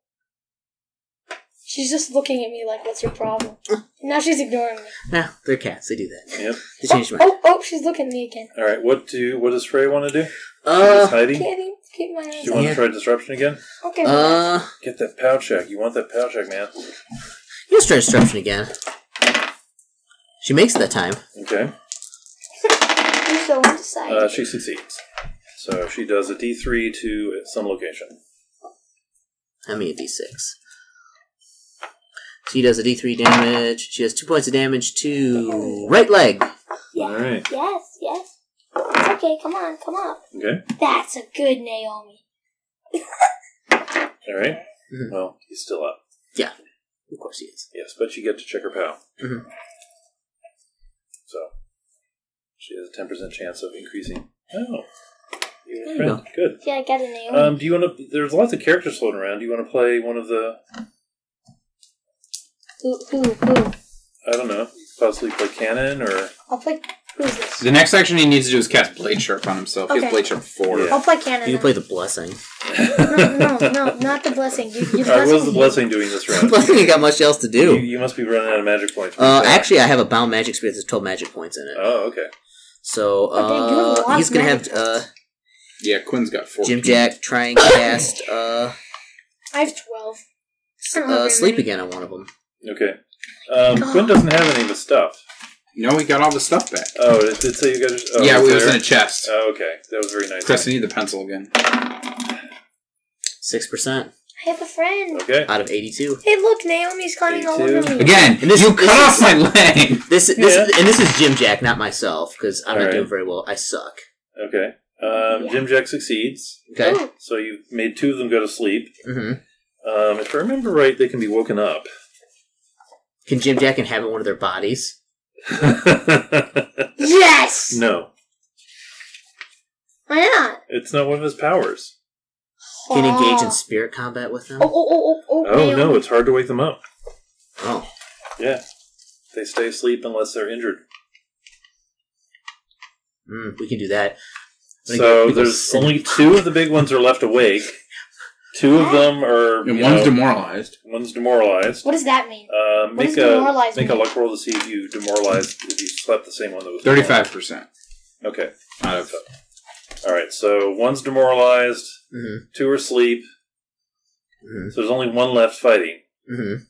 She's just looking at me like, "What's your problem?" now she's ignoring me.
Nah, they're cats. They do that.
Yep.
They changed my.
Oh, oh, she's looking at me again.
All right. What do what does Frey want to do? She's
Uh,
hiding. Do
Can't even keep my hands
you
up.
want
Yeah.
to try disruption again?
Okay.
uh,
Get that pow check. You want that pow check, man?
you just try disruption again. She makes it that time.
Okay.
you're so undecided.
Uh, she succeeds. So she does a D three to some location.
I mean, a d6. She does a d3 damage. She has two points of damage to right leg.
All right.
yes, yes. It's okay. Come on, come up.
Okay.
That's a good Naomi.
All right.
Mhm.
Well, he's still up.
Of course he is. *laughs*
Yes, but you get to check her pow.
Mhm.
So she has a ten percent chance of increasing. Oh, you
There you
friend. Good.
Yeah, I got a Naomi.
Um, do you want to? There's lots of characters floating around. Do you want to play one of the?
who, who, who?
I don't know. Possibly play Cannon or uh,
I'll play. Who's this?
The next action he needs to do is cast Blade Sharp on himself. He
Okay.
has Blade Sharp 4.
Yeah.
I'll play Cannon.
You can play the blessing.
no, no, no, not the blessing. You,
*laughs*
you
Alright, what is the blessing
blessing.
doing this round?
blessing ain't got much else to
you,
do.
you must be running out of magic points.
Uh, actually, I have a bound magic spear that's 12 magic points in it.
Oh, okay.
So,
Okay, you have a lot
uh,
of
he's gonna have,
magic
uh,
Yeah, Quinn's got four.
Jim Jack try
*laughs*
and cast, uh,
Oh, I have twelve. I don't
uh,
remember
sleep
any.
again on one of them.
Okay. Um, Quinn doesn't have any of the stuff.
No, he got all the stuff back.
Oh, it did say you guys. Oh,
yeah, we
there.
was in a chest.
Oh, okay, that was very nice.
Chris, I need the pencil again.
6%.
I have a friend.
Okay.
out of 82.
Hey, look, Naomi's climbing all
82.
over me.
Again,
And this-
you cut
this
off
is-
my leg.
This, this
Yeah.
and this is Jim Jack, not myself, because I'm not
Alright.
doing very well. I suck.
Okay. Um, Jim Jack succeeds.
Okay.
Ooh.
So you made two of them go to sleep.
hmm
Um, if I remember right, they can be woken up. *laughs*
Can Jim Jack inhabit one of their bodies?
Yes.
no,
Why not?
it's not one of his powers.
Can he engage in
Oh,
spirit combat with them?
oh, oh, oh, oh,
Oh no,
Naomi.
it's hard to wake them up.
Oh.
Yeah, they stay asleep unless they're injured.
Mm, we can do that. When I go-
So
we go
there's
sin-
only two of the big ones are left awake. Two of them are
*laughs* And
you
one's
know,
demoralized.
one's demoralized.
What does that mean?
Uh,
does
make a
demoralize
make a
mean?
luck roll to see if you demoralized if you slept the same one that was
Thirty-five percent
Okay,
out of
all right. So one's demoralized,
Mm-hmm.
Mhm.
two are asleep.
Mhm.
So there's only one left fighting.
Mm-hmm.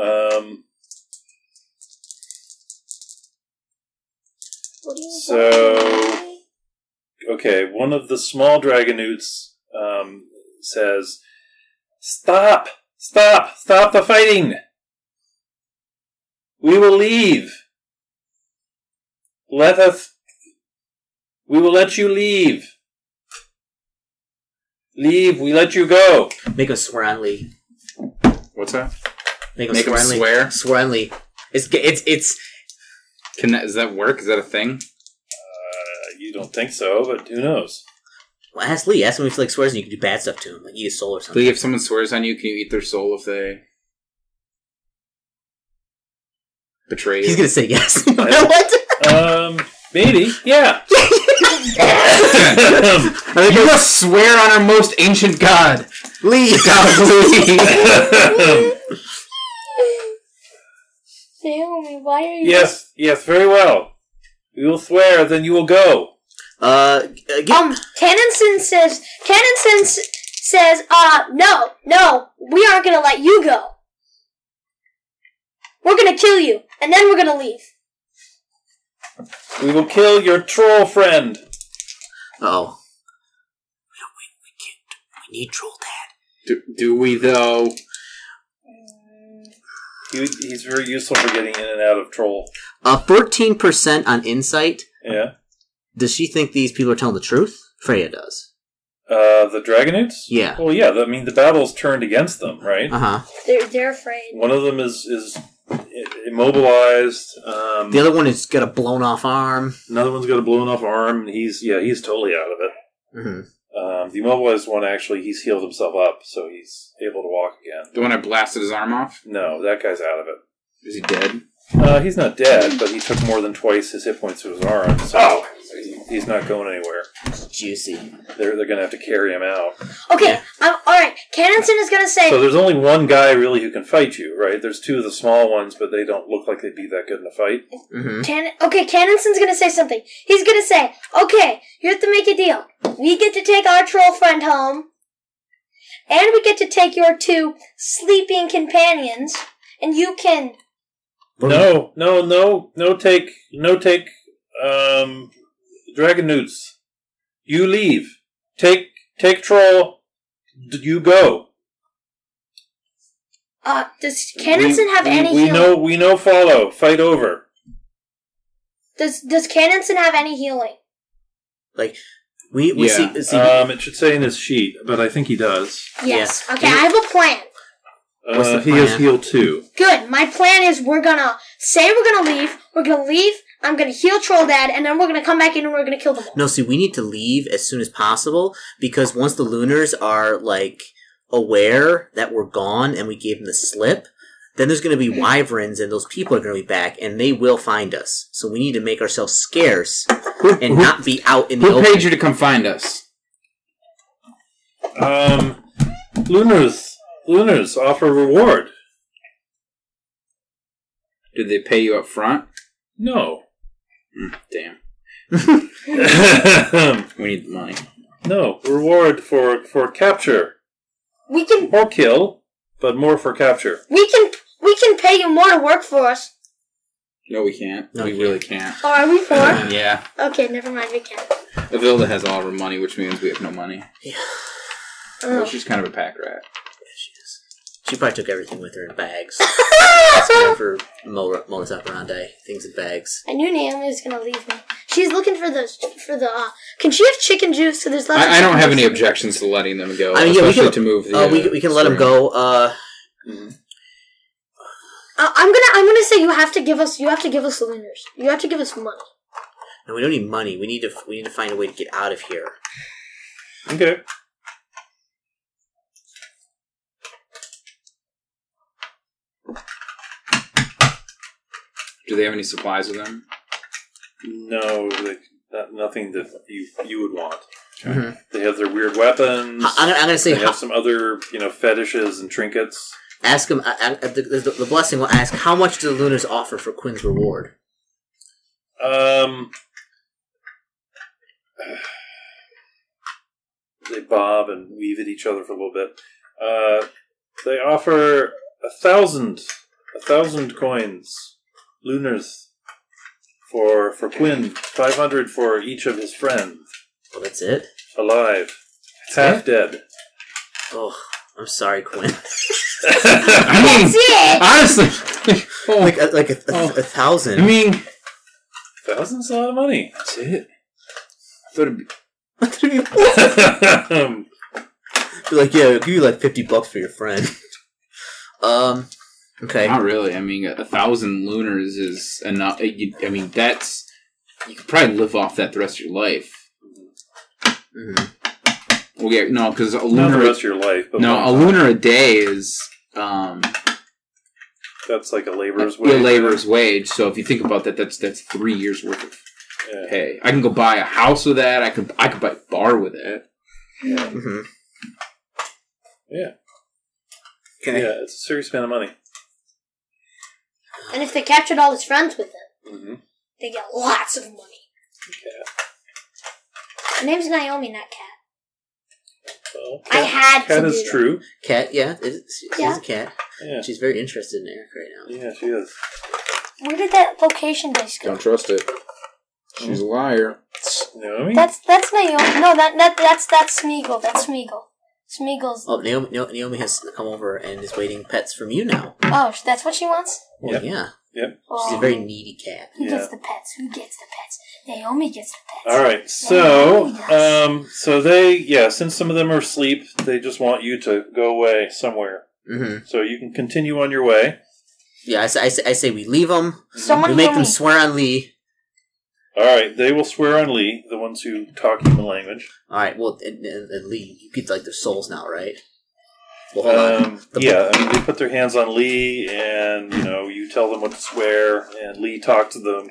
Mhm.
Um,
What do you mean? *laughs*
So- okay, one of the small dragonutes um, says, "Stop! Stop! Stop the fighting! We will leave. Let us. We will let you leave. Leave. We let you go."
Make him swear on Lee.
What's that?
Make him
Make him
swear on Lee.
swear.
Swear on Lee. It's it's it's
Can that? Does that work? Is that a thing?
Uh, you don't think so, but who knows?
well, ask Lee. Ask him if he like swears and you can do bad stuff to him, like eat his soul or something.
Lee, if someone swears on you, can you eat their soul if they betray you?
He's gonna say yes. *laughs* what?
Um, maybe. Yeah. *laughs*
*laughs* you must swear on our most ancient god,
Lee.
Naomi, why are you?
yes. Yes. Very well. We will swear. Then you will go.
Uh, g- get,
Um, Tannenson says. Tannenson s- says, "Uh, no, no, we aren't gonna let you go. We're gonna kill you, and then we're gonna leave."
We will kill your troll friend.
oh. We, we, we can't. We need troll dad.
*laughs* Do, do we though?
He, he's very useful for getting in and out of troll.
Uh, fourteen percent on insight.
Yeah.
Does she think these people are telling the truth? Freya does.
Uh, the dragonutes.
Yeah.
Well, yeah. I mean, the battle's turned against them, right?
Uh huh.
They're they're afraid.
One of them is is i- immobilized. Um,
The other one has got a blown off arm.
another one's got a blown off arm. And he's yeah, he's totally out of it.
hmm
Um, the immobilized one actually he's healed himself up, so he's able to walk again.
The one I blasted his arm off?
No, that guy's out of it.
Is he dead?
Uh, he's not dead, but he took more than twice his hit points to his arm, so
Oh.
he's not going anywhere.
Juicy.
They're they're gonna have to carry him out.
Okay,
Yeah.
um, all right. Tannenson is gonna say,
So there's only one guy really who can fight you, right? There's two of the small ones, but they don't look like they'd be that good in a fight.
hmm
Tan- okay, Cannonson's gonna say something. He's gonna say, okay, you have to make a deal. We get to take our troll friend home, and we get to take your two sleeping companions, and you can.
No, no, no, no take, no take, um, dragon newts. You leave. Take, take troll. D- you go.
Uh, does Cannonson have
we,
any
We
healing?
know, we know. Follow. Fight over.
Does Does Cannonson have any healing?
Like we we
Yeah.
see, see
Um, it should say in his sheet, but I think he does.
Yes.
Yeah.
Okay, I have a plan.
Uh,
What's the
he has
plan?
heal two.
Good. My plan is we're gonna say we're gonna leave. We're gonna leave. I'm gonna heal Troll Dad, and then we're gonna come back in and we're gonna kill them all.
No, see, we need to leave as soon as possible because once the Lunars are like aware that we're gone and we gave them the slip, then there's going to be wyverns and those people are going to be back and they will find us. So we need to make ourselves scarce and not be out in the
Who
open.
paid you to come find us?
Um, Lunars, Lunars offer reward.
Did they pay you up front?
No.
Mm, damn.
no
We need the money.
*laughs* reward for for capture
We can.
or kill, but more for capture.
We can. We can pay you more to work for us.
No, we can't.
No,
we
we
really can't.
Oh, are we
*clears throat*
four?
Yeah.
okay, never mind. We can't.
Avilda has all of her money, which means we have no money. Well,
Oh.
she's kind of a pack rat.
she is. She probably took everything with her in bags. That's kind of her mo- modus operandi. Things in bags.
*laughs* I knew Naomi was gonna leave me. She's looking for the for the. Uh, can she have chicken juice? So there's lots. of
I, I don't
chicken
have
juice.
any objections to letting them go,
I mean, yeah, we
especially
can-
to move the.
Oh, we, we can let him go. Uh,
Uh, I'm gonna I'm gonna say you have to give us you have to give us the winners. You have to give us money.
no, we don't need money. We need to we need to find a way to get out of here.
Okay.
Do they have any supplies with them?
No, like, not, nothing that you you would want.
Mhm.
They have their weird weapons.
I, am gonna, I'm gonna say
They have
how,
some other, you know, fetishes and trinkets.
ask him. I, I, the, the, the blessing will ask how much do the Lunars offer for Quinn's reward?
Um, they bob and weave at each other for a little bit. Uh, they offer a thousand, a thousand coins, lunars, for for Quinn. Five hundred for each of his friends,
Well, Oh, that's it.
alive, half dead.
Oh, I'm sorry, Quinn.
*laughs* I mean,
Yeah.
*laughs*
honestly,
*laughs*
oh,
like a, like a, a, a thousand.
I mean,
Thousand's a lot of money. *laughs*
that's it. I thought it'd
*laughs*
be-
um,
Be like, yeah, I'll give you like fifty bucks for your friend. *laughs* um, okay.
Not really. I mean, a, a thousand lunars is enough. uh, you- I mean, that's you could probably live off that the rest of your life.
Mhm.
Mm-hmm.
Well, yeah, no, because a
not the
lunar,
rest of your life, but
no, a
one-
lunar a day is um
that's like a laborer's
a
wage.
laborer's wage. So if you think about that, that's that's three years worth of
Yeah.
pay. I can go buy a house with that. I could I could buy a bar with it.
Mhm. Okay.
Yeah, it's a serious amount of money.
And if they captured all his friends with them,
Mm-hmm.
they get lots of money. Her name's Naomi, not Cat.
Well,
I had
Cat
to
is
do that.
true.
Cat. Yeah, it's, she's
Yeah.
a cat.
Yeah,
She's very interested in Eric right now.
yeah, she is.
Where did that location base go?
Don't trust it. She's a liar.
Naomi.
That's that's Naomi. No, that, that that's that's Smeagol. That's Smeagol. Smeagol's.
Oh, Naomi, Nao- Naomi has come over and is waiting pets from you now.
Oh, sh- that's what she wants.
Well,
Yep.
Yeah,
Oh.
she's a very needy cat.
Who
Yeah.
gets the pets? Who gets the pets? Naomi gets the pets.
All right, so um, so they yeah, since some of them are asleep, they just want you to go away somewhere,
hmm
so you can continue on your way.
Yeah, I say, I say, I say we leave them.
Someone
We make
heal
them
me.
swear on Lee.
All right, they will swear on Lee, the ones who talk human language.
All right. Well, and, and, and Lee, you get like their souls now, right? Well, hold on.
Um,
The-
yeah, I mean they put their hands on Lee, and you know you tell them what to swear, and Lee talks to them,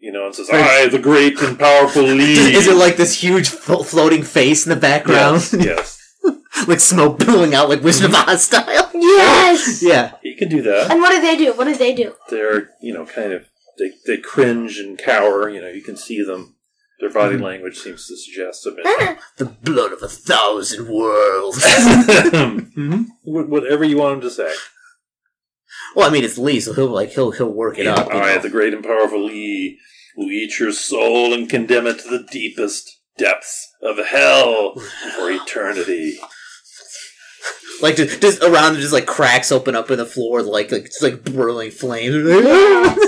you know, and says, "I, the great and
*laughs*
powerful Lee."
Is it like this huge flo- floating face in the background,
yes, yes,
*laughs* like smoke billowing out, like Wizard of Oz style?
Yes.
Yeah.
he can do that.
And what do they do? What do
*laughs*
they do?
they're you know kind of they they cringe and cower. You know, you can see them. Their body
Mm-hmm.
language seems to suggest
Ah.
*laughs* submission.
The blood of a thousand worlds. Mm-hmm.
Wh- Whatever you want them to say.
well, I mean, it's Lee, so he'll like he'll he'll work it up. you
All right,
know.
the great and powerful Lee will eat your soul and condemn it to the deepest depths of hell for eternity.
Like just, just around, just like cracks open up in the floor, like like just like burling flames. *laughs* Oh,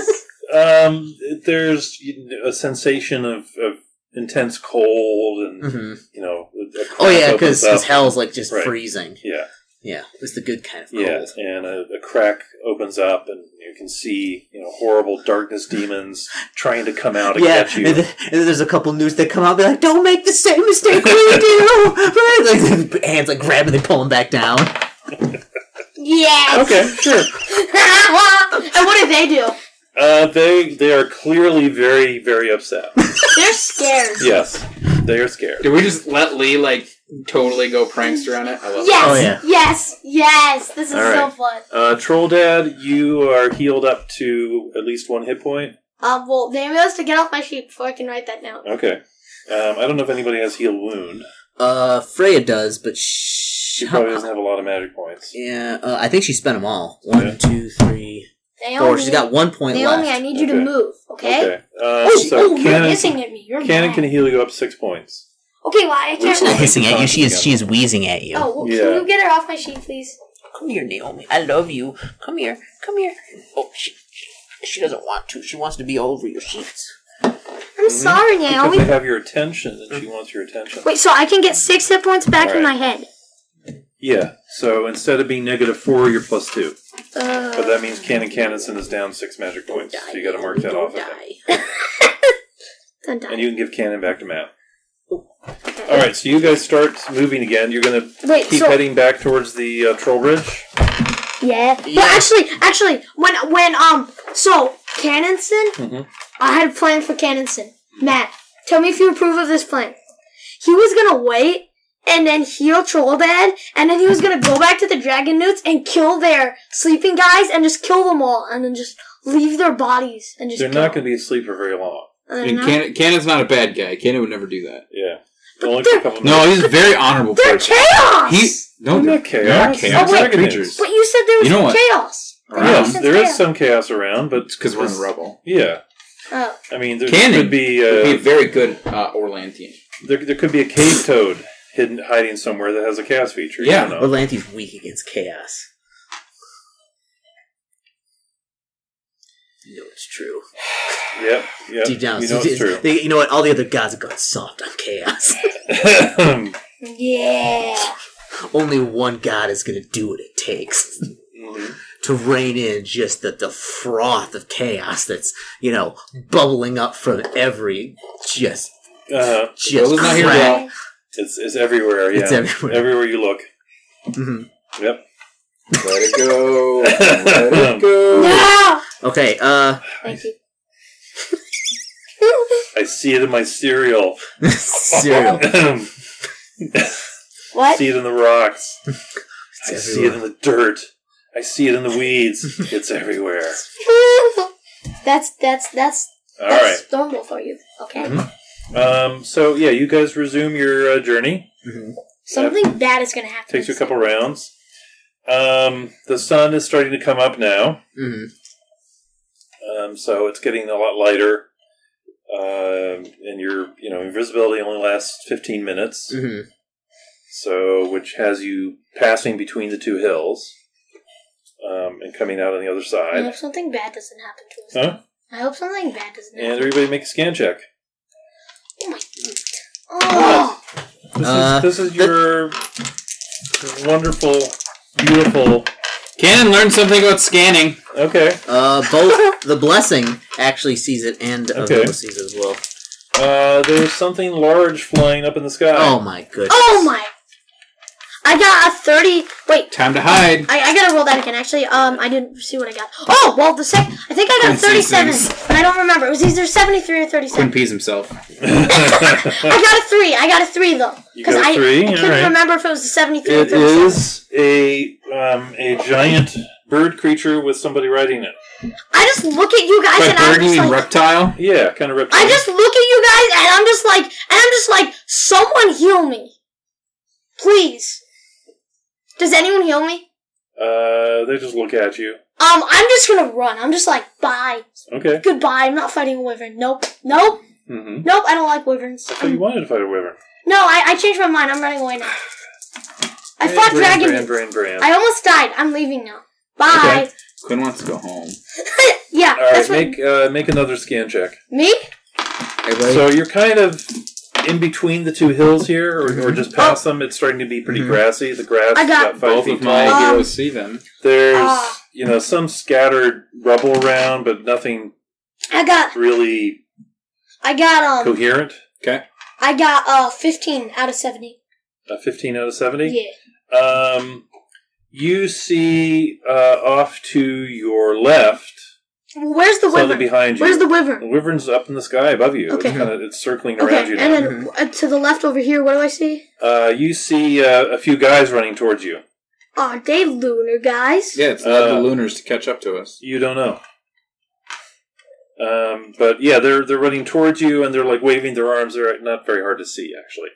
Um, there's you know, a sensation of, of intense cold and
hmm
you know. a- a
Oh
crack
yeah,
opens
because
up.
hell's like just
Right.
freezing.
yeah.
Yeah, it's the good kind of cold.
Yeah, and a, a crack opens up, and you can see you know horrible darkness
*laughs*
demons trying to come out and
Yeah,
get
and,
you.
then, and then there's a couple news that come out. They're like, "Don't make the same mistake we *laughs* do." Right? Like *laughs* the hands like grab and they pull him back down.
Yes.
okay, sure.
*laughs* and what do they do?
Uh, they they are clearly very very
*laughs*
upset.
They're scared.
yes, they are scared.
Did we just let Lee like totally go prankster on it? I love
Yes,
Oh, yeah.
yes, yes. This is
All
so
right.
fun.
Uh, Troll Dad, you are healed up to at least one hit point.
Um, well, Naomi has to get off my sheet before I can write that down.
Okay. Um, I don't know if anybody has heal wound.
Uh, Freya does, but shh.
She probably doesn't have a lot of magic points.
Yeah, uh, I think she spent them all. One,
Yeah.
two, three,
Naomi,
Four. She's got one point
Naomi,
left.
I need you to
Okay.
move, okay?
Okay. Uh,
Oh,
so
oh you're
Cannon,
hissing at me. You're
Cannon
mad.
can heal you up six points.
Okay, well, I
Which
can't.
She's not
one?
hissing at you. She is she is wheezing at you.
Oh, well,
Yeah.
can you get her off my sheet, please?
Come here, Naomi. I love you. Come here. Come here. Oh, she, she doesn't want to. She wants to be all over your sheets. Mm-hmm.
I'm sorry, Naomi.
Because they have your attention, and she wants your attention.
Wait, so I can get six hit points back in my
Alright.
head.
Yeah. So instead of being negative four, you're plus two. But
Uh,
that means Cannon Cannonson is down six magic points. So you got to mark that off. I think.
dun, dun.
And you can give Cannon back to Matt.
Okay.
All right. So you guys start moving again. You're gonna
Wait,
keep
so
heading back towards the uh, troll bridge.
yeah.
Yeah.
But actually, actually, when when um, so Cannonson,
Mhm.
I had a plan for Cannonson. Matt, tell me if you approve of this plan. He was gonna wait and then heal Troll Dad, and then he was gonna go back to the Dragon Newts and kill their sleeping guys and just kill them all, and then just leave their bodies and just.
They're not gonna be asleep for very long.
Gonna,
I mean, Cannon, Cannon's not a bad guy. Cannon would never do that.
Yeah. Only for a couple
No, he's a very honorable
they're
person.
chaos.
He no,
They're
they're
not chaos.
They're not chaos.
Oh, wait.
they're creatures.
But you said there was
You know what?
chaos.
Yes,
Since
there
they-
is some chaos around, but
It's because we're in the rubble.
Yeah,
Oh,
I mean, there
Cannon
could be,
would be a
uh,
very good uh, Orlantean.
there, there could be a cave toad hidden hiding somewhere that has a chaos feature.
Yeah.
you don't know.
Orlante's weak against chaos. You know it's true.
yep, yep.
Deep down,
you know it's true.
They, you know what? All the other gods have gone soft on chaos. *laughs*
Mm-hmm.
yeah.
Only one god is going to do what it takes *laughs*
Mhm.
to rein in just the, the froth of chaos that's you know bubbling up from every just
uh,
just
Will's not here,
crack.
Will.
it's it's everywhere. Yeah,
It's everywhere. *laughs*
you look.
Mhm.
Yep.
Let it go. Let it go.
No.
Okay, uh,
Thank you.
I see it in my cereal.
cereal.
see
*laughs* what?
it in the rocks. I
It's
see it in the dirt. I see it in the
*laughs*
weeds. it's everywhere.
that's that's that's
All
that's
right. Mm-hmm.
normal for you. Okay.
Um, so yeah, you guys resume your uh, journey.
Something bad is gonna happen.
Takes you a couple rounds. Um, the sun is starting to come up now,
Mm-hmm.
Mhm.
um, so it's getting a lot lighter. Um and your, you know, invisibility only lasts fifteen minutes,
Mm-hmm.
Mhm.
so which has you passing between the two hills um, and coming out on the other
I
side.
hope something bad doesn't happen to us.
Huh?
I hope something bad doesn't
And
happen.
everybody make a scan check.
Oh,
This
Uh,
is this is your wonderful, beautiful.
Cannon learned something about scanning.
Okay.
Uh, both the blessing actually sees it and
Okay.
okay. sees it as well.
Uh, there's something large flying up in the sky. *laughs*
Oh my goodness!
oh my! I got a thirty. Wait,
*laughs* Time to hide.
I, I gotta roll that again. Actually, um, I didn't see what I got. Oh, well, the sec. I think I got
Can't see
thirty-seven,
things.
but I don't remember. It was either seventy-three or thirty-seven.
Quinn pees himself.
I got a three. I got a three though,
You
because
got a
I,
three?
I couldn't
Alright.
remember if it was the seventy-three. or
It
37.
is a um, a giant bird creature with somebody riding it.
I just look at you guys
By
and I'm
bird, you
just
mean
like,
reptile?
Yeah, kind of ripped.
I just look at you guys and I'm just like, and I'm just like, someone heal me, please. Does anyone heal me?
Uh, they just look at you.
Um, I'm just gonna run. I'm just like, bye,
Okay.
goodbye. I'm not fighting a wyvern. Nope, nope,
Mm-hmm.
nope. I don't like wyverns.
So you wanted to fight a wyvern.
No, I, I changed my mind. I'm running away now. I fought
Bran,
dragon.
Bran,
meat.
Bran, Bran.
I almost died. I'm leaving now. Bye.
Quinn wants to go home.
*laughs* Yeah,
All right,
that's what
make uh, make another scan check.
me.
Everybody,
So you're kind of in between the two hills here, or, or just past them. It's starting to be pretty grassy. The grass
Oh. I
is
got
about five
Mm-hmm. both
feet
of my
tall.
Um,
heroes see them.
There's
Ah.
you know some scattered rubble around, but nothing
I got,
really
I got um,
coherent.
Okay.
I got uh, 15 out of 70.
A 15 out of 70.
Yeah.
Um, you see uh, off to your left,
Where's the
something
wyvern?
behind you.
Where's the
The
wyvern?
wyvern's up in the sky above you.
Okay.
It's, kind of, it's circling around
Okay,
you.
and
Now.
then uh, to the left over here, what do I see?
uh, you see uh, a few guys running towards you.
Are they lunar guys?
Yeah, it's
allowed the
the Lunars to catch up to us.
You don't know. Um, but yeah, they're they're running towards you, and they're like waving their arms. They're not very hard to see, actually.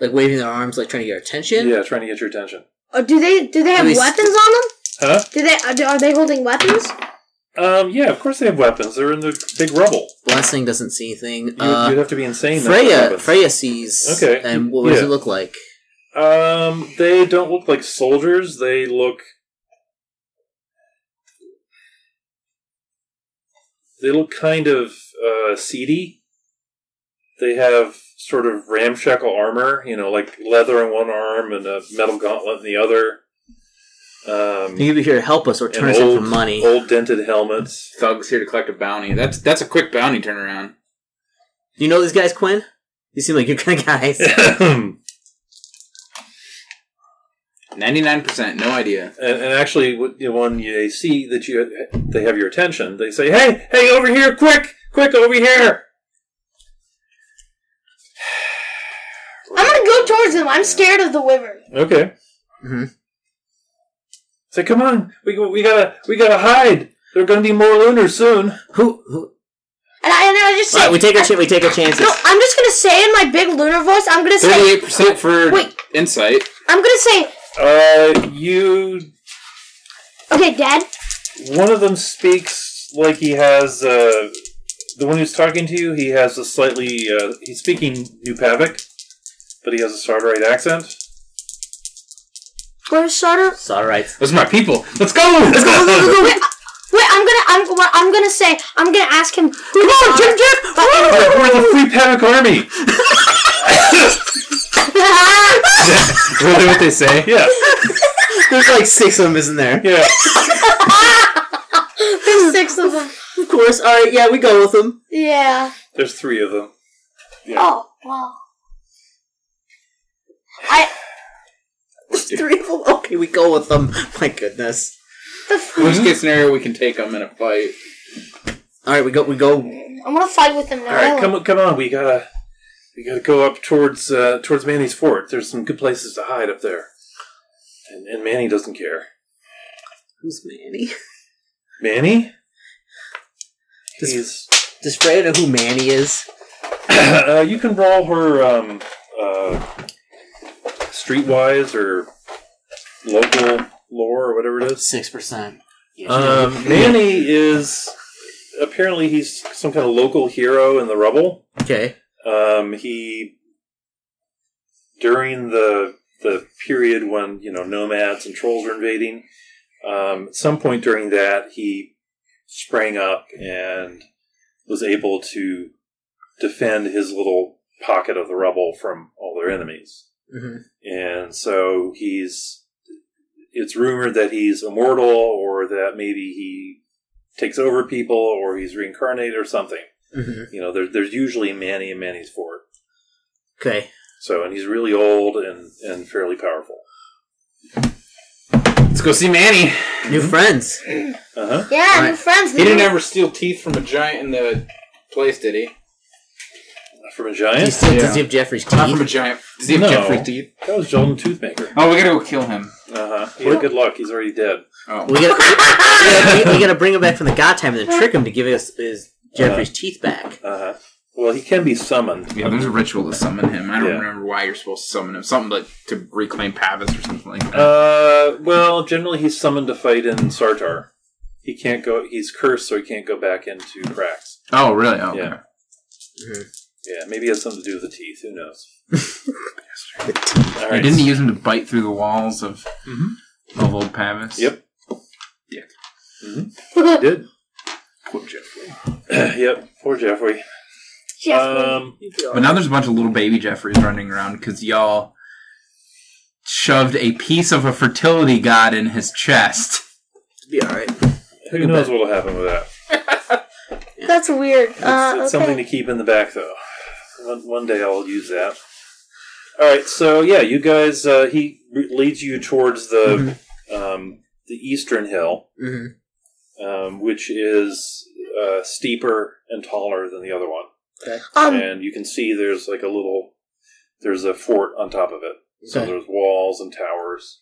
Like waving their arms, like trying to get our attention.
Yeah, trying to get your attention.
Or Uh, do they do they
At
have
least-
weapons on them?
Huh?
Do they are they- are they holding weapons?
Um, yeah, of course they have weapons. They're in the big rubble.
Blessing doesn't see anything.
You,
Uh,
you'd have to be insane. not to have
Freya,
weapons.
Freya sees.
Okay.
And what does
Yeah.
it look like?
Um, they don't look like soldiers. They look. They look kind of uh, seedy. They have sort of ramshackle armor, you know, like leather in one arm and a metal gauntlet in the other. Um,
You here to help us or turn us in for money.
old dented
*laughs*
helmets.
Thugs here to collect a bounty. That's that's a quick bounty turnaround.
You know these guys, Quinn? You seem like your kind of guys.
and,
Ninety nine percent, no idea.
and actually, what- you know, when they see that you they have your attention, they say, "Hey, hey, over here, quick, quick, over here!"
I'm gonna go towards them. I'm scared of the wyvern.
Okay.
Mhm.
Say, come on, we we gotta we gotta hide. There are gonna be more lunars soon.
who? who
And I and I just
all
say
right, we take our ch- we take our chances.
no. I'm just gonna say in my big lunar voice. I'm gonna
Thirty
say.
eight percent for
Wait.
insight.
I'm gonna say.
Uh, you.
Okay, Dad.
One of them speaks like he has uh, the one who's talking to you. He has a slightly uh, he's speaking New Pavic, but he has a Sardarite accent.
Where's Sutter?
It's all
*laughs*
right. *laughs*
Those are my people. Let's go. Let's go.
Wait, uh, wait. I'm gonna. I'm. what I'm gonna say. I'm gonna ask him. Come on, Jim.
All
Jim.
right,
*laughs*
we're the Free Pavic Army.
*laughs* Really, what they say?
Yeah,
There's like six of them, isn't there?
yeah.
*laughs* There's six of them.
Of course. All right. Yeah, we go with them.
Yeah.
There's three of them.
Oh wow. I
Three of them. Okay, we go with them. My goodness.
the f-
*laughs* Worst case scenario, we can take them in a fight.
All right, we go. We go.
I want to fight with them now.
All right, come on, come on. We gotta we gotta go up towards uh, towards Manny's fort. There's some good places to hide up there, and, and Manny doesn't care.
Who's Manny?
Manny,
This-
he's.
Does Freya know who Manny is?
*clears throat* uh, you can roll her um, uh, streetwise or local lore or whatever it is.
Six percent.
Um, Manny is apparently he's some kind of local hero in the rubble.
Okay.
Um, he during the the period when you know nomads and trolls were invading. Um, at some point during that, he sprang up and was able to defend his little pocket of the rubble from all their enemies.
hmm
And so he's. It's rumored that he's immortal, or that maybe he takes over people, or he's reincarnated, or something.
hmm
You know, there, there's usually Manny and Manny's fort.
Okay.
So, and he's really old and, and fairly powerful.
Let's go see Manny.
New friends.
Uh-huh.
Uh huh.
Yeah, new
Right.
friends.
He didn't
new-
ever steal teeth from a giant in the place, did he?
From a
Do you
giant?
still,
Yeah.
Does he have Jeffrey's
Not from a
teeth?
giant. Does he have
No.
Jeffrey teeth?
That was Jordan Toothmaker.
Oh, we gotta go kill him. Uh-huh.
Uh huh. Yeah, good luck. He's already dead.
Oh.
We gotta, we, gotta, we gotta bring him back from the god time and then trick him to give us his Jeffrey's teeth back.
Uh huh. Well, he can be summoned.
Yeah, there's a ritual to summon him. I don't
Yeah.
remember why you're supposed to summon him. Something like to reclaim Pavis or something like that.
Uh, well, generally he's summoned to fight in Sartar. He can't go. He's cursed, so he can't go back into cracks.
oh, really? Okay.
yeah. Yeah, maybe it has something to do with the teeth. Who knows? All
Or
right.
Didn't he use him to bite through the walls of of old Pavis?
Yep. Did. *clears throat* Poor Jeffrey. yep. Poor Jeffrey.
Jeffrey.
Um.
But now there's a bunch of little baby Jeffreys running around because y'all shoved a piece of a fertility god in his chest.
Be alright.
Who knows what'll happen with that?
That's weird.
It's,
uh,
it's
okay.
something to keep in the back, though. One, one day I'll use that. All right, so yeah, you guys. Uh, he re- leads you towards the um, the eastern hill,
hmm
um, which is uh, steeper and taller than the other one,
um,
and you can see there's like a little there's a fort on top of it. So
Okay.
there's walls and towers.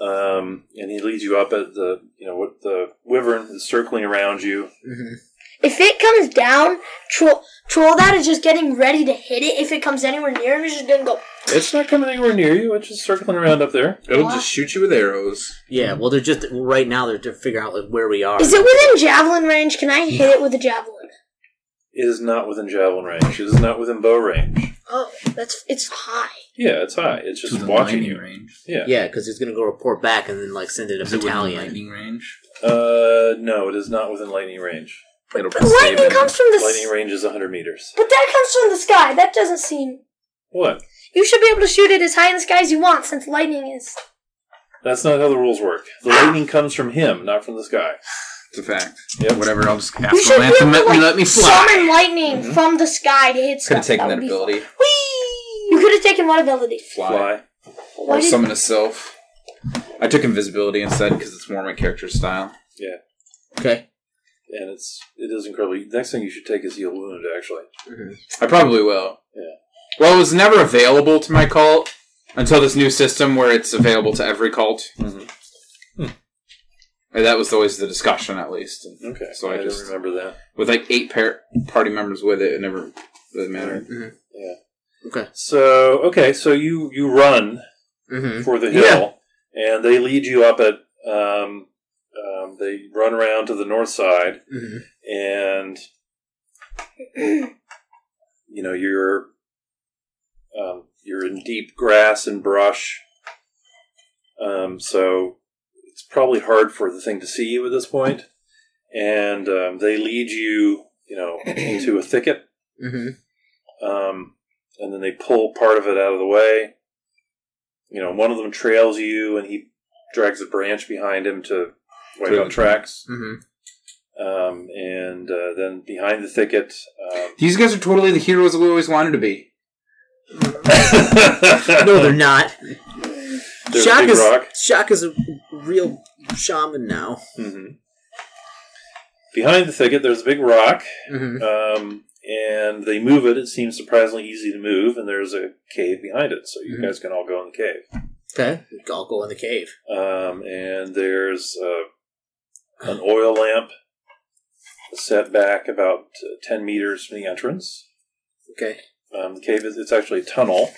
Um, and he leads you up at the you know what the wyvern is circling around you.
hmm
If it comes down, troll troll that is just getting ready to hit it. If it comes anywhere near him, it's just gonna go.
It's not coming anywhere near you. It's just circling around up there.
It'll just shoot you with arrows.
Yeah, well, they're just right now they're to figure out like, where we are.
Is it within javelin range? Can I hit it with a javelin?
It is not within javelin range. It is not within bow range.
Oh, that's it's high.
Yeah, it's high. It's
To
just
the
watching
lightning
you.
range.
Yeah.
Yeah, because he's gonna go report back and then like send it a
Is it within
battalion.
lightning range?
Uh, no, it is not within lightning range.
It'll
But lightning comes from the. s-
Lightning range is 100 meters.
But that comes from the sky. That doesn't seem.
What?
You should be able to shoot it as high in the sky as you want, since lightning is.
That's not how the rules work. The lightning comes from him, not from the sky.
It's a fact.
Yep.
Whatever, I'll just have
You
to
should be
let them
able to
let,
like
me, let me fly.
summon lightning from the sky to hit
Could
stuff.
have taken
That would
that
be-
ability.
Whee! You could have taken what ability?
Fly.
Fly.
Why
Or
did-
summon a self. I took invisibility instead because it's more my character style.
Okay.
And it's it is incredibly. Next thing you should take is heal wound. Actually,
I probably will.
Yeah.
Well, it was never available to my cult until this new system where it's available to every cult.
Mm-hmm.
And that was always the discussion, at least. And
okay.
So I
do
just-
not remember that.
With like eight par- party members with it, it never really mattered.
So okay, so you you run
Mm-hmm.
for the hill, and they lead you up at. Um, um, they run around to the north side,
Mm-hmm.
and you know you're um, you're in deep grass and brush. Um, so it's probably hard for the thing to see you at this point, and um, they lead you, you know,
*clears throat*
into a thicket,
Mm-hmm.
um, and then they pull part of it out of the way. You know, one of them trails you, and he drags a branch behind him to wipe out tracks.
Mm-hmm.
Um, and uh, then behind the thicket,
*laughs*
um,
These guys are totally the heroes we always wanted to be.
No, they're not.
there's a
Shock
big
is
rock.
Shock is a real shaman now.
Mhm. Behind the thicket, there's a big rock,
Mm-hmm.
um, and they move it. It seems surprisingly easy to move, and there's a cave behind it, so you
Mhm.
guys can all go in the cave.
Okay. I'll go in the cave.
Um, and there's uh, an oil lamp set back about uh, 10 meters from the entrance.
Okay.
Um, the cave is it's actually a tunnel.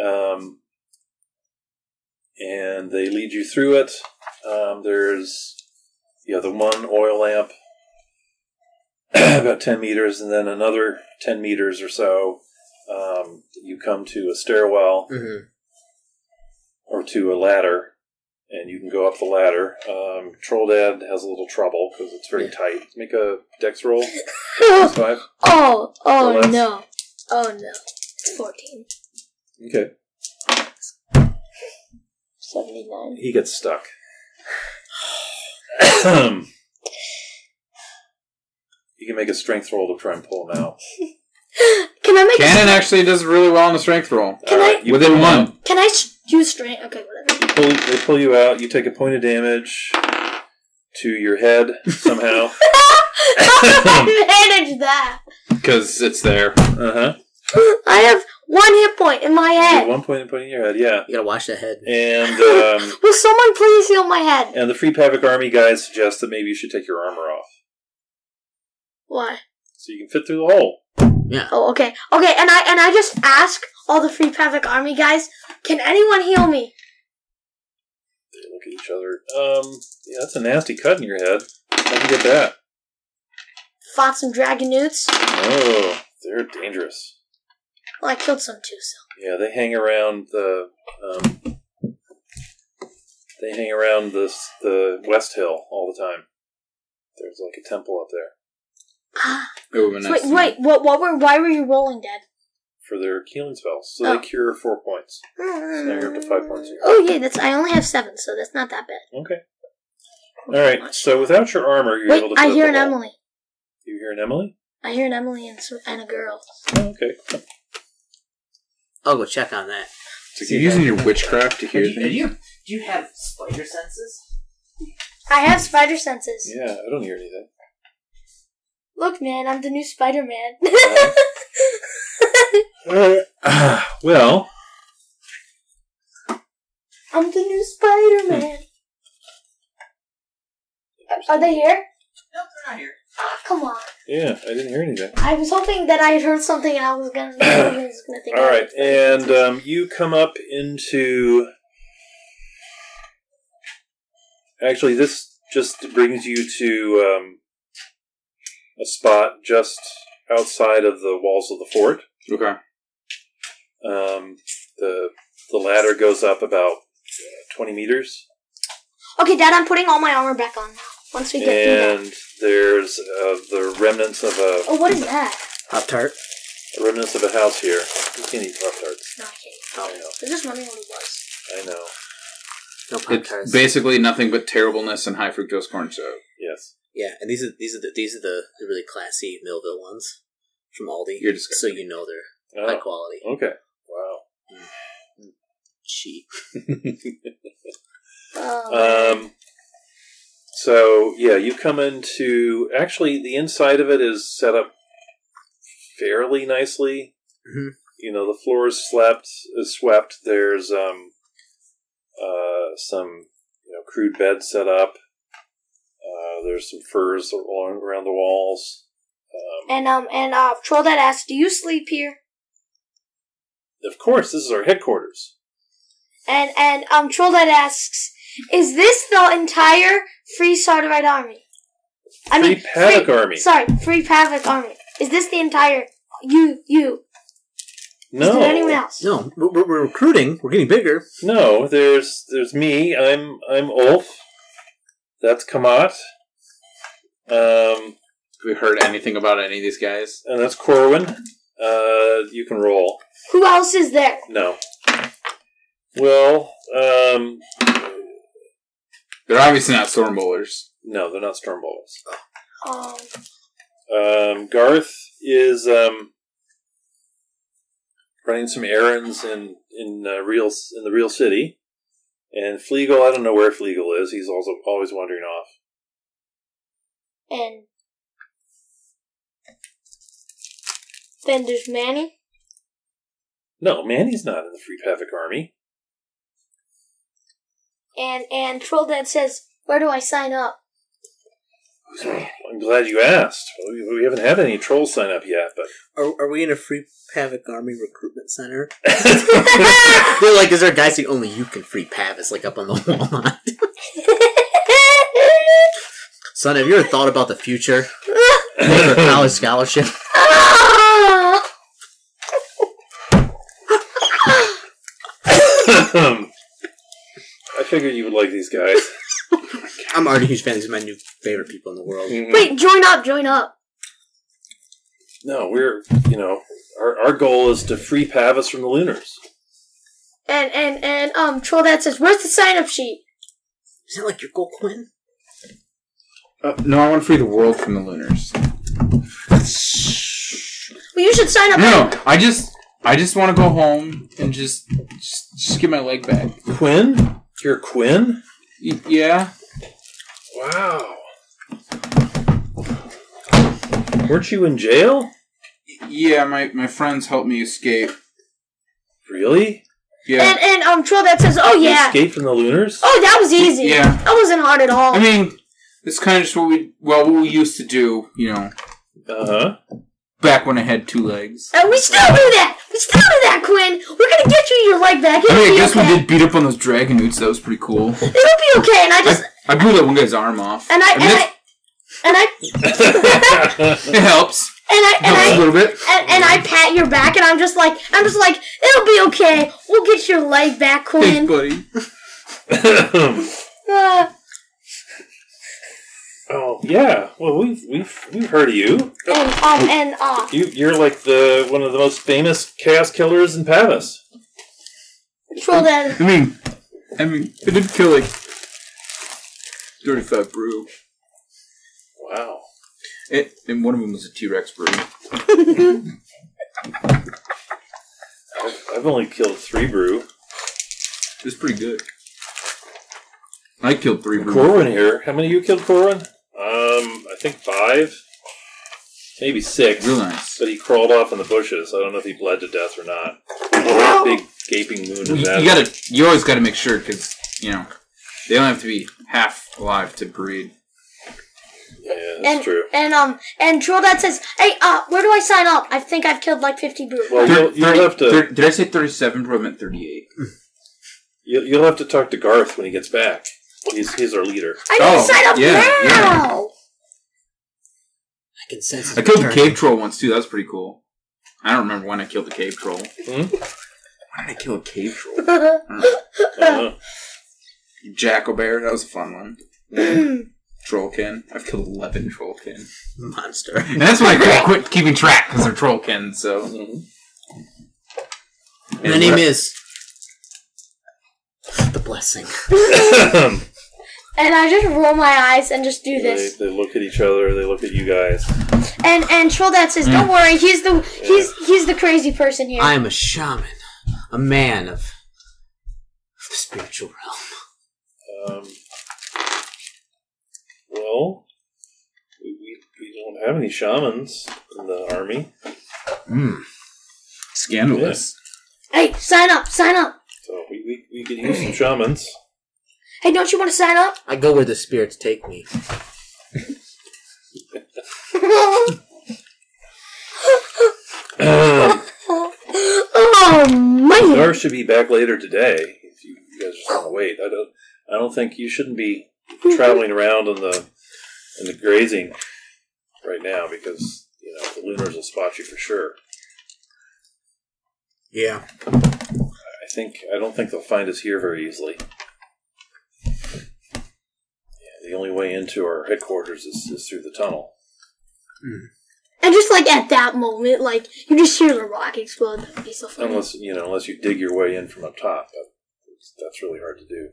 Um, and they lead you through it. Um, there's yeah, the one oil lamp *clears throat* about ten meters, and then another ten meters or so. Um, you come to a stairwell
Mm-hmm.
or to a ladder, and you can go up the ladder. Um, Troll Dad has a little trouble because it's very
Yeah.
tight. Make a dex
*coughs*
roll.
*laughs* oh,
Five.
oh, oh
less.
no. Oh no. It's 14.
Okay.
79.
He gets stuck.
*coughs*
you can make a strength roll to try and pull him out.
Can I make
Cannon actually does really well on the strength roll.
Can I-
Uh, you
Within
pull him
one.
out.
Can I s- use strength? Okay,
*laughs*
whatever.
You pull, they pull you out. You take a point of damage to your head
*laughs*
somehow.
I manage that.
Because it's there.
uh huh.
Uh-huh. I have one hit point in my
You get
head.
one point of point in your head. Yeah.
You gotta wash that head.
And um,
Will someone please heal my head?
and the Free Pavic Army guys suggest that maybe you should take your armor off
Why?
so you can fit through the hole.
Oh, okay, okay. And I and I just ask all the Free Pavic Army guys, can anyone heal me?
They look at each other. Um. Yeah, that's a nasty cut in your head. How'd you get that?
Fought some dragonutes.
Oh, they're dangerous.
Well, I killed some too. So
Yeah, they hang around the. Um, they hang around this the West Hill all the time. There's like a temple up there
ah,
It would have
so wait, wait. What? What were? Why were you rolling, Dad?
for their healing spells, so
Oh.
they cure four points. now you're up to five points here.
Oh yeah, that's. I only have seven, so that's not that bad.
Okay. All right. So without your armor, you're able
Wait,
to.
I
fit
hear
the
an
whole-
Emily.
You hear an Emily?
I hear an Emily and, s- and a girl.
Oh, okay.
I'll go check on that.
you're using your witchcraft to hear things.
do you have spider senses?
I have spider senses.
Yeah, I don't hear anything.
Look, man, I'm the new Spider
*laughs*
Man.
*sighs* well,
I'm the new Spider Man. Are they here? Ah,
Nope, they're not here.
Come on.
Yeah, I didn't hear anything.
I was hoping that I had heard something and I was gonna, I was gonna think.
All right, and um, you come up into. Actually, this just brings you to um, a spot just outside of the walls of the fort.
Okay.
Um, the the ladder goes up about uh, twenty meters,
Okay, Dad, I'm putting all my armor back on now. Once we get through that.
and there's uh, the remnants of a
Oh, what is that?
Pop tart.
the remnants of a house here. You can't eat pop tarts.
No, I can't.
I know.
I was just wondering what it was.
I know.
No pop
It's
tarts.
basically nothing but terribleness and high fructose corn syrup.
Yes.
yeah, and these are these are the these are the, the really classy Millville ones from Aldi.
You're just
so you know they're high
Oh,
quality,
okay. Wow.
cheap.
Oh,
Um, so yeah, you come into actually the inside of it is set up fairly nicely.
Mm-hmm.
Mhm.
You know, the floor is slept is swept. There's um, uh, some you know crude beds set up. Uh, there's some furs along around the walls. Um,
and um and uh, troll that ass. Do you sleep here?
of course, this is our headquarters.
And and um troll that asks, is this the entire Free Sardarite Army? I
Free
mean,
Pavic Army.
Sorry, Free Pavic Army. Is this the entire you you?
No,
Is there anyone else?
No, we're, we're- we're recruiting. We're getting bigger.
No, there's there's me. I'm I'm Ulf. That's Kamat. Um,
Have we heard anything about any of these guys?
and that's Corwin. Uh, you can roll.
Who else is there?
No. Well, um,
They're obviously not storm bowlers.
no, they're not storm bullets.
Um,
Um, Garth is um, running some errands in in uh, real in the real city, and Flegel. I don't know where Flegel is. He's also always wandering off.
and then there's Manny.
No, Manny's not in the Free Pavic Army.
And and troll that says, where do I sign up? *laughs*
I'm glad you asked. We, we haven't had any trolls sign up yet, but
Are, are we in a free Pavic Army recruitment
*laughs*
center? They're like, is there guys that only you can free Pavis, like up on the Walmart? Son, have you ever thought about the future?
*laughs*
Look for a college scholarship?
I figured you would like these guys.
I'm already a huge fan. These are my new favorite people in the world.
*laughs*
Mm.
Wait, join up, join up.
No, we're you know our our goal is to free Pavis from the Lunars.
And and and um troll that says, where's the sign up sheet?
Is that like your goal, Quinn?
Uh, no, I want to free the world from the Lunars.
Well, you should sign up.
No, I just, I just want to go home and just, just, just get my leg back.
Quinn, you're Quinn.
Y- yeah.
Wow. Weren't you in jail?
Yeah, my, my friends helped me escape.
Really?
Yeah.
And and um troll that says, oh
You
yeah,
escaped from the Lunars?
oh that was easy.
Yeah.
that wasn't hard at all.
I mean, it's kind of just what we, well, what we used to do, you know,
Uh *laughs* huh.
back when I had two legs.
and we still do that. We still do that, Quinn. We're gonna get you your leg back. It'll
I mean, I
be
guess we
okay.
did beat up on those dragon roots. That was pretty cool.
It'll be okay. And I just
I, I blew that one guy's arm off.
and I and I
that's-
and I
It helps.
and I and
Helps a
I.
little bit.
And, and I pat your back, and I'm just like, I'm just like, it'll be okay. We'll get your leg back,
Thanks,
Quinn.
buddy.
Uh,
oh yeah. Well, we've we've we've heard of you.
and um and uh,
You you're like the one of the most famous chaos killers in Pavis.
troll that
I mean, I mean, it did kill like thirty-five brew,
Wow.
it, and one of them was a T-Rex brew.
I've, I've only killed three brew.
It was pretty good. I killed three brew.
Corwin here. How many of you killed Corwin? Um, I think five. Maybe six.
Real nice.
But he crawled off in the bushes. I don't know if he bled to death or not. Big gaping wound
You,
in
you
that.
gotta, you always gotta make sure because you know they don't have to be half alive to breed.
Yeah, that's
and
true.
and um and Troll Dad says, "Hey, uh, where do I sign up? I think I've killed like fifty brutes."
Well, you'll, you'll have to
Thir- did I say 37? Probably meant 38.
you'll, you'll have to talk to Garth when he gets back. He's he's our leader.
I need to
oh,
sign up
yeah,
now.
I can sense his
I killed the
return.
cave troll once, too. That was pretty cool. I don't remember when I killed the cave troll. Why did I kill a cave troll?
I don't know.
Jack O'Bear, that was a fun one. *laughs* Trollkin. I've killed 11 Trollkin.
monster. *laughs*
And that's why
*laughs*
I quit, quit keeping track, because they're Trollkin, so. And
My name
we're-
is the blessing.
And I just roll my eyes and just do
they,
this.
they look at each other. They look at you guys.
And and Troll Dad says, "Don't worry, he's the he's he's the crazy person here."
I am Mm. a shaman, a man of the spiritual realm.
Um, well, we, we, we don't have any shamans in the army.
Scandalous.
hey, sign up, sign up.
So we, we, we could use some shamans.
Hey, don't you want to sign up?
I go where the spirits take me.
oh man!
Dar should be back later today. If you, you guys just want to wait, I don't. I don't think you shouldn't be traveling around on the in the grazing right now because you know the lunars will spot you for sure.
Yeah.
I think I don't think they'll find us here very easily. Yeah, the only way into our headquarters is, is through the tunnel.
And just like at that moment, like you just hear the rock explode. That'd be so funny.
Unless you know, unless you dig your way in from up top, but it's- that's really hard to do.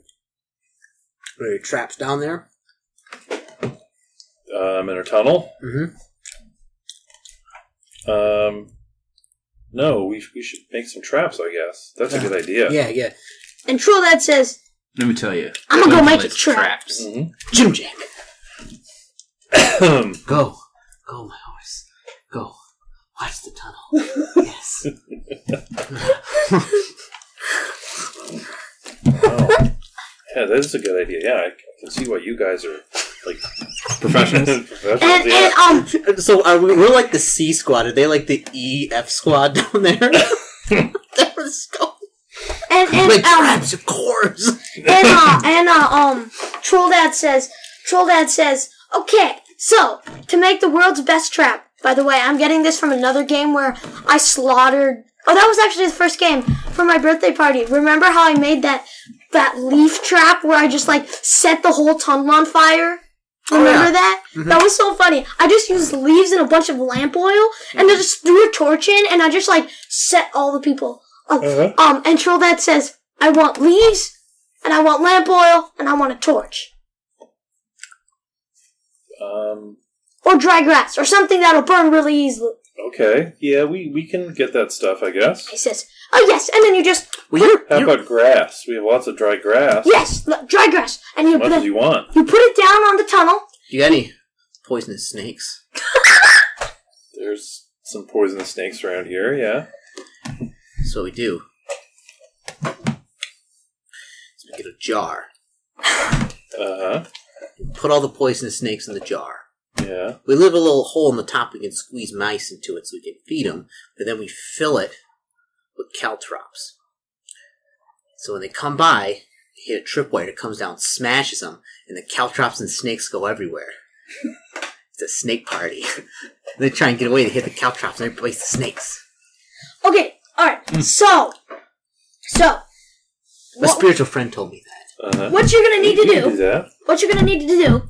Are there traps down there?
Um, in a tunnel.
Mhm.
Um, no, we we should make some traps. I guess that's a good idea.
Yeah, yeah.
And Troll Dad says,
Let me tell you.
I'm gonna go
They're
make
just
a trap.
*laughs*
traps.
Jim Jack,
*clears throat* Ahem.
go. Go, my horse. Go. Watch the tunnel.
*laughs*
yes.
Oh. yeah, that is a good idea. Yeah, I c- I can see why you guys are like
*laughs*
professionals. *laughs*
and
professionals yeah.
and um
So are we, we're like the C squad. Are they like the E F squad *laughs* down there? They're just going,
and and
like
um
traps, of course.
and uh, and uh, um Troll Dad says, Troll Dad says, okay, so to make the world's best trap. By the way, I'm getting this from another game where I slaughtered. Oh, that was actually the first game for my birthday party. Remember how I made that that leaf trap where I just like set the whole tunnel on fire? Remember that? That was so funny. I just used leaves and a bunch of lamp oil, and I just threw a torch in, and I just like set all the people. Oh, Um, and Troll Dad says, "I want leaves, and I want lamp oil, and I want a torch
Um,
or dry grass or something that'll burn really easily."
okay, yeah, we we can get that stuff. I guess.
He says, "Oh yes," and then you just
Well, you're,
How
you're-
about grass? We have lots of dry grass.
yes, l- dry grass, and you
As much
put
as
it,
you want.
you put it down on the tunnel.
you got any poisonous snakes?
There's some poisonous snakes around here. Yeah.
That's what we do. So we get a jar.
Uh huh.
Put all the poisonous snakes in the jar.
Yeah.
We leave a little hole in the top. We can squeeze mice into it so we can feed them. But then we fill it with caltrops. So when they come by, they hit a tripwire. It comes down, smashes them, and the caltrops and snakes go everywhere. *laughs* it's a snake party. *laughs* they try and get away. They hit the caltrops and they replace the snakes.
Okay, all right. So, so
My spiritual friend told me that.
Uh huh.
what you're gonna need to
You can
do
do that.
what you're gonna need to do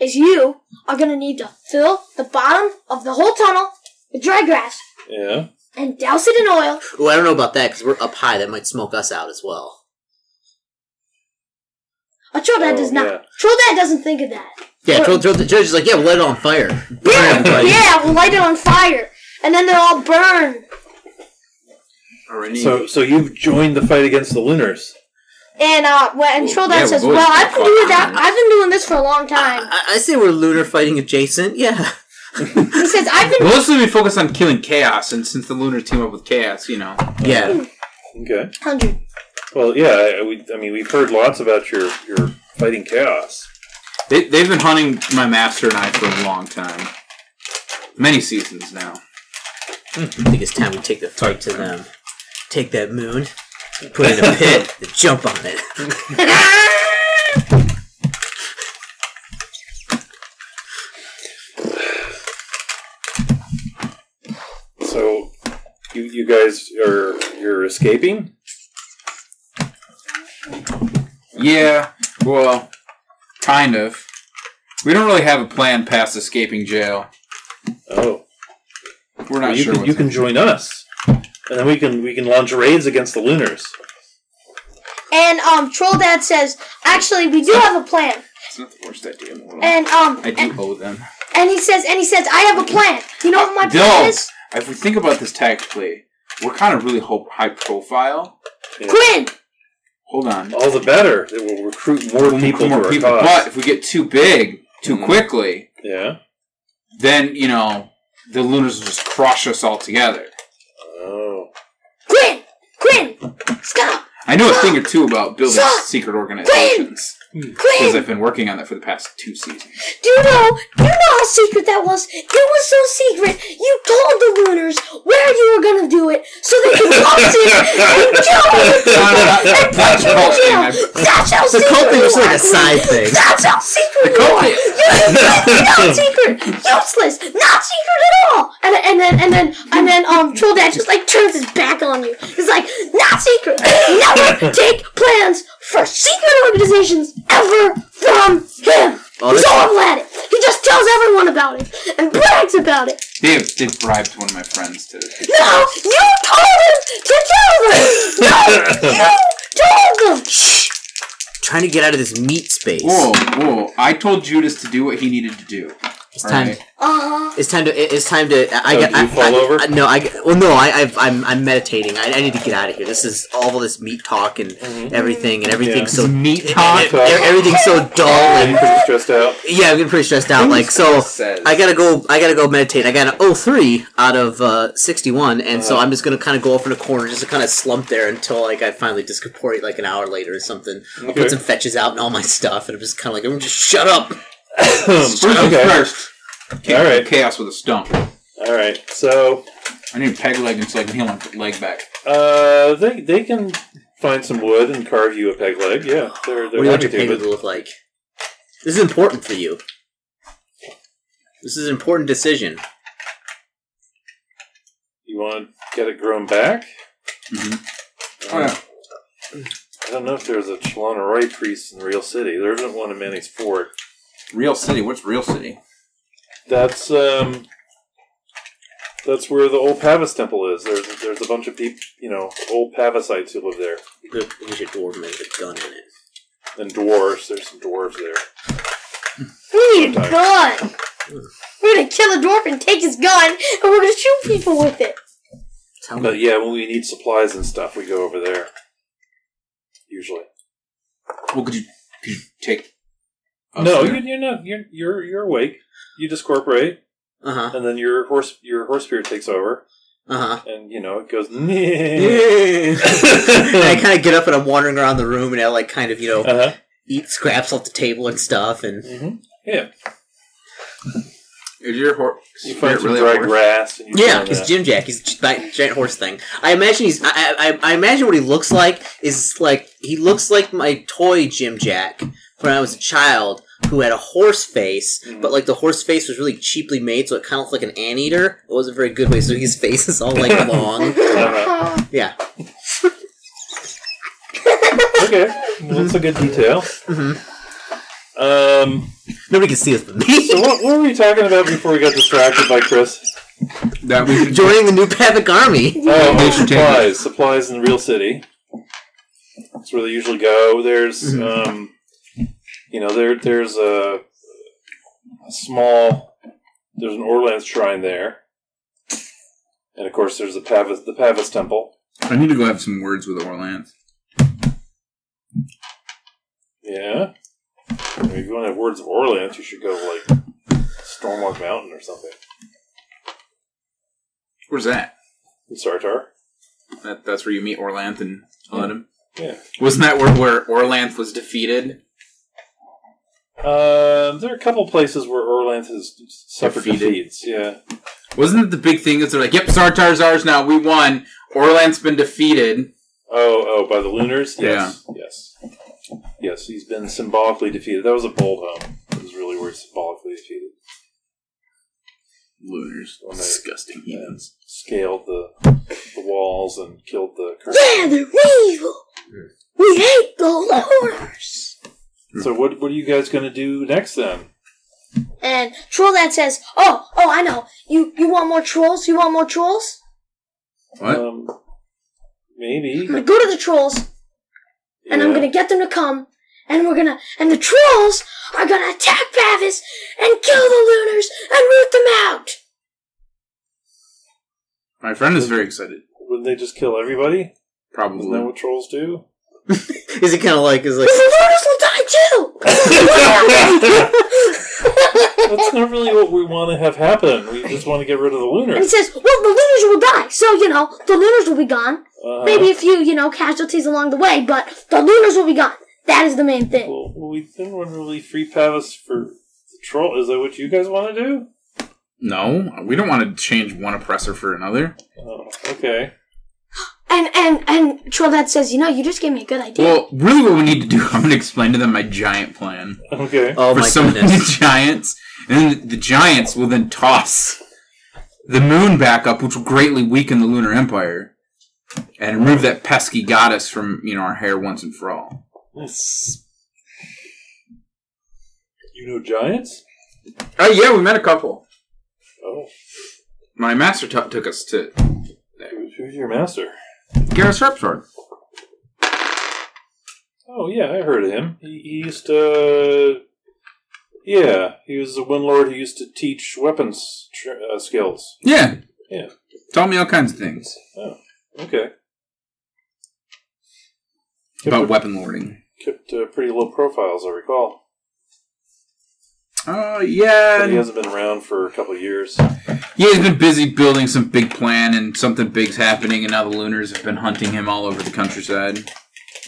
is you are gonna need to fill the bottom of the whole tunnel with dry grass
Yeah.
and douse it in oil.
Oh, I don't know about that because we're up high. That might smoke us out as well.
A troll dad
Oh,
does not.
yeah.
Troll dad doesn't think of that.
Yeah, throw, throw the judge is like, yeah, we'll light it on fire.
Yeah, yeah, we'll light it on fire, and then they'll all burn.
So so you've joined the fight against the Lunars.
And uh, when and troll dad
yeah,
says,
we're both
"Well, I've been
fuck
doing that.
iron."
I've been doing this for a long time."
I, I say we're lunar fighting adjacent. Yeah.
He says, "I've been."
Mostly we focus on killing chaos, and since the Lunars team up with chaos, you know.
Yeah.
Okay.
Hundred.
Well, yeah. I, we, I mean, we've heard lots about your your fighting chaos.
They, they've been hunting my master and I for a long time. Many seasons now.
I think it's time we take the fight to them. Take that moon, put it in *laughs* a pit, and jump on it.
So, you you guys are you're escaping.
Yeah, well, kind of. We don't really have a plan past escaping jail.
Oh,
We're not
you
sure.
can
what's
you can join us, and then we can we can launch raids against the Lunars.
And um, Troll Dad says, actually, we do have a plan.
It's not the worst idea in the world.
And um,
I do
and,
owe them.
and he says, and he says, I have a plan. You know what my plan
No,
is?
if we think about this tactically, we're kind of really ho- high profile.
Quinn.
Hold on.
All the better. It will recruit more people
More
to our
people.
cause.
But if we get too big too
Mhm.
quickly,
Yeah.
then, you know, the Lunars will just crush us all together.
Oh.
Quinn. Quinn. Stop.
I know a thing or two about building
Stop.
secret organizations. Because
Quinn.
I've been working on that for the past two seasons.
Do you know? Do you know how secret that was? It was so secret. You told the Lunars where you were gonna do it, so they could bust it and kill you and put
That's
you in
cult thing.
jail.
I-
That's how
The
secret
cult thing
you
was like
are,
a *laughs* side thing.
That's how secret you
cult
are.
thing-
You- Not secret. Useless. Not secret at all. And, and then and then and then um troll dad just like turns his back on you. He's like, not secret. Never take plans for secret organizations ever from him.
Oh,
He's
that's-
horrible at it. He just tells everyone about it and brags about it.
They, they bribed one of my friends to.
No, you told him to tell them. No, you told them.
Trying to get out of this meat space.
Whoa, whoa. I told Judas to do what he needed to do.
It's
All
time.
right.
Uh huh.
It's time to. it- It's time to. I, I
Oh,
got.
do you
I,
fall
I-
over?
I- no, I. Well, no, I, I've, I'm. I'm meditating. I, I need to get out of here. This is all this meat talk and everything and everything's so
Meat
e- e- everything's so dull *laughs*
Are you
and
pretty stressed out?
yeah, I'm getting pretty stressed out. Like so,
Says.
I gotta go. I gotta go meditate. I got an 03 out of uh, 61, and so I'm just gonna kind of go off in a corner, just to kind of slump there until like I finally discorporate like an hour later or something. I'll
Okay.
put some fetches out and all my stuff, and I'm just kind of like, I'm just shut up.
First
*coughs*
things
Okay.
first. Can't
All right.
Chaos with a stump.
All right. So
I need a peg leg and so I can heal my leg back.
uh, they they can find some wood and carve you a peg leg. Yeah, they're
What
they're
do you want
happy
your
to.
payment
But
to look like? This is important for you. This is an important decision.
you want to get it grown back?
Mhm.
Um, I don't know if there's a Chelana Roy priest in the real city. There isn't one in Manny's Fort.
Real City. What's Real City?
That's um, that's where the old Pavis temple is. There's there's a bunch of people, you know, old Pavisites who live there,
The- We should dwarf him with a gun in it.
and dwarves. There's some dwarves there.
We need a gun. We're gonna kill a dwarf and take his gun, and we're gonna shoot people with it.
Tell
But
me.
yeah, when we need supplies and stuff, we go over there. Usually.
Well, could you, could you take. us
no,
there?
you, you're not. You're you're you're awake. You discorporate,
Uh huh.
and then your horse your horse spirit takes over,
Uh huh.
and you know it goes. *laughs*
*laughs* and I kind of get up and I'm wandering around the room and I like kind of you know
Uh-huh.
eat scraps off the table and stuff and
hmm Yeah,
Is your horse.
you find some
really
dry
a horse?
grass, and you
yeah,
burn
he's
that.
Jim Jack. He's just that giant horse thing. I imagine he's. I, I, I imagine what he looks like is like he looks like my toy Jim Jack when I was a child who had a horse face, but like the horse face was really cheaply made, so it kind of looked like an anteater. It wasn't very good way, so his face is all *laughs* like long.
Uh-huh.
Yeah,
Okay, well, that's a good detail. Um,
nobody can see us but me. *laughs*
so what, what were we talking about before we got distracted by Chris?
That *laughs* we should
Joining the new Pavic army.
Oh,
should take it.
supplies, supplies in the real city. That's where they usually go. There's, um, you know, there there's a, a small, there's an Orleans shrine there, and of course there's the Pavis the Pavis temple.
I need to go have some words with Orlance.
Yeah, I mean, if you want to have words of Orleans, you should go like Stormwalk Mountain or something.
Where's that?
In Sartar.
that that's where you meet Orlanth and Aladdin?
Yeah.
Wasn't that where, where Orlanth was defeated?
Um, there are a couple places where Orlanth has suffered
Defeated.
defeats. Yeah,
Wasn't it the big thing? Is they're like, yep, Sartar's ours now. We won. Orlan's been defeated.
Oh, oh, by the Lunars? Yes. Yes. Yes, he's been symbolically defeated. That was a bold home. It was really weird, symbolically defeated.
Lunars.
When they
Disgusting humans.
scaled the, the walls and killed
*laughs*
the curse.
Yeah, they're evil. We hate the loners.
So what what are you guys gonna do next then?
And troll that says, "Oh, oh, I know. You you want more trolls? You want more trolls?
What?
Um maybe.
I'm gonna go to the trolls, and I'm
Yeah.
gonna get them to come, and we're gonna and the trolls are gonna attack Pavis and kill the lunars and root them out.
My friend is very excited.
wouldn't they just kill everybody? Isn't that
Probably.
what
Mm.
trolls do?
Is it kind of like is like
But the lunars will die too.
That's not really what we want to have happen. We just want to get rid of the
And he
Lunars.
says, "Well, the lunars will die, so you know the lunars will be gone.
Uh,
*laughs* Maybe a few, you know, casualties along the way, but the lunars will be gone. That is the main thing."
Well, we didn't want to really free Pavis for the troll. Is that what you guys want to do?
No, we don't want to change one oppressor for another.
Oh, okay.
And and and Trollhead says, you know, you just gave me a good idea.
Well, really, what we need to do, *laughs* I'm going to explain to them my giant plan
Okay.
oh
for
my
some of
goodness.
the *laughs* giants, and then the giants will then toss the moon back up, which will greatly weaken the lunar empire, and remove that pesky goddess from you know our hair once and for all.
You know giants?
Oh, yeah, we met a couple.
Oh,
My master t- took us to
who- who's your master?
Garrus Sharpsword.
Oh yeah, I heard of him. He, he used to. yeah, he was a wind lord who used to teach weapons tr- uh, skills.
Yeah,
Yeah.
Taught me all kinds of things
Oh, okay.
about weapon lording.
Kept uh, pretty low profiles, I recall.
Oh
But he
yeah,
hasn't been around for a couple of years.
yeah. He's been busy building some big plan, and something big's happening, and now the Lunars have been hunting him all over the countryside.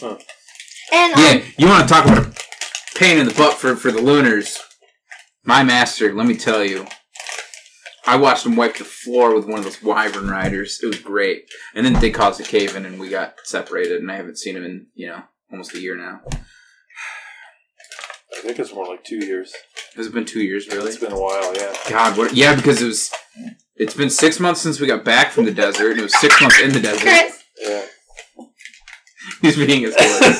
and um,
Yeah, you want to talk about a pain in the butt for, for the Lunars? My master, let me tell you. I watched him wipe the floor with one of those wyvern riders. It was great. And then they caused a cave in and we got separated, and I haven't seen him in, you know, almost a year now.
I think it's more like two years.
Has it been two years, really?
It's been a while,
*laughs*
yeah.
God, what? Yeah, because it was. It's been six months since we got back from the desert, and it was six months in the desert.
Chris,
Yeah.
*laughs*
*laughs*
He's being his horse.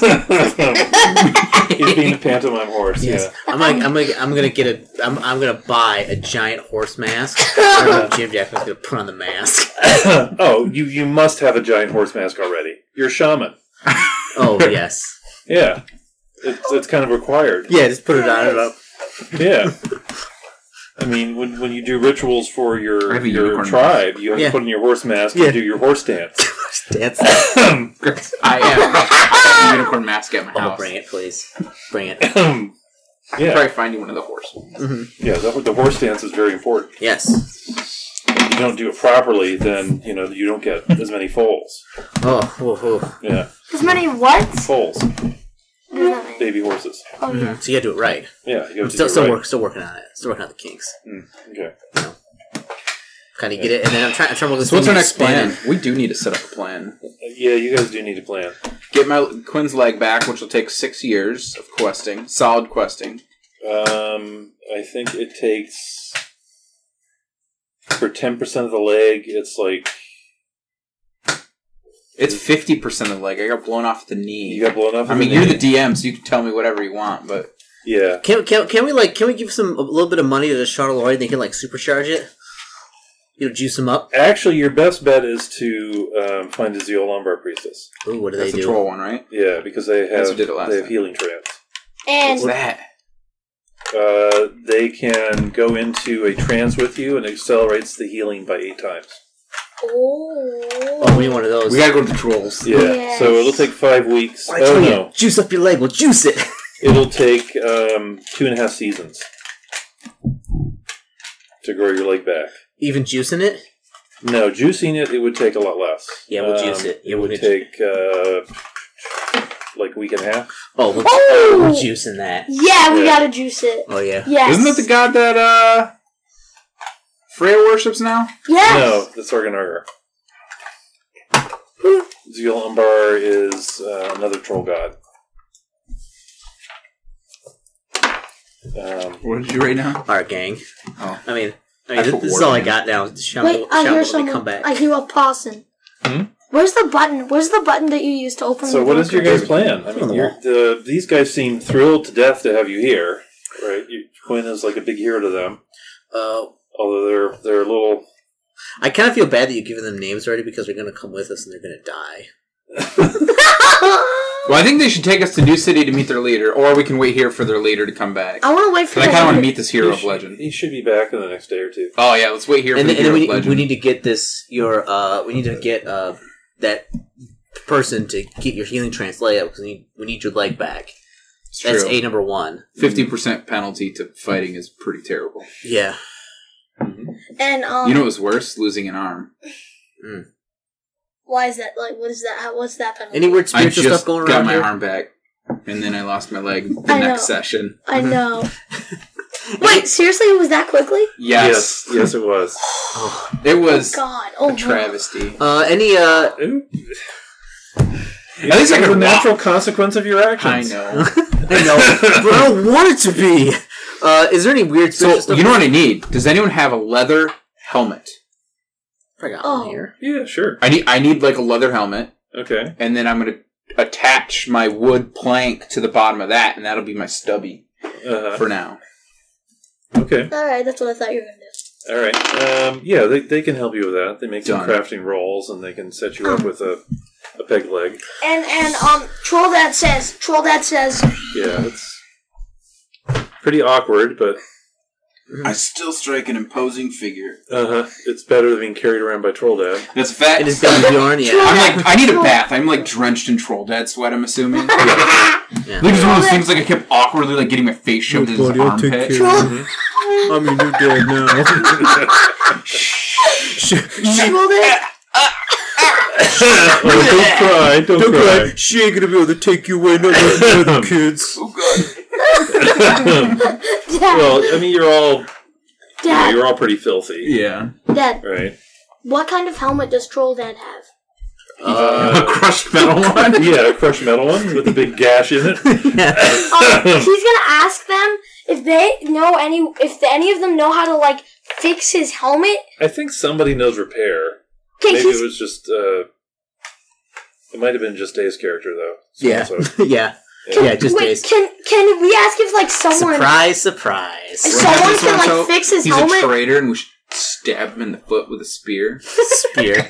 He's being a pantomime horse,
Yes.
yeah.
I'm like, I'm gonna, I'm gonna get a, I'm, I'm gonna buy a giant horse *laughs* mask. and Jim Jackson's gonna put on the mask.
*coughs* oh, you, you must have a giant horse mask already. You're a shaman.
Oh yes,
Yeah. It's, it's kind of required.
yeah, just put it on and up.
Yeah. I mean, when, when you do rituals for
I
your
have a
your
unicorn
tribe, you have
Yeah.
to put on your horse mask
Yeah.
and do your horse dance.
*laughs* That's,
I am.
*laughs*
I have a unicorn mask at my
oh,
house.
bring it, please, bring it.
yeah,
Probably find you one of the horse.
yeah. That, the horse dance is very important.
Yes.
If you don't do it properly, then you know you don't get as many foals.
Oh, oh, oh.
Yeah,
as many what?
foals,
Oh
baby horses.
yeah.
so you gotta do it right.
Yeah, you have
Still,
to do
still
it right.
work, still working on it. Still working on the kinks.
Okay.
Kind of get it, and then I'm trying, I'm trying to look at
So what's
this
our
thing
next plan?
spinning.
We do need to set up a plan.
Yeah, you guys do need a plan.
Get my Quinn's leg back, which will take six years of questing, solid questing.
Um, I think it takes for ten percent of the leg. It's like
It's fifty percent of the leg. I got blown off the
you
knee.
got blown up.
I
in
mean, you're
knee.
the DM, so you can tell me whatever you want, but
yeah.
Can, can, can we like can we give some a little bit of money to the Charleroi and they can like supercharge it? You know, juice them up.
Actually, your best bet is to um, find a Zeolombar priestess.
Ooh, what do
that's
they
the
do?
troll one, right?
Yeah, because they have
That's what did it last
they have
time.
healing trance.
What's
And
that?
Uh, they can go into a trance with you and accelerates the healing by eight times.
Oh,
oh,
we need one of those.
We gotta go to the trolls.
Yeah,
Yes.
so it'll take five weeks.
Why
oh
don't you
no,
Juice up your leg. We'll juice it. *laughs*
it'll take um, two and a half seasons to grow your leg back.
Even juicing it.
No, juicing it, it would take a lot less.
Yeah, Um, we'll juice it. Yeah,
it
we'll
would
ju-
take uh, like a week and a half.
Oh, we're,
Woo!
we're juicing that.
Yeah, we
Yeah.
gotta juice it.
Oh yeah.
Yes.
Isn't that the god that uh Freya worships now?
Yes.
No, that's Organar. Zeal Umbar is uh, another troll god. Um,
What did you write now?
All right, gang.
Oh.
I mean, I mean,
That's
this,
what
this is
war
all I
means.
got now. Shout
Wait, I hear someone.
come back.
I hear a pausing.
Hmm?
Where's the button? Where's the button that you use to open?
so,
the
what is your
bunker?
guys' plan? I mean, you're, the, these guys seem thrilled to death to have you here, right? You, Quinn is like a big hero to them,
uh,
although they're they're a little.
I kind of feel bad that you've given them names already because they're going to come with us and they're going to die.
Well, I think they should take us to New City to meet their leader, or we can wait here for their leader to come
*laughs*
back.
I want to wait for.
Because I kind of want to
that.
meet this hero
he
of
should-
legend.
He should be back in the next day or two.
Oh yeah, let's wait here
and
for
then,
the
and then
hero
we,
of legend.
we need to get this your uh we need to get uh that person to get your healing trance laid up because we need, we need your leg back.
It's
That's
true.
a number one.
Fifty percent penalty to fighting is pretty terrible.
Yeah.
And um,
You know what's worse? Losing an arm.
why is that? Like, what is that? How, what's that penalty?
Any weird
I
spiritual
just
stuff going
got
around
my
here?
arm back, and then I lost my leg the
I
next
know.
session.
I know.
*laughs*
Wait, seriously, it was that quickly?
Yes,
yes, yes, it was.
Oh.
it was
God, oh
a
my.
travesty.
Uh, any uh
Ooh.
At least I
It's
could
a
walk.
natural consequence of your
*laughs*
I
actions.
know.
I
*laughs*
know, but I don't want it to be. Uh, is there any weird spiritual
So
stuff?
you know what I need? Does anyone have a leather helmet?
I got
Oh.
one here.
Yeah, sure.
I need I need like a leather helmet,
Okay.
and then I'm gonna attach my wood plank to the bottom of that, and that'll be my stubby
Uh,
for now.
okay.
All right, that's what I thought you were gonna do.
All right. Um, yeah, they, they can help you with that. They make some
Done.
crafting rolls, and they can set you up with a, a peg leg.
And and um, troll dad says, troll dad says,
Yeah, it's pretty awkward, but
Mm-hmm.
I still strike an imposing figure.
uh, it's better than being carried around by Troll
*laughs*
Dad.
That's a fact.
It is gonna be yarn, yeah.
I'm like I need a bath. I'm like drenched in troll dad sweat. I'm assuming.
Yeah.
Like it's one of those things like I kept awkwardly like getting my face shoved in his armpit.
troll,
I'm your new dad now.
*laughs* troll
*laughs*
dad.
don't cry! Oh, Don't, cry!
She ain't gonna be able to take you away, not with the kids.
Oh god.
Dad,
*laughs* well, I mean, you're all you know,
dad,
you're all pretty filthy,
Yeah.
dad.
right?
What kind of helmet does troll dad have?
A crushed
*laughs*
metal one.
Uh, Yeah, a crushed metal one with a
*laughs*
big gash in it.
Um, he's gonna ask them if they know any, if any of them know how to like fix his helmet.
I think somebody knows repair.
Okay,
Maybe it
he's
was just. Uh, it might have been just Dave's character though. So-
Yeah.
so-
yeah. Yeah, just
wait.
days.
Can can we ask if like someone,
Surprise, surprise.
someone
This
can
one's
like
out.
fix his
He's a
helmet?
traitor, and we should stab him in the foot with a spear.
Spear.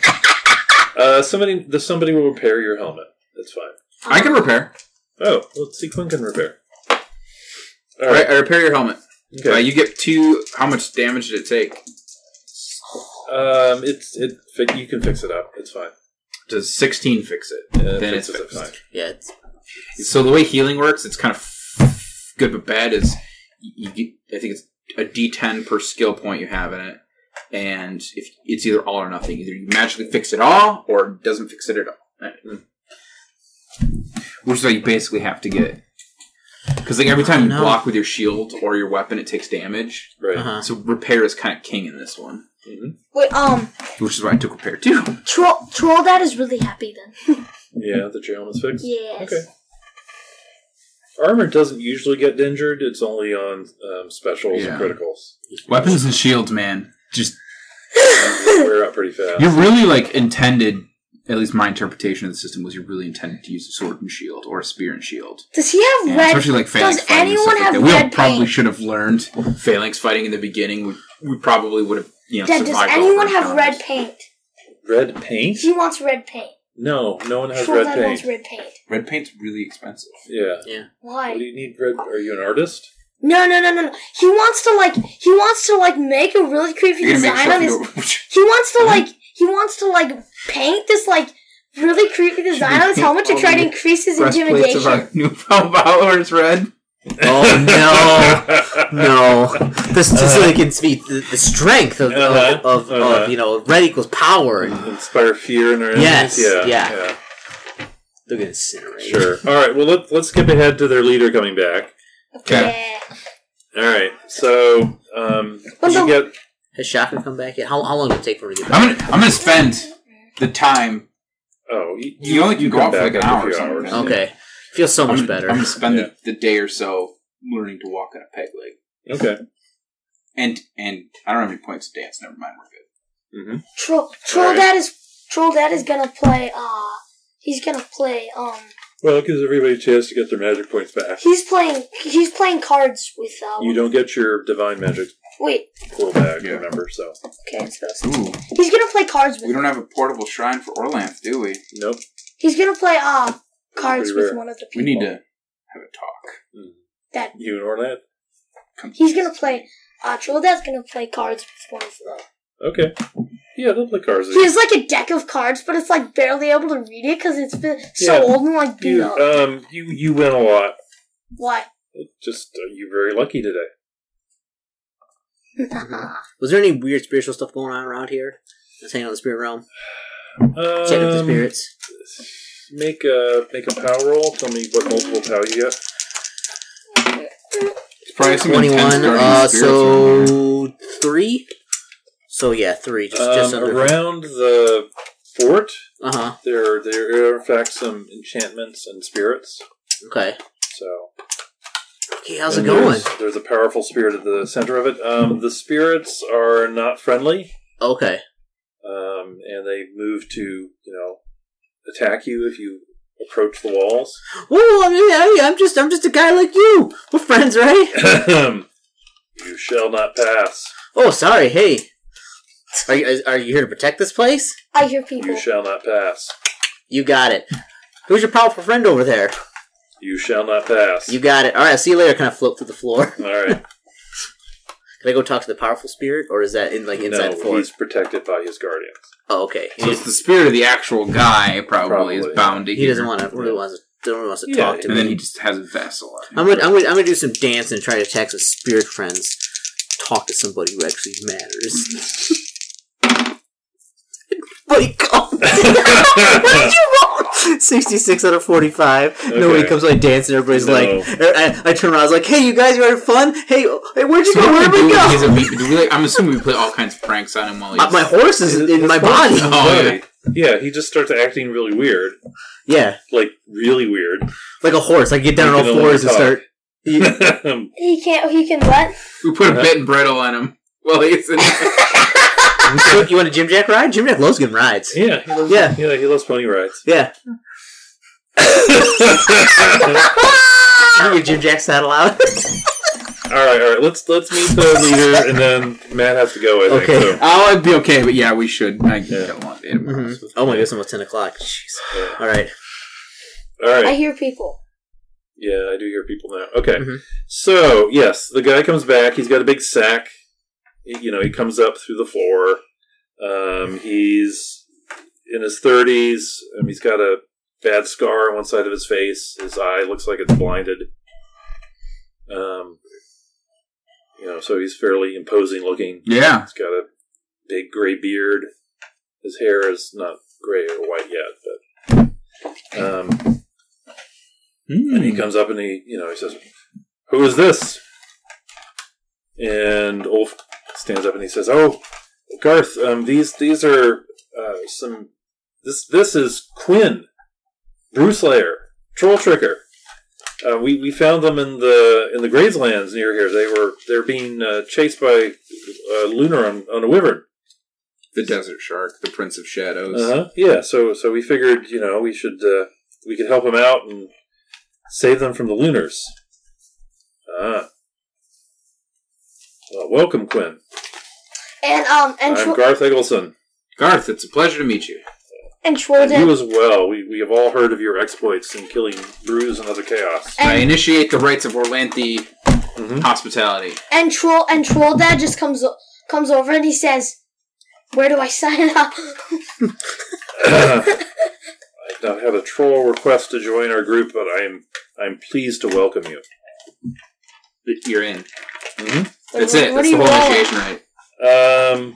Uh, somebody, the somebody will repair your helmet. That's fine.
I can repair.
Oh, let's see. Quinn can repair. All
All right,
right.
I repair your helmet. Uh,
Okay.
you get two. How much damage did it take?
Um, it's it. Fi- you can fix it up. It's fine.
Does sixteen fix it?
Uh,
then it's
fixes it
fixed.
fine.
Yeah.
*laughs*
it's-
So the way healing works, it's kind of good but bad. Is you get, I think it's a D10 per skill point you have in it, and if it's either all or nothing, either you magically fix it all or it doesn't fix it at all. Right. Which is what you basically have to get. Because like every time you
No.
block with your shield or your weapon, it takes damage.
Right.
Uh-huh.
So repair is kind of king in this one,
Wait, um,
which is why I took repair too.
troll troll dad is really happy then.
Yeah, the your helmet's fixed.
Yes.
Okay. Armor doesn't usually get injured. It's only on um, specials
Yeah.
and criticals.
Weapons and shields, man. Just
They wear out pretty fast.
You're really like intended. At least my interpretation of the system was you're really intended to use a sword and shield or a spear and shield.
Does he have
And
red?
especially like phalanx
does
fighting and
anyone
stuff like
have
that. We all
red
probably
paint?
should have learned phalanx fighting in the beginning. We, we probably would have you know
Dad, does
survived. all
anyone
the
have red
encounters.
paint?
Red paint?
He wants red paint.
No, no one has
Troll
red
dad
paint.
wants red paint.
Red paint's really expensive.
yeah. What do
Why?
you need red? Are you an artist? *laughs*
No, no, no, no, no. He wants to like. He wants to like make a really creepy
You're gonna make
design
sure
on
you Mm-hmm.
his.
don't-
He wants to like. He wants to like paint this like really creepy design on his helmet to try to increase his
*laughs* breastplates of
intimidation.
our *laughs* newfound followers red.
Oh no, no! This is
Uh-huh.
so they can speak the, the strength of,
Uh-huh.
of, of,
Uh-huh.
of you know red equals power.
Inspire fear in our enemies?
Yes, yeah.
yeah.
They'll get incinerated.
Sure. All right. Well, let, let's skip ahead to their leader coming back.
Okay.
All right. So, um,
Well,
you
no.
get
Has Shaka come back yet? How, how long did it take for him to get back?
I'm gonna I'm gonna spend the time.
oh, you,
You only can go out for
back
like an
after a
hour
few
or something.
hours.
right?
Okay. Feels so
I'm
much
gonna-
better.
I'm gonna spend
Yeah.
the, the day or so learning to walk on a peg leg.
okay.
And and I don't have any points to dance. Never mind, we're good.
hmm
Troll Troll
Alright.
Dad is Troll Dad is gonna play. Uh, he's gonna play. Um,
Well, it gives everybody a chance to get their magic points back.
he's playing. He's playing cards with. Uh,
You don't get your divine magic
wait.
pool back,
Yeah.
remember? So,
Okay, it's those.
Ooh,
He's gonna play cards
we
with.
don't have a portable shrine for Orlanth, do we?
nope.
He's gonna play. Uh, cards
Pretty
with
rare.
one of the people.
We need to have a talk.
That
You ignore that.
Come-
he's gonna play. Uh, Troll Dad's gonna play cards with one of the.
Okay. Yeah, they'll play cards.
He has like a deck of cards, but it's like barely able to read it because it's been so
Yeah.
old and like beat
You,
up.
uh,
um, you, you win a lot.
Why?
*laughs*
Just, uh, you're very lucky today.
Was there any weird spiritual stuff going on around here? Let's hang on the spirit realm.
Um,
Check out the spirits.
Make a, make a power roll. Tell me what multiple power you got.
It's probably some
21.
intense guardian
Uh,
spirits around here.
so, three? So, yeah, three. Just, just
Um,
under.
around the fort,
Uh huh.
there, there are, in fact, some enchantments and spirits.
Okay.
So,
Okay, how's it
And
going?
There's, there's a powerful spirit at the center of it. Um, the spirits are not friendly,
Okay.
um, and they move to you know attack you if you approach
*laughs*
the walls.
Whoa, I mean, I I'm just, I'm just a guy like you. We're friends, right?
you shall not pass.
Oh, sorry. Hey, are you is- are you here to protect this place?
I hear people.
You shall not pass.
You got it. Who's your powerful friend over there?
You shall not pass.
You got it. All right, I'll see you later. Can I float through the floor? *laughs*
All right.
Can I go talk to the powerful spirit, or is that in like inside the
no,
floor?
he's protected by his guardians.
Oh, okay. He,
So it's the spirit of the actual guy probably, is
Probably.
bound to
he doesn't
hear.
want to. Really wants to. Don't really wants to
Yeah,
talk to me.
And then he just has a vessel. on him.
I'm gonna, I'm gonna, I'm gonna do some dance and try to attack some spirit friends. Talk to somebody who actually matters. *laughs* Buddy, *laughs* come. What'd you roll? 66 out of 45. Nobody
Okay.
comes like dancing. Everybody's
No.
like, er, I, I turn around. I was like, hey, you guys, you having fun? Hey, oh, hey where'd you
So
go? Where'd
what do we
we
do is
go?
that we- do we, like, I'm assuming we play all kinds of pranks on him while he's.
Uh, my horse is in my body.
Oh, yeah.
Right. yeah, he just starts acting really weird,
Yeah,
like really weird.
like a horse. I get down
You
on all
can only
fours and
talk.
start. Yeah.
He can't. He can let.
We put a bit and brittle on him while he's in *laughs* there.
you want a Jim Jack ride? Jim Jack loves getting rides.
*laughs* yeah, he loves,
Yeah.
yeah, he loves
*laughs*
pony rides.
Yeah. Get your Jim Jack saddle
*laughs*
out.
All right, all right. Let's let's meet the leader, and then Matt has to go. I think.
Okay.
So.
I'll Oh, be okay, but yeah, we should. I
Yeah.
don't want it.
Mhm. Oh my goodness, almost 10 o'clock. Jeez. All right.
All
I
right.
hear people.
Yeah, I do hear people now. Okay.
Mhm.
So yes, the guy comes back. He's got a big sack. He- You know, he comes up through the floor. Um, he's in his thirties. Um, he's got a bad scar on one side of his face. His eye looks like it's blinded. Um, you know, so he's fairly imposing looking.
Yeah.
He's got a big gray beard. His hair is not gray or white yet, but um,
Hmm.
and he comes up and he, you know, he says, "Who is this?" And Ulf stands up and he says, "Oh, Garth, um, these these are uh, some. This this is Quinn, Bruce Layer, Troll Tricker. Uh, we we found them in the in the Graveslands near here. They were they're being uh, chased by uh, Lunar on, on a wyvern.
The Desert Shark, the Prince of Shadows.
Uh-huh. Yeah. So so we figured, you know, we should uh, we could help them out and save them from the Lunars. Ah. Well, welcome, Quinn.
And um and
I'm
Tro-
Garth Eggleston.
Garth, it's a pleasure to meet you.
and Troll
And you
Dad
as well. We, we have all heard of your exploits in killing Bruise and other chaos.
I
and,
initiate the rites of Orlanthe
Mm-hmm.
hospitality.
and Troll and Troll Dad just comes o- comes over and he says, "Where do I sign up?"
I don't have a troll request to join our group, but I'm I'm pleased to welcome you.
that You're in.
Like,
That's it.
what
That's
do
the
you
whole
roll?
initiation rite.
Um,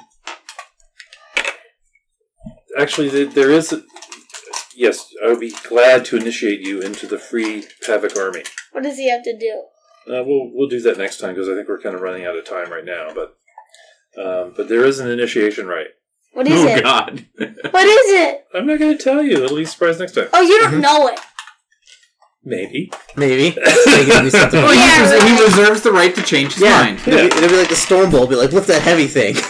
actually, th- there is. Yes, I would be glad to initiate you into the Free Pavic Army.
What does he have to do?
Uh, we'll we'll do that next time because I think we're kind of running out of time right now. But um, but there is an initiation right.
What is it?
Oh, God.
What is it?
I'm not going to tell you. It'll be a surprise next time.
Oh, you don't
Mm-hmm.
know it.
Maybe. *laughs*
Maybe. Maybe something.
Well, he,
Yeah,
res- he
right.
reserves the right to change his
Yeah.
mind.
It'll, be, it'll be like the storm bowl. Be like, lift that heavy thing. *laughs*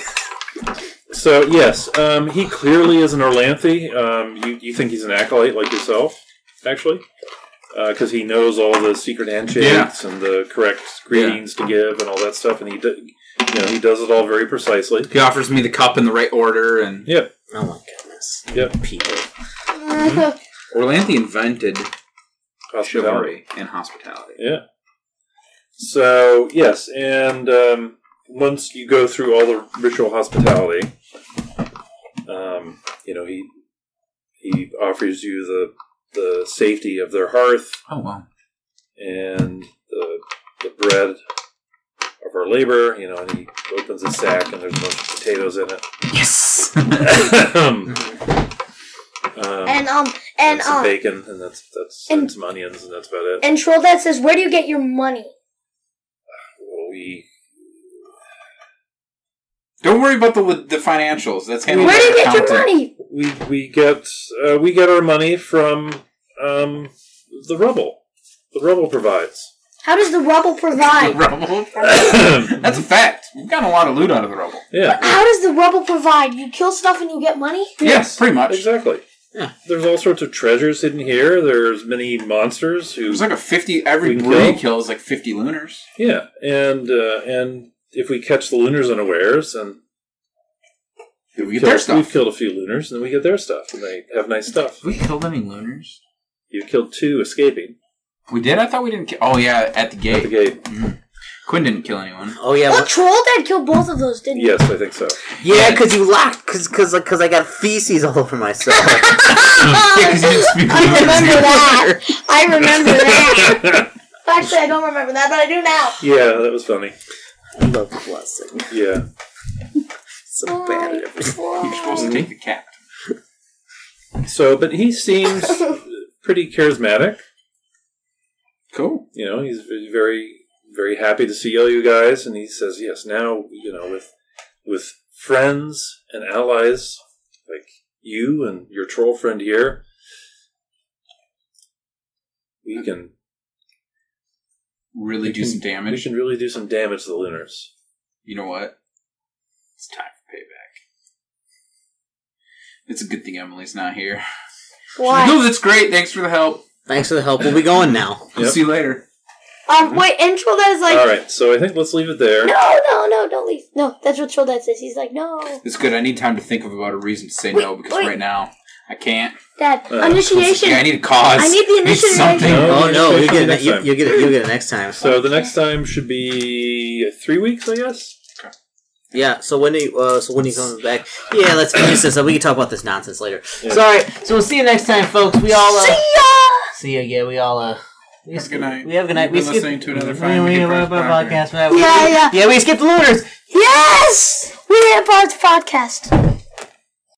So yes, um, he clearly is an Orlanthe. Um, you you think he's an acolyte like yourself, actually, because he knows all the secret handshakes and the correct greetings to give and all that stuff, and he d- you know he does it all very precisely.
He offers me the cup in the right order, and
Yep.
Oh my goodness.
Yep.
People.
Orlanthe invented
Hospitality.
chivalry and hospitality.
Yeah. So yes, and um, once you go through all the ritual hospitality, um, you know he he offers you the the safety of their hearth.
Oh wow!
and the, the bread of our labor, you know, and he opens a sack and there's a bunch of potatoes in
Yes.
it. um, and,
*laughs* And um and
some
um
bacon, and that's that's
and-
and, some onions, and that's about it.
and troll that says, "Where do you get your money?"
Well, we
Don't worry about the the financials. That's handled
Where do
by
you get your
accountant.
money?
we we get uh, we get our money from um, the rubble. The rubble provides. *coughs*
How does the rubble provide?
Rubble. That's a fact. We've gotten a lot of loot out of the rubble.
yeah,
How does the rubble provide? You kill stuff and you get money?
Yes, pretty much.
exactly.
Yeah.
There's all sorts of treasures hidden here. There's many monsters who
There's like a fifty. Every
We
brew you
kill.
kill is like fifty lunars.
Yeah, and uh, and if we catch the lunars unawares, and
We get
kill-
their stuff.
we've killed a few lunars, and then we get their stuff, and they have nice stuff.
we killed any lunars?
You killed two escaping
We did. I thought we didn't. Ki- oh yeah, at the gate.
at the gate.
Quinn didn't kill anyone. *laughs*
Oh yeah.
*laughs*
Well,
What?
troll dad killed both of those, didn't he?
Yes, I think so.
Yeah, because you locked. Because because because I got feces all over myself. *laughs*
*laughs* Yeah, 'cause you didn't speak
Oh, I remember
Lunars. *laughs*
that. I remember that. Actually, I don't remember that, but I do now.
yeah, that was funny.
I love the blessing.
Yeah,
So bad at everything.
You're supposed to take the cat.
so but he seems pretty charismatic.
Cool.
You know, he's very very happy to see all you guys, and he says, "Yes, now you know with with friends and allies like you and your troll friend here." We can
Really do some
We
damage.
can really do some damage to the Lunars.
You know what? It's time for payback. It's a good thing Emily's not here.
*laughs*
Why?
No, that's great. Thanks for the help.
Thanks for the help. We'll be going now.
We'll
Yep.
see you later.
Um, wait, and troll dad is like,
All right, so I think let's leave it there.
no, no, no, don't leave. No, that's what troll dad says. He's like, no,
It's good. I need time to think of about a reason to say
Wait,
no because
wait.
right now I can't.
dad,
Uh,
initiation.
Yeah, I need a cause.
I need the initiative.
something.
No.
Oh no, you
Next
get it.
time.
You, you get it. You get it next time.
So the next time should be three weeks, I guess.
Yeah. So when do you, uh, so when are you coming back? Yeah, let's finish this. up. We can talk about this nonsense later.
Yeah.
Sorry. So we'll see you next time, folks. We all uh,
See ya!
see you. Yeah, we all uh. We
Have a
skip-
good night.
We have a good night.
You've
We
been
skip-
listening to another fine
we, we,
Wicked
we,
Birds
podcast.
podcast.
Yeah, we-
Yeah, yeah.
Yeah, we skipped the lunars.
Yes! We hit Bart's podcast.